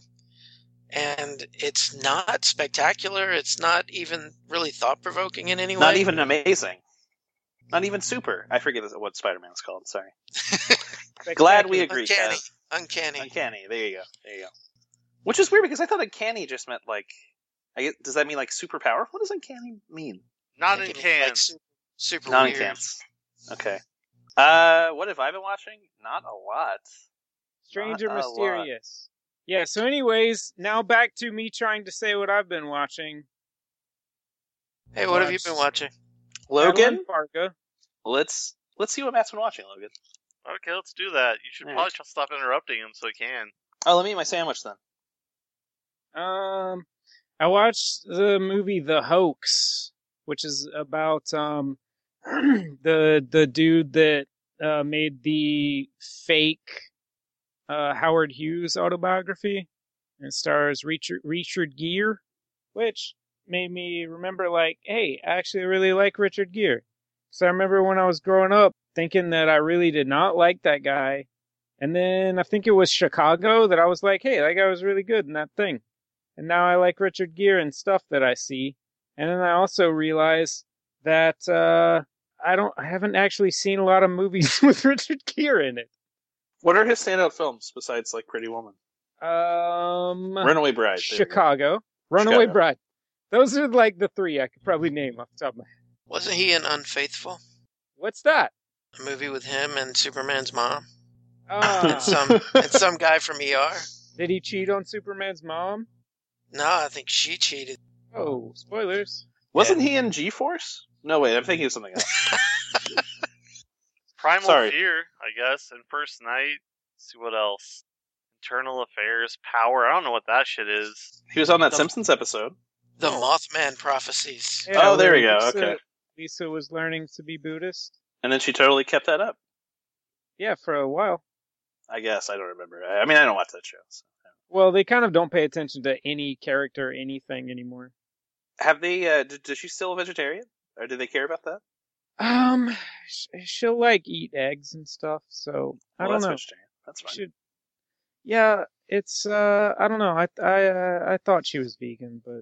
[SPEAKER 3] and it's not spectacular. It's not even really thought provoking in any way.
[SPEAKER 1] Not even amazing. Not even super. I forget what Spider Man's called. Sorry. Glad we agree.
[SPEAKER 2] Spectacular.
[SPEAKER 3] Uncanny.
[SPEAKER 1] Kev.
[SPEAKER 3] uncanny.
[SPEAKER 1] Uncanny. There you go. There you go. Which is weird because I thought uncanny just meant like. I guess, does that mean like super powerful? What does uncanny mean?
[SPEAKER 4] Not in
[SPEAKER 3] Like,
[SPEAKER 4] can.
[SPEAKER 3] like, super, super
[SPEAKER 1] Non
[SPEAKER 3] weird.
[SPEAKER 1] cans. Okay. Uh, what have I been watching? Not a lot.
[SPEAKER 2] Strange or
[SPEAKER 3] uh,
[SPEAKER 1] Not a lot.
[SPEAKER 2] mysterious. Yeah. So, anyways, now back to me trying to say what I've been watching.
[SPEAKER 3] Hey, what have you
[SPEAKER 2] Nice.
[SPEAKER 3] been watching?
[SPEAKER 1] Logan.
[SPEAKER 2] Madeline Fargo.
[SPEAKER 1] Let's let's see what Matt's been watching. Logan.
[SPEAKER 4] Okay, let's do that. You should
[SPEAKER 1] All
[SPEAKER 4] probably just stop interrupting him so he can.
[SPEAKER 1] Oh, let me eat my sandwich then.
[SPEAKER 2] Um, I watched the movie The Hoax, which is about um the the dude that uh, made the fake uh, Howard Hughes autobiography, and stars Richard Richard Gere, which made me remember like, hey, I actually really like Richard Gere. So I remember when I was growing up thinking that I really did not like that guy. And then I think it was Chicago that I was like, hey, that guy was really good in that thing and now I like Richard Gere and stuff that I see. And then I also realize that uh, I don't, I haven't actually seen a lot of movies with Richard Gere in it.
[SPEAKER 1] What are his standout films besides like Pretty Woman,
[SPEAKER 2] Um,
[SPEAKER 1] Runaway Bride, there we go.
[SPEAKER 2] Chicago, Runaway
[SPEAKER 1] Chicago.
[SPEAKER 2] Bride. Those are like the three I could probably name off the top of my head.
[SPEAKER 3] Wasn't he in Unfaithful?
[SPEAKER 2] What's that?
[SPEAKER 3] A movie with him and Superman's mom,
[SPEAKER 2] Uh,
[SPEAKER 3] some and some guy from ER.
[SPEAKER 2] did he cheat on Superman's mom?
[SPEAKER 3] No, I think she cheated.
[SPEAKER 2] Oh, spoilers.
[SPEAKER 1] Wasn't he in G Force? No, wait, I'm thinking of something else.
[SPEAKER 4] Primal
[SPEAKER 1] Sorry.
[SPEAKER 4] Fear, I guess, and First Night. Let's see what else. Internal Affairs, Power. I don't know what that shit is.
[SPEAKER 1] He was on that
[SPEAKER 3] The-
[SPEAKER 1] Simpsons episode.
[SPEAKER 3] The Mothman prophecies.
[SPEAKER 1] Oh, there we go,
[SPEAKER 2] Lisa-
[SPEAKER 1] okay.
[SPEAKER 2] Lisa was learning to be Buddhist.
[SPEAKER 1] And then she totally kept that up.
[SPEAKER 2] Yeah, for a while.
[SPEAKER 1] I guess. I don't remember. I, I mean, I don't watch that show. so.
[SPEAKER 2] Well, they kind of don't pay attention to any character, or anything anymore.
[SPEAKER 1] Have they, uh, d- does she still a vegetarian? Or do they care about that?
[SPEAKER 2] Um, sh- she'll like eat eggs and stuff. So I
[SPEAKER 1] Well,
[SPEAKER 2] don't
[SPEAKER 1] that's
[SPEAKER 2] know.
[SPEAKER 1] vegetarian. That's fine.
[SPEAKER 2] Should, yeah, it's uh, I don't know. I I uh, I thought she was vegan, but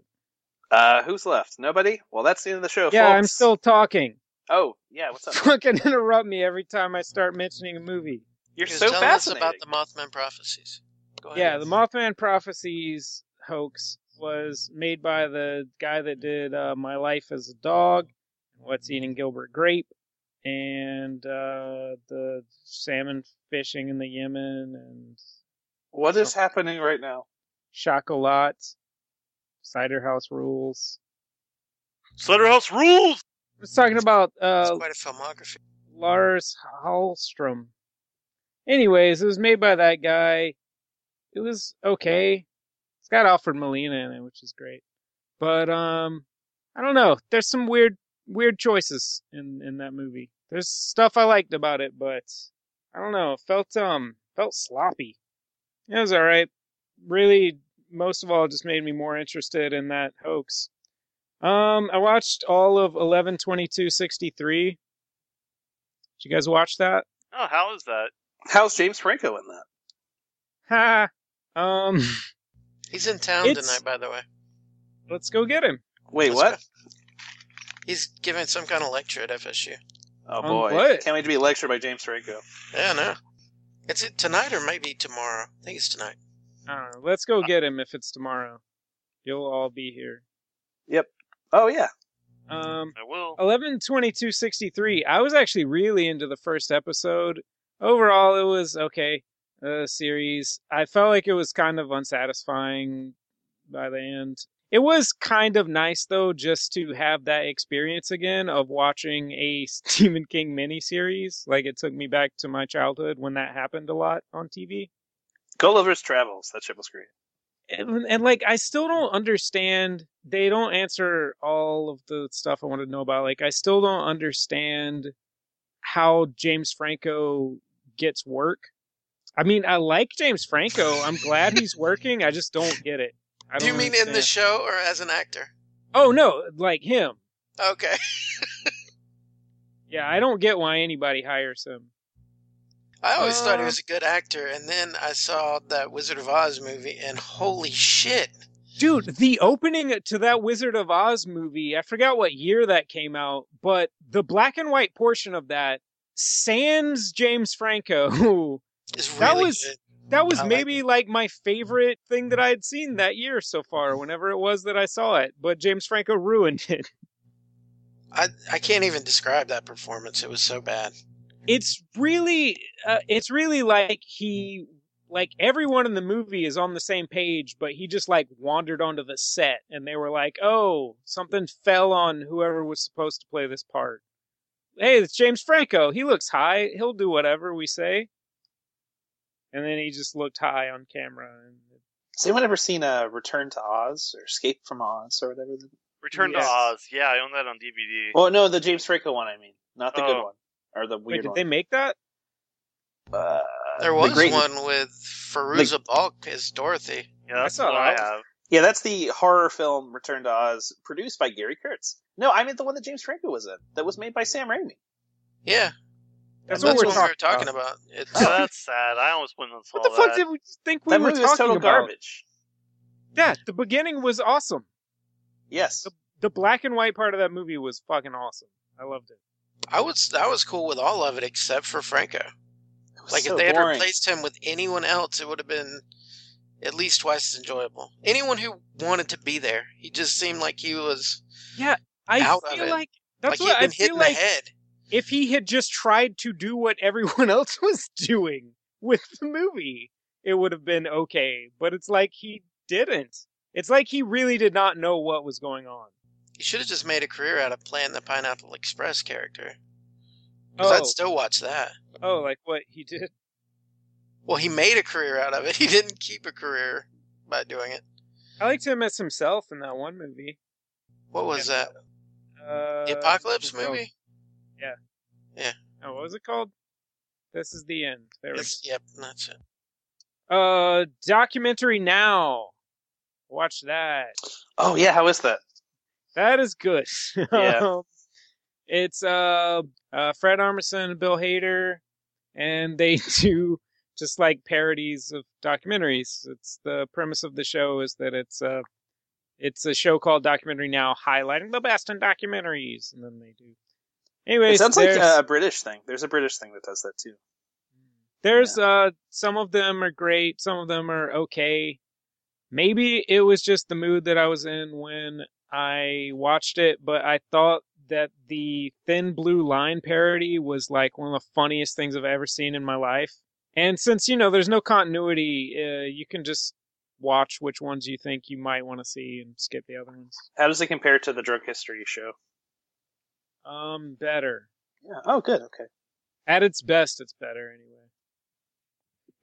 [SPEAKER 1] Uh, who's left? Nobody? Well, that's the end of the show,
[SPEAKER 2] yeah,
[SPEAKER 1] folks.
[SPEAKER 2] I'm still talking.
[SPEAKER 1] Oh, yeah, what's up?
[SPEAKER 2] Fucking interrupt me every time I start mentioning a movie.
[SPEAKER 1] You're
[SPEAKER 3] He was
[SPEAKER 1] so
[SPEAKER 3] telling us
[SPEAKER 1] fascinating.
[SPEAKER 3] about the Mothman prophecies. Go ahead.
[SPEAKER 2] Yeah, the Mothman prophecies hoax was made by the guy that did uh, My Life as a Dog,
[SPEAKER 1] Mm-hmm.
[SPEAKER 2] What's Eating Gilbert Grape, and uh, the salmon fishing in the Yemen and Oh.
[SPEAKER 1] What is happening right now?
[SPEAKER 2] chocolat. Cider House Rules.
[SPEAKER 4] Slaughterhouse rules.
[SPEAKER 2] I was talking about
[SPEAKER 3] It's
[SPEAKER 2] uh,
[SPEAKER 3] quite a filmography.
[SPEAKER 2] Lars Hallstrom. Anyways, it was made by that guy. It was okay. It's got Alfred Molina in it, which is great. But um I don't know. There's some weird weird choices in in that movie. There's stuff I liked about it, but I don't know. It felt um felt sloppy. It was all right. Really most of all it just made me more interested in that hoax. Um I watched all of 112263. Did you guys watch that?
[SPEAKER 4] Oh, how is that?
[SPEAKER 1] How's James Franco in that?
[SPEAKER 2] Ha! Um,
[SPEAKER 3] He's in town
[SPEAKER 2] It's-
[SPEAKER 3] tonight, by the way.
[SPEAKER 2] let's go get him.
[SPEAKER 1] Wait,
[SPEAKER 3] That's
[SPEAKER 1] what?
[SPEAKER 3] He's giving some kind of lecture at FSU.
[SPEAKER 1] Oh
[SPEAKER 2] On
[SPEAKER 1] boy,
[SPEAKER 2] what?
[SPEAKER 1] can't wait to be lectured by James Franco.
[SPEAKER 3] Yeah, no. Is it tonight or maybe tomorrow? I think it's tonight.
[SPEAKER 2] Uh, let's go get him if it's tomorrow. You'll all be here.
[SPEAKER 1] Oh yeah,
[SPEAKER 2] Um,
[SPEAKER 4] I will.
[SPEAKER 2] eleven twenty two sixty three. I was actually really into the first episode. Overall, it was okay. Uh, series. I felt like it was kind of unsatisfying by the end. It was kind of nice though, just to have that experience again of watching a Stephen King miniseries. Like it took me back to my childhood when that happened a lot on TV.
[SPEAKER 1] Gulliver's Travels. That shit was great.
[SPEAKER 2] and, and like I still don't understand. They don't answer all of the stuff I want to know about. Like I still don't understand how James Franco gets work. I mean, I like James Franco. I'm glad he's working. I just don't get it. I
[SPEAKER 3] Do
[SPEAKER 2] don't
[SPEAKER 3] you mean in
[SPEAKER 2] understand.
[SPEAKER 3] the show or as an actor?
[SPEAKER 2] Oh no, like him.
[SPEAKER 3] Okay.
[SPEAKER 2] Yeah, I don't get why anybody hires him.
[SPEAKER 3] I always thought he
[SPEAKER 2] Um,
[SPEAKER 3] was a good actor, and then I saw that Wizard of Oz movie, and holy shit!
[SPEAKER 2] Dude, the opening to that Wizard of Oz movie, I forgot what year that came out, but the black and white portion of that, Sans James Franco,
[SPEAKER 3] It's really
[SPEAKER 2] That was-
[SPEAKER 3] good.
[SPEAKER 2] that was
[SPEAKER 3] I like
[SPEAKER 2] maybe like my favorite thing that I had seen that year so far, whenever it was that I saw it. But James Franco ruined it.
[SPEAKER 3] I I can't even describe that performance. It was so bad.
[SPEAKER 2] It's really, uh, it's really like he, like everyone in the movie is on the same page, but he just like wandered onto the set and they were like, oh, something fell on whoever was supposed to play this part. hey, it's James Franco. He looks high. He'll do whatever we say. And then he just looked high on camera. And
[SPEAKER 1] Has anyone ever seen uh, Return to Oz or Escape from Oz or whatever? the-
[SPEAKER 4] Return
[SPEAKER 2] Yes.
[SPEAKER 4] to Oz. Yeah, I own that on DVD.
[SPEAKER 1] Oh no, the James Franco one. I mean, not the good
[SPEAKER 4] Oh.
[SPEAKER 1] one or the
[SPEAKER 2] wait,
[SPEAKER 1] weird
[SPEAKER 2] did they
[SPEAKER 1] one.
[SPEAKER 2] make that?
[SPEAKER 1] Uh,
[SPEAKER 3] There
[SPEAKER 1] the
[SPEAKER 3] was
[SPEAKER 1] great-
[SPEAKER 3] one with Feruza Balk as Dorothy.
[SPEAKER 4] Yeah, that's
[SPEAKER 2] I saw
[SPEAKER 4] what I
[SPEAKER 2] that.
[SPEAKER 4] have.
[SPEAKER 1] Yeah, that's the horror film Return to Oz, produced by Gary Kurtz. No, I meant the one that James Franco was in, that was made by Sam Raimi.
[SPEAKER 3] Yeah,
[SPEAKER 2] That's,
[SPEAKER 1] what
[SPEAKER 2] what we're
[SPEAKER 1] we
[SPEAKER 2] talking,
[SPEAKER 3] we were talking
[SPEAKER 2] about.
[SPEAKER 3] about. It's,
[SPEAKER 4] Oh, that's sad. I almost went and saw
[SPEAKER 2] What the fuck
[SPEAKER 4] that.
[SPEAKER 2] did we think we
[SPEAKER 1] that
[SPEAKER 2] were
[SPEAKER 1] movie
[SPEAKER 2] talking
[SPEAKER 1] was total
[SPEAKER 2] about?
[SPEAKER 1] garbage.
[SPEAKER 2] Yeah, the beginning was awesome.
[SPEAKER 1] Yes,
[SPEAKER 2] The black and white part of that movie was fucking awesome. I loved it.
[SPEAKER 3] I was I was cool with all of it except for Franco.
[SPEAKER 1] It was
[SPEAKER 3] Like
[SPEAKER 1] so
[SPEAKER 3] if they had
[SPEAKER 1] boring.
[SPEAKER 3] replaced him with anyone else, it would have been at least twice as enjoyable. Anyone who wanted to be there, he just seemed like he was
[SPEAKER 2] I
[SPEAKER 3] Out of
[SPEAKER 2] feel
[SPEAKER 3] it.
[SPEAKER 2] like that's
[SPEAKER 3] like
[SPEAKER 2] what
[SPEAKER 3] he'd
[SPEAKER 2] I
[SPEAKER 3] been hit in
[SPEAKER 2] feel like.
[SPEAKER 3] the head.
[SPEAKER 2] If he had just tried to do what everyone else was doing with the movie, it would have been okay. But it's like he didn't. It's like he really did not know what was going on.
[SPEAKER 3] He should have just made a career out of playing the Pineapple Express character. 'Cause
[SPEAKER 2] Oh,
[SPEAKER 3] I'd still watch that.
[SPEAKER 2] oh, like what he did.
[SPEAKER 3] Well, he made a career out of it. He didn't keep a career by doing it.
[SPEAKER 2] I liked him as himself in that one movie.
[SPEAKER 3] What was that?
[SPEAKER 2] Uh,
[SPEAKER 3] The Apocalypse
[SPEAKER 2] no.
[SPEAKER 3] movie?
[SPEAKER 2] Oh, what was it called? This is the end. There we go.
[SPEAKER 3] Yes, yep, that's it.
[SPEAKER 2] Uh, documentary now. Watch that.
[SPEAKER 1] Oh yeah, how is that?
[SPEAKER 2] That is good. Um,
[SPEAKER 1] Yeah.
[SPEAKER 2] it's uh, uh Fred Armisen and Bill Hader, and they do just like parodies of documentaries. It's the premise of the show is that it's uh it's a show called Documentary Now, highlighting the best in documentaries, and then they do. Anyways,
[SPEAKER 1] It sounds like
[SPEAKER 2] there's-
[SPEAKER 1] uh, a British thing. There's a British thing that does that too.
[SPEAKER 2] There's uh some of them are great, some of them are okay. Maybe it was just the mood that I was in when I watched it, but I thought that the Thin Blue Line parody was like one of the funniest things I've ever seen in my life. And since you know there's no continuity, uh, you can just watch which ones you think you might want to see and skip the other ones.
[SPEAKER 7] How does it compare to the Drunk History Show?
[SPEAKER 2] Um, better.
[SPEAKER 7] Yeah. Oh, good. Okay.
[SPEAKER 2] At its best, it's better anyway.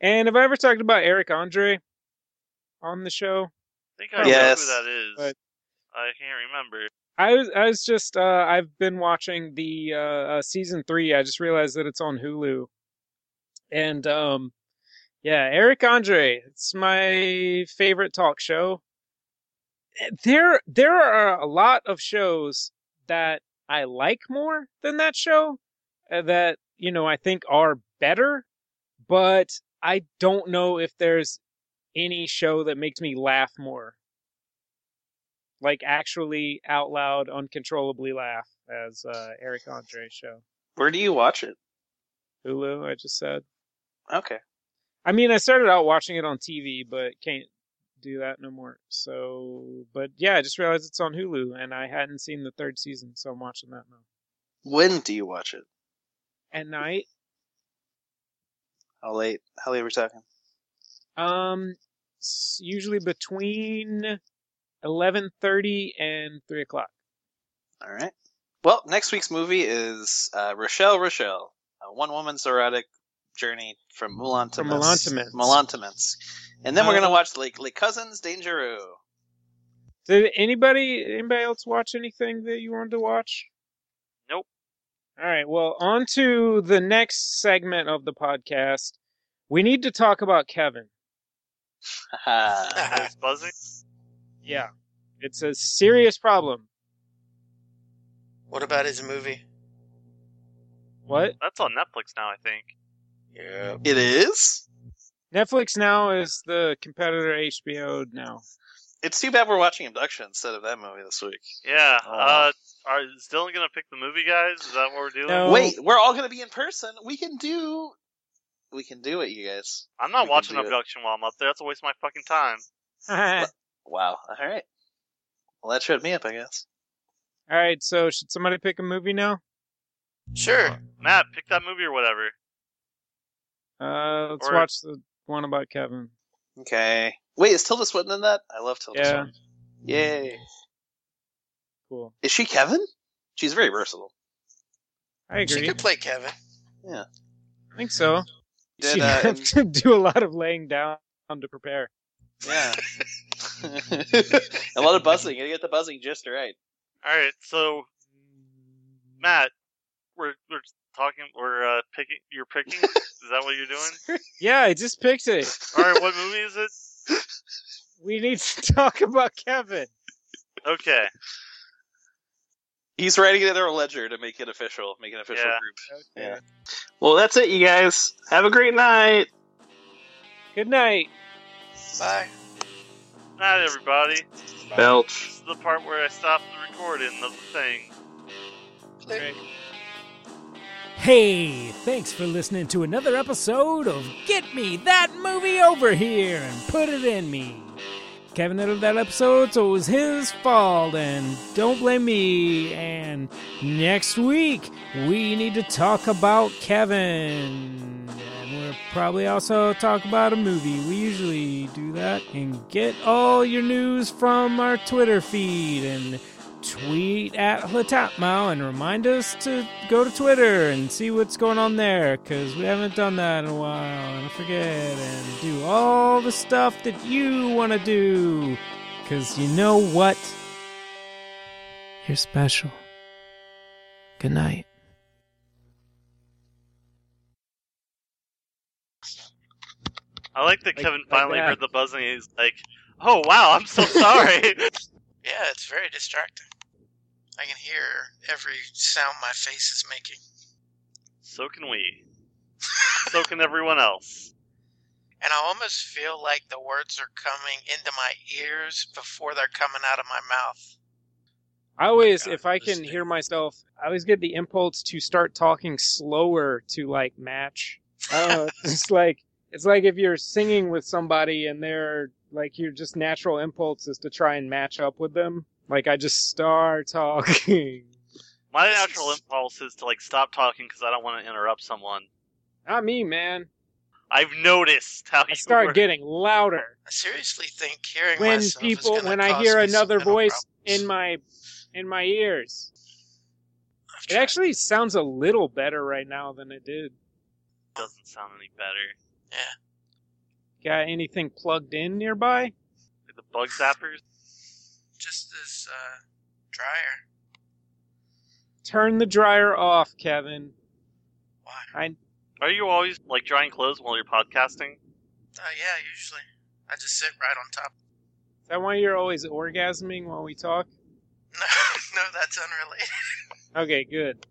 [SPEAKER 2] And have I ever talked about Eric Andre on the show?
[SPEAKER 4] think I
[SPEAKER 1] Yes.
[SPEAKER 4] know who that is.
[SPEAKER 2] But-
[SPEAKER 4] I can't remember.
[SPEAKER 2] I was I was just uh, I've been watching the uh, uh, season three. I just realized that it's on Hulu, and um, yeah, Eric Andre. It's my favorite talk show. Eh, There there are a lot of shows that I like more than that show, uh, that you know I think are better, but I don't know if there's any show that makes me laugh more like actually out loud uncontrollably laugh as uh, Eric Andre show.
[SPEAKER 1] Where do you watch it?
[SPEAKER 2] Hulu, I just said.
[SPEAKER 1] Okay.
[SPEAKER 2] I mean, I started out watching it on TV, but can't do that no more. So, but yeah, I just realized it's on Hulu, and I hadn't seen the third season, so I'm watching that now.
[SPEAKER 1] When do you watch it?
[SPEAKER 2] At night,
[SPEAKER 1] How late? How late are we talking?
[SPEAKER 2] um, s- usually between eleven thirty and three o'clock.
[SPEAKER 1] All right. Well, next week's movie is uh, Rochelle Rochelle, a one-woman's erotic journey from Mulan to
[SPEAKER 2] From
[SPEAKER 1] Miss-
[SPEAKER 2] Mulan to Miss.
[SPEAKER 1] Mulan to Miss. And then we're
[SPEAKER 2] Uh,
[SPEAKER 1] gonna watch like Le Cousins Dangereux.
[SPEAKER 2] Did anybody anybody else watch anything that you wanted to watch?
[SPEAKER 4] Nope.
[SPEAKER 2] All right. Well, on to the next segment of the podcast. We need to talk about Kevin.
[SPEAKER 1] Haha.
[SPEAKER 4] It's buzzing.
[SPEAKER 2] Yeah. It's a serious problem.
[SPEAKER 3] What about his movie?
[SPEAKER 2] What?
[SPEAKER 4] That's on Netflix now, I think.
[SPEAKER 3] Yeah.
[SPEAKER 1] it is.
[SPEAKER 2] Netflix now is the competitor HBO now.
[SPEAKER 1] It's too bad we're watching Abduction instead of that movie this week.
[SPEAKER 4] Yeah.
[SPEAKER 1] Oh.
[SPEAKER 4] Uh, are is Dylan gonna pick the movie, guys? Is that what we're doing?
[SPEAKER 2] No. Oh.
[SPEAKER 1] Wait, we're all gonna be in person. We can do. We can do it, you guys.
[SPEAKER 4] I'm
[SPEAKER 1] We
[SPEAKER 4] not
[SPEAKER 1] can
[SPEAKER 4] watching
[SPEAKER 1] do it.
[SPEAKER 4] Abduction while I'm up there. That's a waste of my fucking time.
[SPEAKER 2] All
[SPEAKER 1] Wow. All right. Well, that showed me up, I guess.
[SPEAKER 2] right. So, should somebody pick a movie now?
[SPEAKER 3] Sure.
[SPEAKER 4] Matt, pick that movie or whatever.
[SPEAKER 2] Uh, let's
[SPEAKER 4] Or-
[SPEAKER 2] watch the one about Kevin.
[SPEAKER 1] Okay. Wait, is Tilda Swinton in that? I love Tilda
[SPEAKER 2] Yeah.
[SPEAKER 1] Swinton. Yay.
[SPEAKER 2] Cool.
[SPEAKER 1] Is she Kevin? She's very versatile.
[SPEAKER 2] I agree.
[SPEAKER 3] She could play Kevin.
[SPEAKER 2] I think so.
[SPEAKER 1] Did,
[SPEAKER 2] She'd
[SPEAKER 1] uh,
[SPEAKER 2] have
[SPEAKER 1] in-
[SPEAKER 2] to do a lot of laying down to prepare.
[SPEAKER 1] yeah. a lot of buzzing. You gotta get the buzzing just right.
[SPEAKER 4] All right. So, Matt, we're we're talking. We're uh, picking. You're picking. is that what you're doing?
[SPEAKER 2] Yeah, I just picked it.
[SPEAKER 4] All right. What movie is it?
[SPEAKER 2] We need to talk about Kevin.
[SPEAKER 4] Okay.
[SPEAKER 1] He's writing it in our ledger to make it official, make an official
[SPEAKER 4] Yeah.
[SPEAKER 1] group. Yeah.
[SPEAKER 7] Well, that's it, you guys. Have a great night.
[SPEAKER 2] Good night.
[SPEAKER 3] Bye.
[SPEAKER 4] Not everybody.
[SPEAKER 7] Belch.
[SPEAKER 4] This is the part where I stop the recording of the thing.
[SPEAKER 8] Hey, thanks for listening to another episode of Get Me That Movie Over Here and Put It In Me. Kevin edited that episode, so it was his fault, and don't blame me. And next week, we need to talk about Kevin. And we'll probably also talk about a movie. We usually do that. And get all your news from our Twitter feed and tweet at Hlatapmao and remind us to go to Twitter and see what's going on there because we haven't done that in a while and I forget and do all the stuff that you want to do because you know what? You're special. Good night.
[SPEAKER 4] I like that
[SPEAKER 2] Like-
[SPEAKER 4] Kevin
[SPEAKER 2] like
[SPEAKER 4] finally
[SPEAKER 2] that.
[SPEAKER 4] heard the buzzing. And he's like, "Oh wow, I'm so sorry."
[SPEAKER 3] Yeah, it's very distracting. I can hear every sound my face is making.
[SPEAKER 4] so can we. So can everyone else.
[SPEAKER 3] And I almost feel like the words are coming into my ears before they're coming out of my mouth.
[SPEAKER 2] I always,
[SPEAKER 3] Oh God,
[SPEAKER 2] if I
[SPEAKER 3] this
[SPEAKER 2] can
[SPEAKER 3] thing.
[SPEAKER 2] hear myself, I always get the impulse to start talking slower to like match.
[SPEAKER 3] Oh.
[SPEAKER 2] Uh, it's like it's like if you're singing with somebody and they're like your just natural impulse is to try and match up with them. Like I just start talking.
[SPEAKER 4] My
[SPEAKER 3] This
[SPEAKER 4] natural
[SPEAKER 3] is-
[SPEAKER 4] impulse is to like stop talking because I don't want to interrupt someone.
[SPEAKER 2] Not me, man.
[SPEAKER 4] I've noticed how
[SPEAKER 2] I
[SPEAKER 4] you
[SPEAKER 2] start
[SPEAKER 4] were-
[SPEAKER 2] getting louder
[SPEAKER 3] I seriously think hearing
[SPEAKER 2] when
[SPEAKER 3] myself is
[SPEAKER 2] people
[SPEAKER 3] gonna
[SPEAKER 2] when I
[SPEAKER 3] cause
[SPEAKER 2] hear
[SPEAKER 3] me
[SPEAKER 2] another
[SPEAKER 3] some mental
[SPEAKER 2] voice
[SPEAKER 3] problems.
[SPEAKER 2] in my in my ears.
[SPEAKER 3] I've
[SPEAKER 2] It
[SPEAKER 3] tried.
[SPEAKER 2] actually sounds a little better right now than it did.
[SPEAKER 4] doesn't sound any better.
[SPEAKER 2] Got anything plugged in nearby?
[SPEAKER 4] The bug zappers.
[SPEAKER 3] just this uh, dryer.
[SPEAKER 2] Turn the dryer off, Kevin.
[SPEAKER 3] Why?
[SPEAKER 2] I
[SPEAKER 4] Are you always like drying clothes while you're podcasting?
[SPEAKER 3] Uh, yeah, usually I just sit right on top.
[SPEAKER 2] is that why you're always orgasming while we talk?
[SPEAKER 3] No, no, that's unrelated.
[SPEAKER 2] Okay, good.